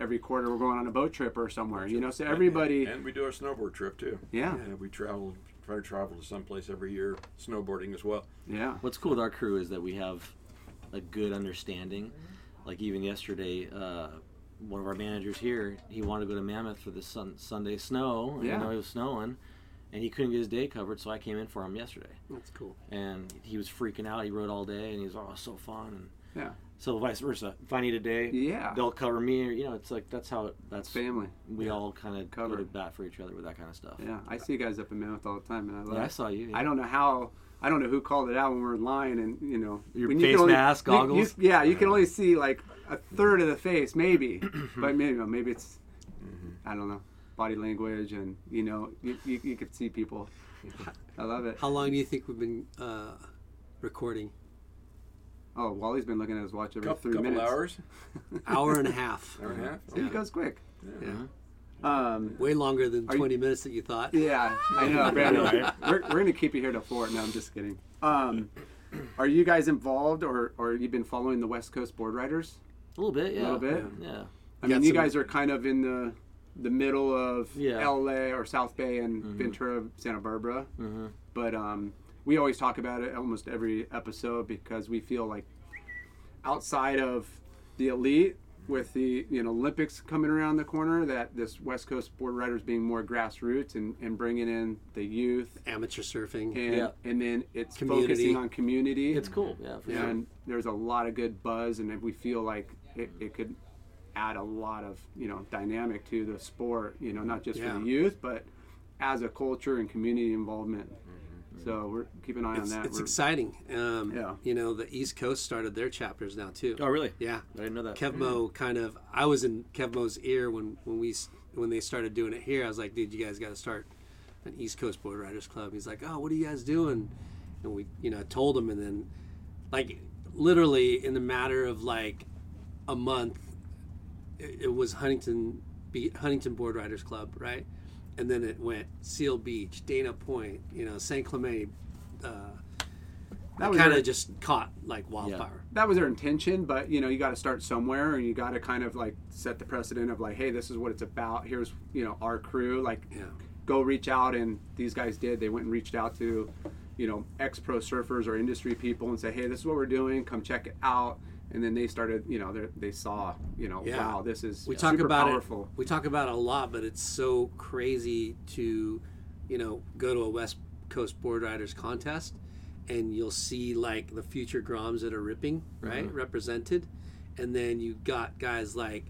every quarter we're going on a boat trip or somewhere, you know. So everybody,
And we do our snowboard trip too.
Yeah.
And we travel, try to travel to someplace every year snowboarding as well.
yeah,
What's cool with our crew is that we have a good understanding. Like even yesterday, uh, one of our managers here, he wanted to go to Mammoth for the sun, Sunday snow. And
Yeah.
You know, it was snowing, and he couldn't get his day covered, so I came in for him yesterday.
That's cool.
And he was freaking out. He rode all day, and he was oh, it's so fun. And
yeah,
so vice versa. If I need a day,
Yeah.
they'll cover me. Or, you know, it's like that's how it, that's
family.
we all kind of go
Cover.
to bat for each other with that kind of stuff.
Yeah, I see you guys up in Mammoth all the time, and I love.
Yeah, I
it.
saw you, yeah.
I don't know how. I don't know who called it out when we were in line, and you know,
Your
when you can
face mask,
you- you-
goggles? Uh-huh.
yeah, you can only see like a third of the face, maybe, but maybe maybe it's
Mm-hmm.
I don't know body language, and you know, you, you, you could see people. I love it.
How long do you think we've been uh, recording?
Oh, Wally's been looking at his watch every
Couple,
three
couple
minutes.
hours,
Hour and a half.
hour and a half.
See, It goes quick. Um,
Way longer than
you-
20 minutes that you thought.
yeah, I know, Brandon. we're, we're gonna keep you here till four. No, I'm just kidding. Um, are you guys involved, or or you've been following the West Coast board riders?
A little bit, yeah.
little bit?
Yeah.
I
Got
mean, you
some-
guys are kind of in the the middle of
Yeah.
LA or South Bay and Ventura, Santa Barbara. Mm-hmm. But um, we always talk about it almost every episode because we feel like outside of the elite, with the you know Olympics coming around the corner, that this West Coast board riders being more grassroots and, and bringing in the youth,
Amateur surfing.
and
Yeah.
and then it's
Community.
focusing on community.
It's cool, yeah, for sure.
and there's a lot of good buzz, and we feel like it, it could add a lot of you know dynamic to the sport. You know, not just for
Yeah.
the youth, but as a culture and community involvement. So we're keep an eye
Mm-hmm. It's,
on that.
it's
We're-
exciting. Um,
Yeah.
You know, the East Coast started their chapters now, too.
Oh, really?
Yeah.
I didn't know that.
Kevmo
Mm-hmm.
kind of, I was in Kevmo's ear when, when we s- when they started doing it here. I was like, dude, you guys got to start an East Coast Board Riders Club. He's like, oh, what are you guys doing? And we, you know, I told him, and then, like, literally in the matter of like a month, it, it was Huntington, Be- Huntington Board Riders Club, right? And then it went Seal Beach, Dana Point, you know, San Clemente. Uh,
That
that
was
kind
your-
of just caught like wildfire.
that was their intention, but you know, you got to start somewhere, and you got to kind of like set the precedent of like, hey, this is what it's about. Here's you know our crew, like,
Yeah.
go reach out, and these guys did. They went and reached out to, you know, ex pro surfers or industry people and say, hey, this is what we're doing. Come check it out. And then they started, you know, they they saw, you know,
Yeah.
wow, this is
we talk
super
about
powerful.
it. We talk about it a lot, but it's so crazy to, you know, go to a West Coast Board Riders contest, and you'll see like the future Groms that are ripping
Mm-hmm.
right represented, and then you got guys like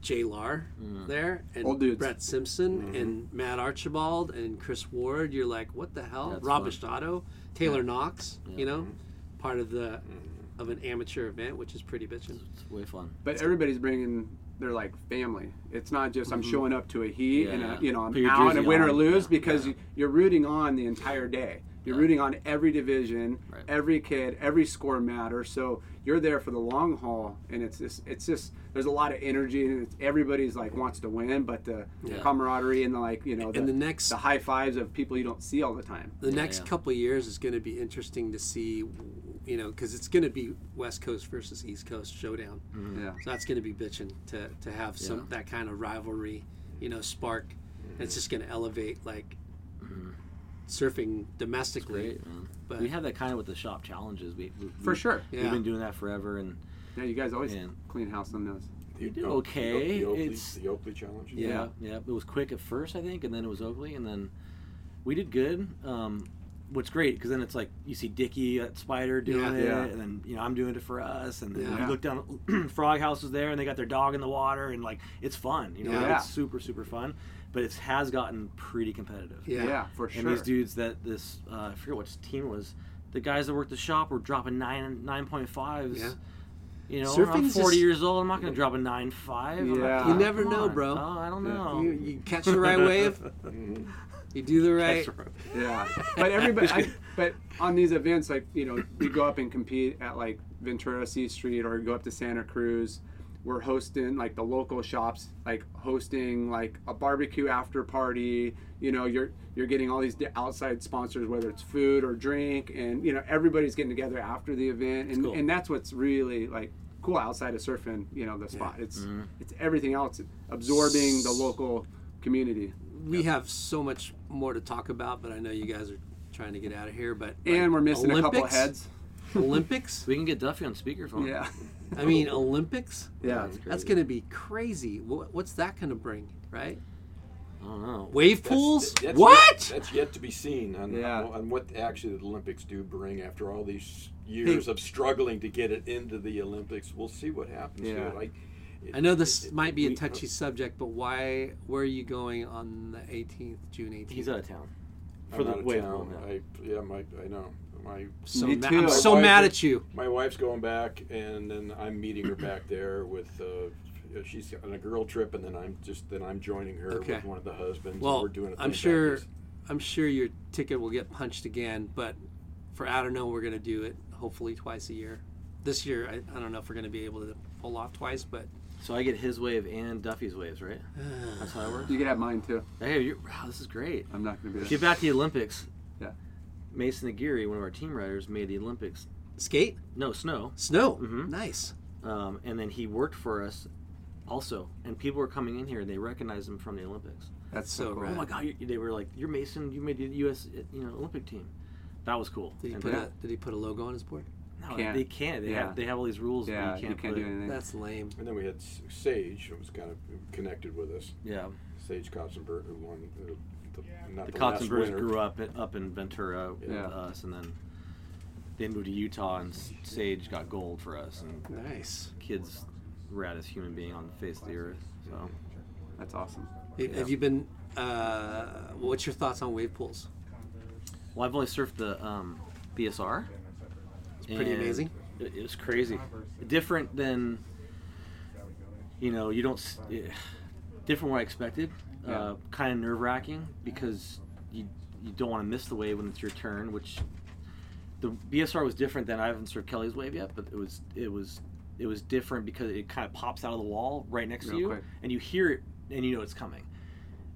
Jay Lar
Mm-hmm.
there and
Old dudes.
Brett Simpson and Matt Archibald and Chris Ward. You're like, what the hell?
That's
Rob
fun. Mm-hmm.
Estado, Taylor Knox, you know, part of the of an amateur event, which is pretty bitchin'.
It's way fun.
But everybody's bringing their like family. It's not just I'm showing up to a heat and
Mm-hmm. Yeah.
a, you know
Put
I'm
your
out and
jersey
win or
on.
lose
Yeah.
because you you're rooting on the entire day. You're rooting on every division,
Right.
every kid, every score matter. So you're there for the long haul, and it's just it's just there's a lot of energy and it's, everybody's like wants to win, but the camaraderie and the like you know the,
And the next-
the high fives of people you don't see all the time.
the next
yeah.
couple of years is going to be interesting to see you know because it's going to be west coast versus east coast showdown
Yeah.
so that's going to be bitching to to have some that kind of rivalry you know spark and
Mm-hmm.
it's just going to elevate like surfing domestically
Mm-hmm. Great, man.
but
we have that kind of with the shop challenges. We, we
For
we-
sure.
We've
Yeah.
been doing that forever, and
Mm. Yeah, you guys always
Yeah.
clean house on those.
The,
did
Oak-
okay.
The, Oak- the Oakley,
It's-
the Oakley challenge.
yeah, yeah, it was quick at first, I think, and then it was Oakley, and then we did good. Um, what's great because then it's like you see Dickie at Spider doing
Yeah.
it,
Yeah.
and then you know I'm doing it for us, and then
Yeah.
you look down, Frog House is there, and they got their dog in the water, and like it's fun, you know,
Yeah.
it's super super fun, but it has gotten pretty competitive.
yeah,
Yeah, for sure.
And these dudes that this uh, I forget which team it was the guys that worked the shop were dropping nine nine point fives.
Yeah.
You know, I'm
Surfing's just-
40 years old. I'm not gonna drop a nine five. I'm not-
Yeah.
You never
come
know,
on.
bro.
Oh, I don't know.
You, you catch the right wave
Mm-hmm.
you do the right
Yeah, but everybody. I, but on these events, like you know, we go up and compete at like Ventura C Street or go up to Santa Cruz. We're hosting like the local shops, like hosting like a barbecue after party. You know, you're you're getting all these di- outside sponsors, whether it's food or drink, and you know everybody's getting together after the event, and and that's what's really like cool outside of surfing. You know, the spot. It's
Mm-hmm.
it's everything else absorbing the local community.
we have so much more to talk about but i know you guys are trying to get out of here but
And
like,
we're missing a couple
Olympics? Oh.
heads.
olympics
We can get Duffy on speakerphone.
Yeah.
i mean olympics
Yeah.
That's going to be crazy. Wha- What's that going to bring, right?
I don't know.
Wave
That's-
pools?
that's yet-
what?
that's yet to be seen on,
Yeah.
on, on what actually the Olympics do bring after all these years of struggling to get it into the Olympics. We'll see what happens.
Yeah.
to it. Like, it-
I know this
it-
might be a
we- uh,
touchy subject, but why? Where are you going on the 18th, June 18th?
He's out of town.
I'm
for the
out of
wave
town.
pool,
I, yeah, my, I know. My
so
Me
ma-
too.
I'm so
Why is
mad
it-
at you.
my wife's going back, and then I'm meeting her back there with. Uh, she's on a girl trip, and then I'm just then I'm joining her
Okay.
with one of the husbands. and
Well,
we're doing. a thing
I'm
back
sure,
east.
I'm sure your ticket will get punched again. But for I don't know, we're going to do it hopefully twice a year. This year, I, I don't know if we're going to be able to pull off twice, but
So I get his wave and Duffy's waves, right? That's how it works.
You can have mine too.
Hey, you're, wow, this is great.
I'm not gonna be there.
Get back to the Olympics.
Yeah.
Mason Aguirre, one of our team riders, made the Olympics.
Skate?
No snow.
Snow.
Mm-hmm.
Mhm.
Nice.
Um, and then he worked for us, also. And people were coming in here and they recognized him from the Olympics.
That's
So
so
Oh
rad.
cool.
my God! You, they were like, "You're Mason. You made the U.S. you know Olympic team." That was cool.
Did he
And
put
that-
a Did he put a logo on his board?
no,
Can't.
they can't. They
Yeah.
have they have all these rules. that
Yeah, you can't,
put
do
it-
anything.
That's lame.
And then we had S- Sage, who was kind of connected with us.
Yeah,
Sage Kotzenberg, who won the, the, not
the
the, last
Kotzenbergs
winner.
grew up in, up in Ventura with
Yeah.
us, and then they moved to Utah, and S- Sage got gold for us, and
Nice.
kids raddest human being on the face of the earth. So
That's awesome.
Have, have you been? Uh, what's your thoughts on wave pools?
Well, I've only surfed the um, BSR. It's
pretty amazing.
It, it was crazy. Different than, you know, you don't. s- eh, Different what I expected. Uh, kind of nerve wracking because you you don't want to miss the wave when it's your turn. Which the BSR was different than I haven't surfed Kelly's wave yet, but it was it was it was different because it kind of pops out of the wall right next
Real
to you,
quick.
and you hear it and you know it's coming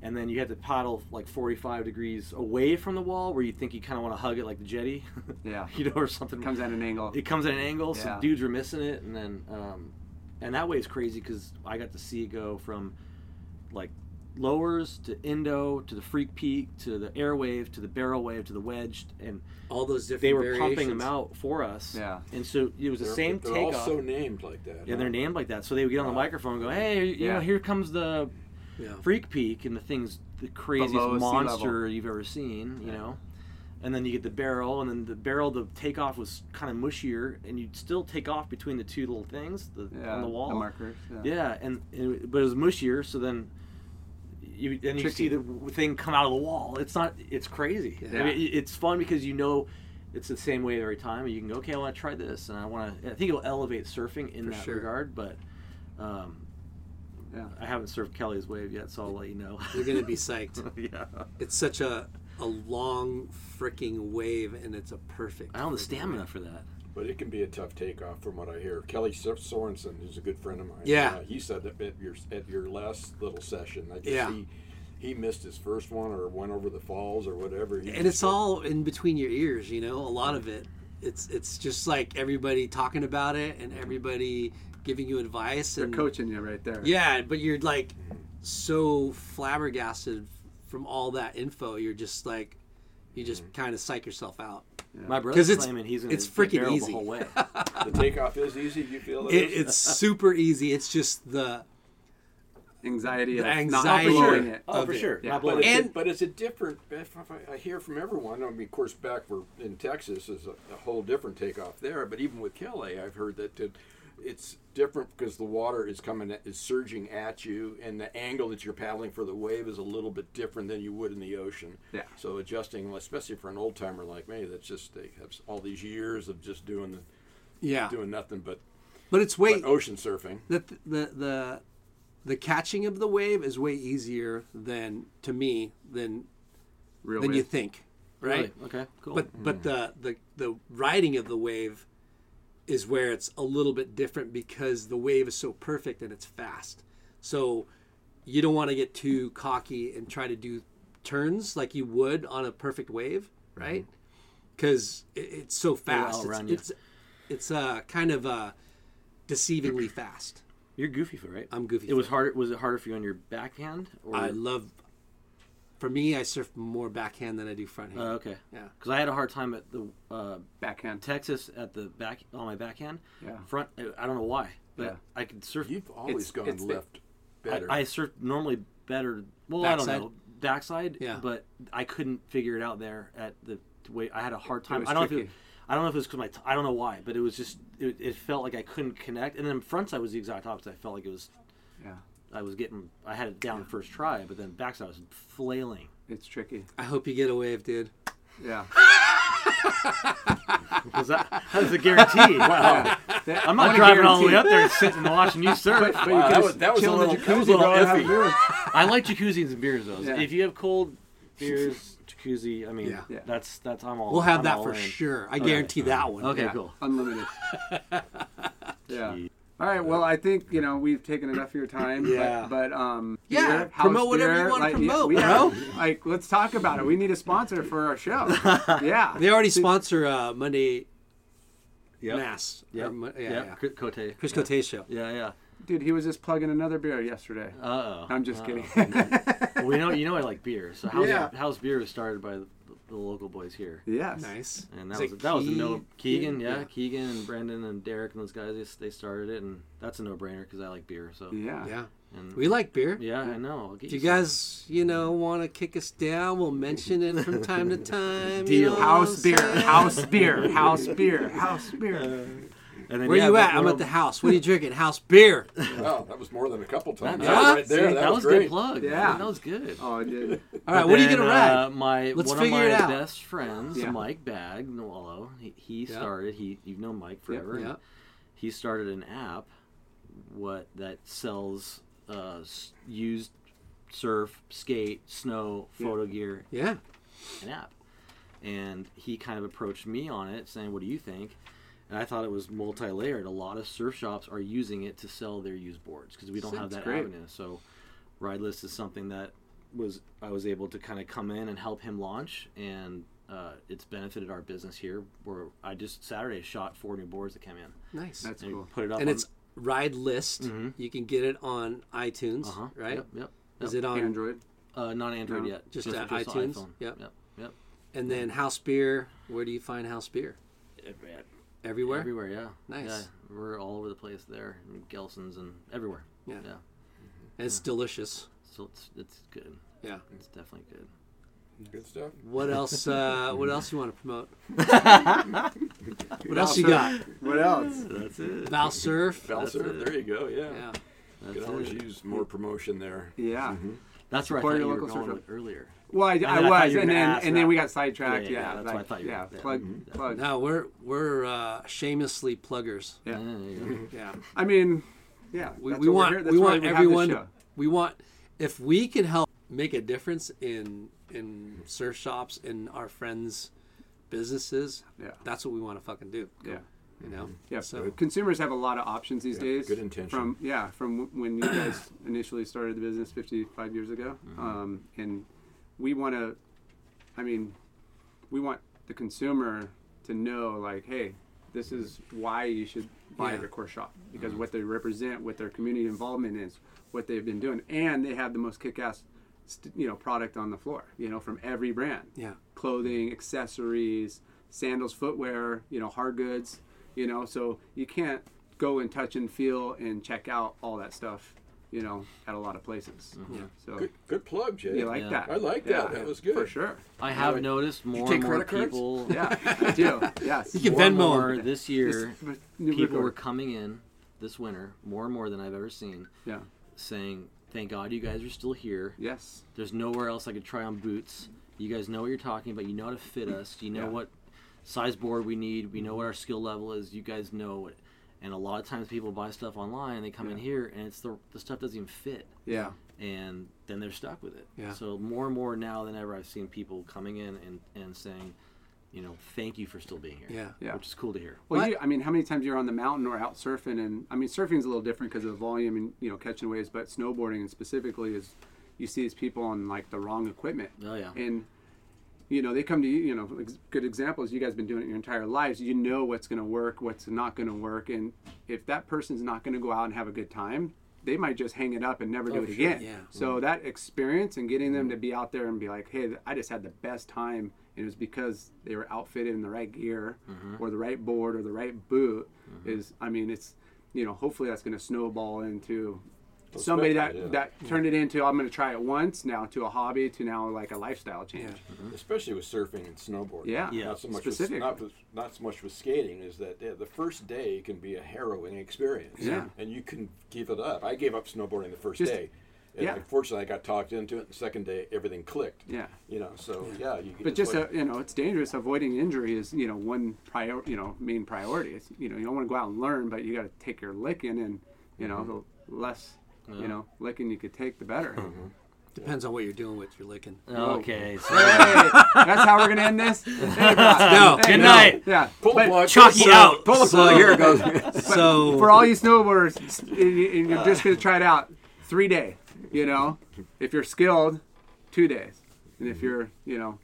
and then you have to paddle like 45 degrees away from the wall where you think you kind of want to hug it like the jetty
Yeah.
you know or something
It comes at an angle.
it comes at an angle
Yeah.
so dudes are missing it and then um, and that way is crazy because i got to see it go from like lowers to indo to the freak peak to the airwave to the barrel wave to the wedge and
All those different.
they were pumping
variations.
them out for us
Yeah.
and so it was the
They're-
same
They're
takeoff
all so named like that.
yeah, they're named like that. So they would get on the microphone and go, "Hey, you
Yeah.
know, here comes the
Yeah.
Freak Peak and the things, the craziest
Below sea
monster
level.
you've ever seen." You know, and then you get the barrel, and then the barrel, the takeoff was kind of mushier, and you'd still take off between the two little things the,
yeah.
on the wall.
markers. Yeah.
Yeah, and, and- but it was mushier. So then. You, then you
Tricky.
see the w- thing come out of the wall. It's not. It's crazy. I
Yeah.
mean, it- it's fun because you know it's the same way every time. and You can go, okay, I want to try this, and I want to. I think it'll elevate surfing in
For
that
sure.
regard. But um,
Yeah.
I haven't surfed Kelly's wave yet, so I'll let you know.
You're gonna be psyched.
yeah.
it's such a a long freaking wave, and it's a perfect.
I don't have the
freaking
stamina
wave.
for that.
But it can be a tough takeoff, from what I hear. Kelly S- Sorensen, who's a good friend of mine,
Yeah.
uh, he said that at your at your last little session, I just,
Yeah.
he he missed his first one or went over the falls or whatever. He
And
just
it's all in between your ears, you know. A lot of it. It's it's just like everybody talking about it and everybody giving you advice
They're
and
coaching you right there.
Yeah, but you're like so flabbergasted from all that info. You're just like, you just
Mm.
kind of psych yourself out.
My brother's
'Cause it's-
claiming he's gonna
it's
get
freaking
barreled
easy.
the whole way.
the takeoff is easy. You feel it
It,
is?
it's super easy. It's just the
Anxiety.
the
of
anxiety
Not blowing
of
it.
Oh,
of
for
it.
sure.
Yeah.
Not
But
blowing
it's,
And-
a, but it's a different. If I, I hear from everyone. I mean, of course, back we're in Texas is a, a whole different takeoff there. But even with Kelly, I've heard that it- it's different because the water is coming at- is surging at you, and the angle that you're paddling for the wave is a little bit different than you would in the ocean.
Yeah.
So adjusting, especially for an old timer like me, that's just they have all these years of just doing the,
Yeah,
doing nothing but,
but it's
but
way
oh.
ocean surfing.
the, the the the catching of the wave is way easier than to me than
Real
than
wave.
you think, right?
Really? Okay. Cool.
But but the, the the riding of the wave is where it's a little bit different because the wave is so perfect and it's fast. So you don't want to get too cocky and try to do turns like you would on a perfect wave, right? Because it's so fast. It's,
Mm-hmm. outrun you.
it's it's uh, kind of uh, deceivingly fast.
you're goofy foot, right?
I'm goofy
It was harder. Was it harder for you on your backhand? Or,
I love. For me, I surf more backhand than I do
Uh,
fronthand.
okay.
Yeah.
Because I had a hard time at the uh,
Backhand.
Texas at the back on my backhand.
Yeah.
Front. I- I don't know why, but
Yeah.
I could surf.
You've always
It's-
gone
it's the-
left.
I,
better.
I surfed normally better. Well, I
Backside?
don't know backside.
Yeah.
But I couldn't figure it out there at the way I had a hard time.
was
I don't know if
tricky.
it, I don't know if it was because my t- I don't know why, but it was just it, it felt like I couldn't connect. And then frontside was the exact opposite. I felt like it was
Yeah.
I was getting I had it down first try, but then backside I was flailing.
It's tricky.
I hope you get a wave, dude.
Yeah.
Was that that was a guarantee? wow.
That-
I'm not
what a
driving all the way
guarantee.
up there and sitting and watching you surf.
But
Wow,
you
that
can
was- that was a
chill in
little-
the
that was a
jacuzzi,
little
bro, have
iffy.
beer.
I like jacuzzis and beers though.
Yeah.
If you have cold beers, jacuzzi, I mean,
Yeah.
Yeah.
that's that's I'm all.
We'll have
I'm
that
all
for
in.
sure. I guarantee that one.
Okay,
Yeah,
cool.
Unlimited. yeah. All right. Well, I think you know we've taken enough of your time.
Yeah.
But, but um.
Yeah,
house
promote whatever you wanna
like,
promote,
yeah,
bro.
Like, let's talk about it. We need a sponsor for our show. Yeah.
They already sponsor uh, Monday
Yep.
Mass.
Yep.
Or Mo- Yeah,
Yep.
yeah.
C- Cote.
Chris Cote's show.
Yeah, yeah.
Dude, he was just plugging another beer yesterday.
Uh oh.
I'm just kidding.
we know you know I like beer, so House,
Yeah.
House Beer was started by the, the local boys here,
yes.
Nice.
and that
Is it
was that was a no
Keeg-
Keegan, yeah,
yeah.
Keegan and Brendan and Derek and those guys they, they started it, and that's a no brainer because I like beer, so
Yeah.
Yeah.
and,
We like beer.
yeah, I know. I'll get
If you
some.
guys, you know, want to kick us down, we'll mention it from time to time. you
Deal.
know
House
what I'm
beer,
saying?
house beer, house beer, house beer.
And then,
Where
yeah,
you
but
at? I'm
we're-
at the house. What are you drinking? House beer.
Wow, that was more than a couple times.
Yeah,
That was right there.
see,
that,
that
was,
a
great.
good plug.
Yeah.
that was good.
Oh, dude.
All right, what are you
Then,
gonna ride?
Uh, my
Let's
one
figure
of my
it out.
best friends,
Yeah.
Mike Bagnuolo, he, he
Yeah.
started. He you've known Mike forever. and
yeah.
He started an app, what that sells uh, s- used surf, skate, snow, photo gear,
Yeah.
an app. And he kind of approached me on it, saying, "What do you think?" And I thought it was multi-layered. A lot of surf shops are using it to sell their used boards because we don't have
That's
that
great.
avenue. So, Ride List is something that was I was able to kind of come in and help him launch, and uh, it's benefited our business here. Where I just Saturday shot four new boards that came in.
Nice.
That's
And
cool.
Put it up,
and
on- Mm-hmm.
it's Ride List. You can get it on iTunes,
uh-huh,
right?
Yep. yep.
Is it on?
Android.
Uh, not Android
No,
yet.
just, uh,
on
iTunes?
iPhone.
Yep.
Yep. Yep.
And then House Beer. Where do you find House Beer? Everywhere.
Everywhere, yeah.
Nice.
Yeah, we're all over the place there. in Gelson's and everywhere.
Yeah.
Yeah.
And it's delicious.
So it's it's good.
Yeah.
It's definitely good.
Good stuff.
What else? Uh, what else you want to promote?
What
else you got?
What else?
That's it.
Val Surf.
Valser, there you go. Yeah.
Yeah.
Could always use more promotion there.
Yeah.
That's where I
Support your
thought you were
local
going
surf
with earlier.
Well, I,
then
I
I thought
was,
you were
and
gonna
then
ask
and then we
that.
got sidetracked.
Yeah,
Yeah,
yeah, yeah, that's what I
like,
thought you were-
yeah,
yeah.
plug,
Mhm.
plug.
No, we're we're uh, shamelessly pluggers.
Yeah.
Yeah, there you
Yeah.
I mean, yeah.
We,
that's what
we
we're
want
here- that's
we
why
want
we have this
everyone.
show.
We want if we can help make a difference in in surf shops in our friends' businesses.
Yeah.
That's what we want to fucking do.
Yeah. Mm-hmm.
You know.
Yeah,
So
consumers have a lot of options these days.
good intention.
From yeah, from w- when you guys initially started the business 55 years ago, um, and we want to, I mean, we want the consumer to know like, hey, this is why you should buy
Yeah.
a Record Shop because what they represent, what their community involvement is, what they've been doing, and they have the most kick-ass, st- you know, product on the floor, you know, from every brand
yeah.
clothing, accessories, sandals, footwear, you know, hard goods, you know, so you can't go and touch and feel and check out all that stuff, you know, at a lot of places. So
Good, good plug, Jay.
you like
Yeah.
that.
I like that. That was good.
For sure.
go. I have noticed more
take
and more
credit cards?
people.
Yeah, I do. Yes.
You can
More and
Venmo
more
'em.
this year.
This-
People were coming in this winter more and more than I've ever seen,
Yeah.
saying, "Thank God you guys are still here.
Yes.
There's nowhere else I could try on boots. You guys know what you're talking about. You know how to fit us. You know
Yeah.
what size board we need. We know what our skill level is. You guys know it. And a lot of times people buy stuff online and they come in here and it's the, the stuff doesn't even fit.
Yeah.
And then they're stuck with it.
Yeah.
So more and more now than ever, I've seen people coming in and, and saying, you know, thank you for still being here.
Yeah.
Yeah.
Which is cool to hear.
Well, you, I mean, how many times you're on the mountain or out surfing, and I mean, surfing's a little different because of the volume and you know catching waves, but snowboarding and specifically is, you see these people on like the wrong equipment.
Oh, yeah.
And, you know, they come to you. You know, ex- good examples. You guys been doing it your entire lives. You know what's going to work, what's not going to work, and if that person's not going to go out and have a good time, they might just hang it up and never do it again.
yeah.
So that experience and getting them to be out there and be like, hey, I just had the best time. And it was because they were outfitted in the right gear or the right board or the right boot is, I mean, it's, you know, hopefully that's going to snowball into somebody that,
Perspective, yeah.
that turned it into, I'm going to try it once now to a hobby to now like a lifestyle change.
especially with surfing and snowboarding.
Mm-hmm. Yeah. Yeah.
Not so much
Specific.
With, not, with, not so much with skating is that yeah, the first day can be a harrowing experience.
Yeah.
And you can give it up. I gave up snowboarding the first
Just-
day. And
yeah.
Unfortunately, I got talked into it. The second day, everything clicked.
Yeah.
You know. So yeah. you,
But
it's
just
like-
uh you know, it's dangerous. Avoiding injury is you know one prior you know main priority. It's, you know you don't want to go out and learn, but you got to
Mm-hmm.
take your licking, and you know the less you know licking you could take, the better.
Depends on what you're doing with your licking.
Uh,
Okay. So
Hey, that's how we're gonna end this.
No,
no,
good night.
Yeah,
Pull the
but
plug.
Chalky out.
Pull the plug. Here it goes.
So
For all you snowboarders, and and you're just gonna try it out, three day. You know, if you're skilled, two days, and if you're you know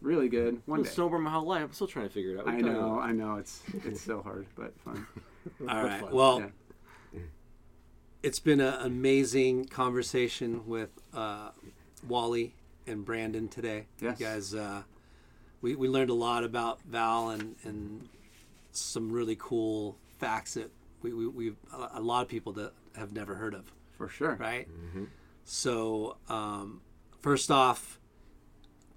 really good, one
I've
day.
been snowboarding my whole life. I'm still trying to figure it out. What are
I
you talking
know,
about?
I know, it's it's so hard, but fun.
all right. Well,
Yeah.
it's been an amazing conversation with uh, Wally and Brandon today.
Yes.
You guys, uh, we, we learned a lot about Val and, and some really cool facts that we, we, we a lot of people that have never heard of,
For sure.
right?
Mm-hmm.
So, um, first off,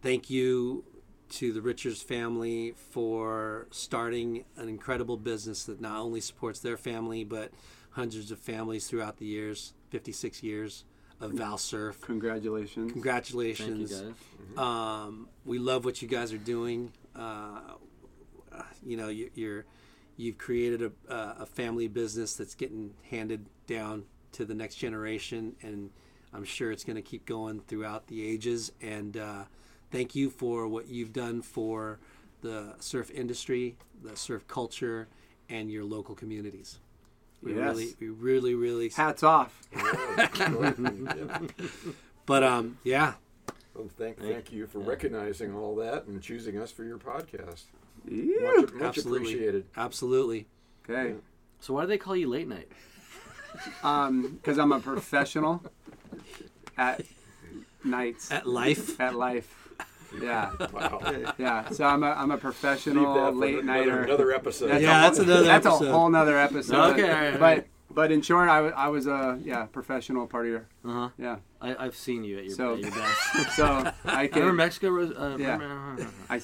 thank you to the Richards family for starting an incredible business that not only supports their family but hundreds of families throughout the years 56 years of Val Surf.
Congratulations.
Thank you
Congratulations.
guys.
Um, we love what you guys are doing. Uh, you know, you, you're you've created a, a a family business that's getting handed down to the next generation, and I'm sure it's going to keep going throughout the ages. And uh, thank you for what you've done for the surf industry, the surf culture, and your local communities. We
Yes.
really, we really, really.
Hats off.
Yeah.
But um, yeah,
Well, thank, thank you for recognizing all that and choosing us for your podcast.
Yeah.
Much, much
Absolutely.
appreciated.
absolutely.
Okay.
So why do they call you late night?
Um, because I'm a professional at nights
At life.
at life. Yeah,
Wow. Leave
yeah. So I'm a I'm a
that
professional
for
late
another-
nighter.
Another episode.
That's
Yeah,
a
that's
whole-
another
That's
episode.
a whole nother episode.
Okay, all right,
But
all right.
but in short, I, wa- I was a yeah professional partier.
Uh-huh.
Yeah.
I, I've seen you at your,
So-
at your best.
So I
Remember
can
Mexico? Rose, uh,
Yeah.
remember-
I,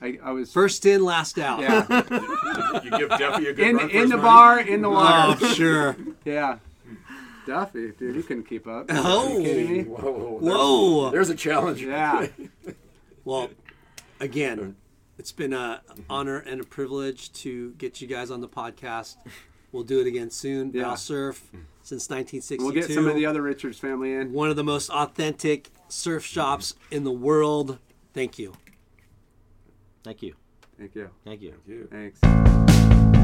I I was
First in, last out.
yeah
You give Duffy a good
in
run for
in
his
the
money.
bar in the water.
Oh, sure.
Yeah. Duffy, dude, you couldn't keep up.
Oh.
Are you kidding me?
Whoa, whoa, whoa.
Whoa.
There's a challenge.
Yeah.
Well, again, it's been a honor and a privilege to get you guys on the podcast. We'll do it again soon.
Yeah. Mm.
Val Surf since 1962.
We'll get some of the other Richards family in.
one of the most authentic surf shops in the world. Thank you.
Thank you.
Thank you.
Thank you.
Thanks.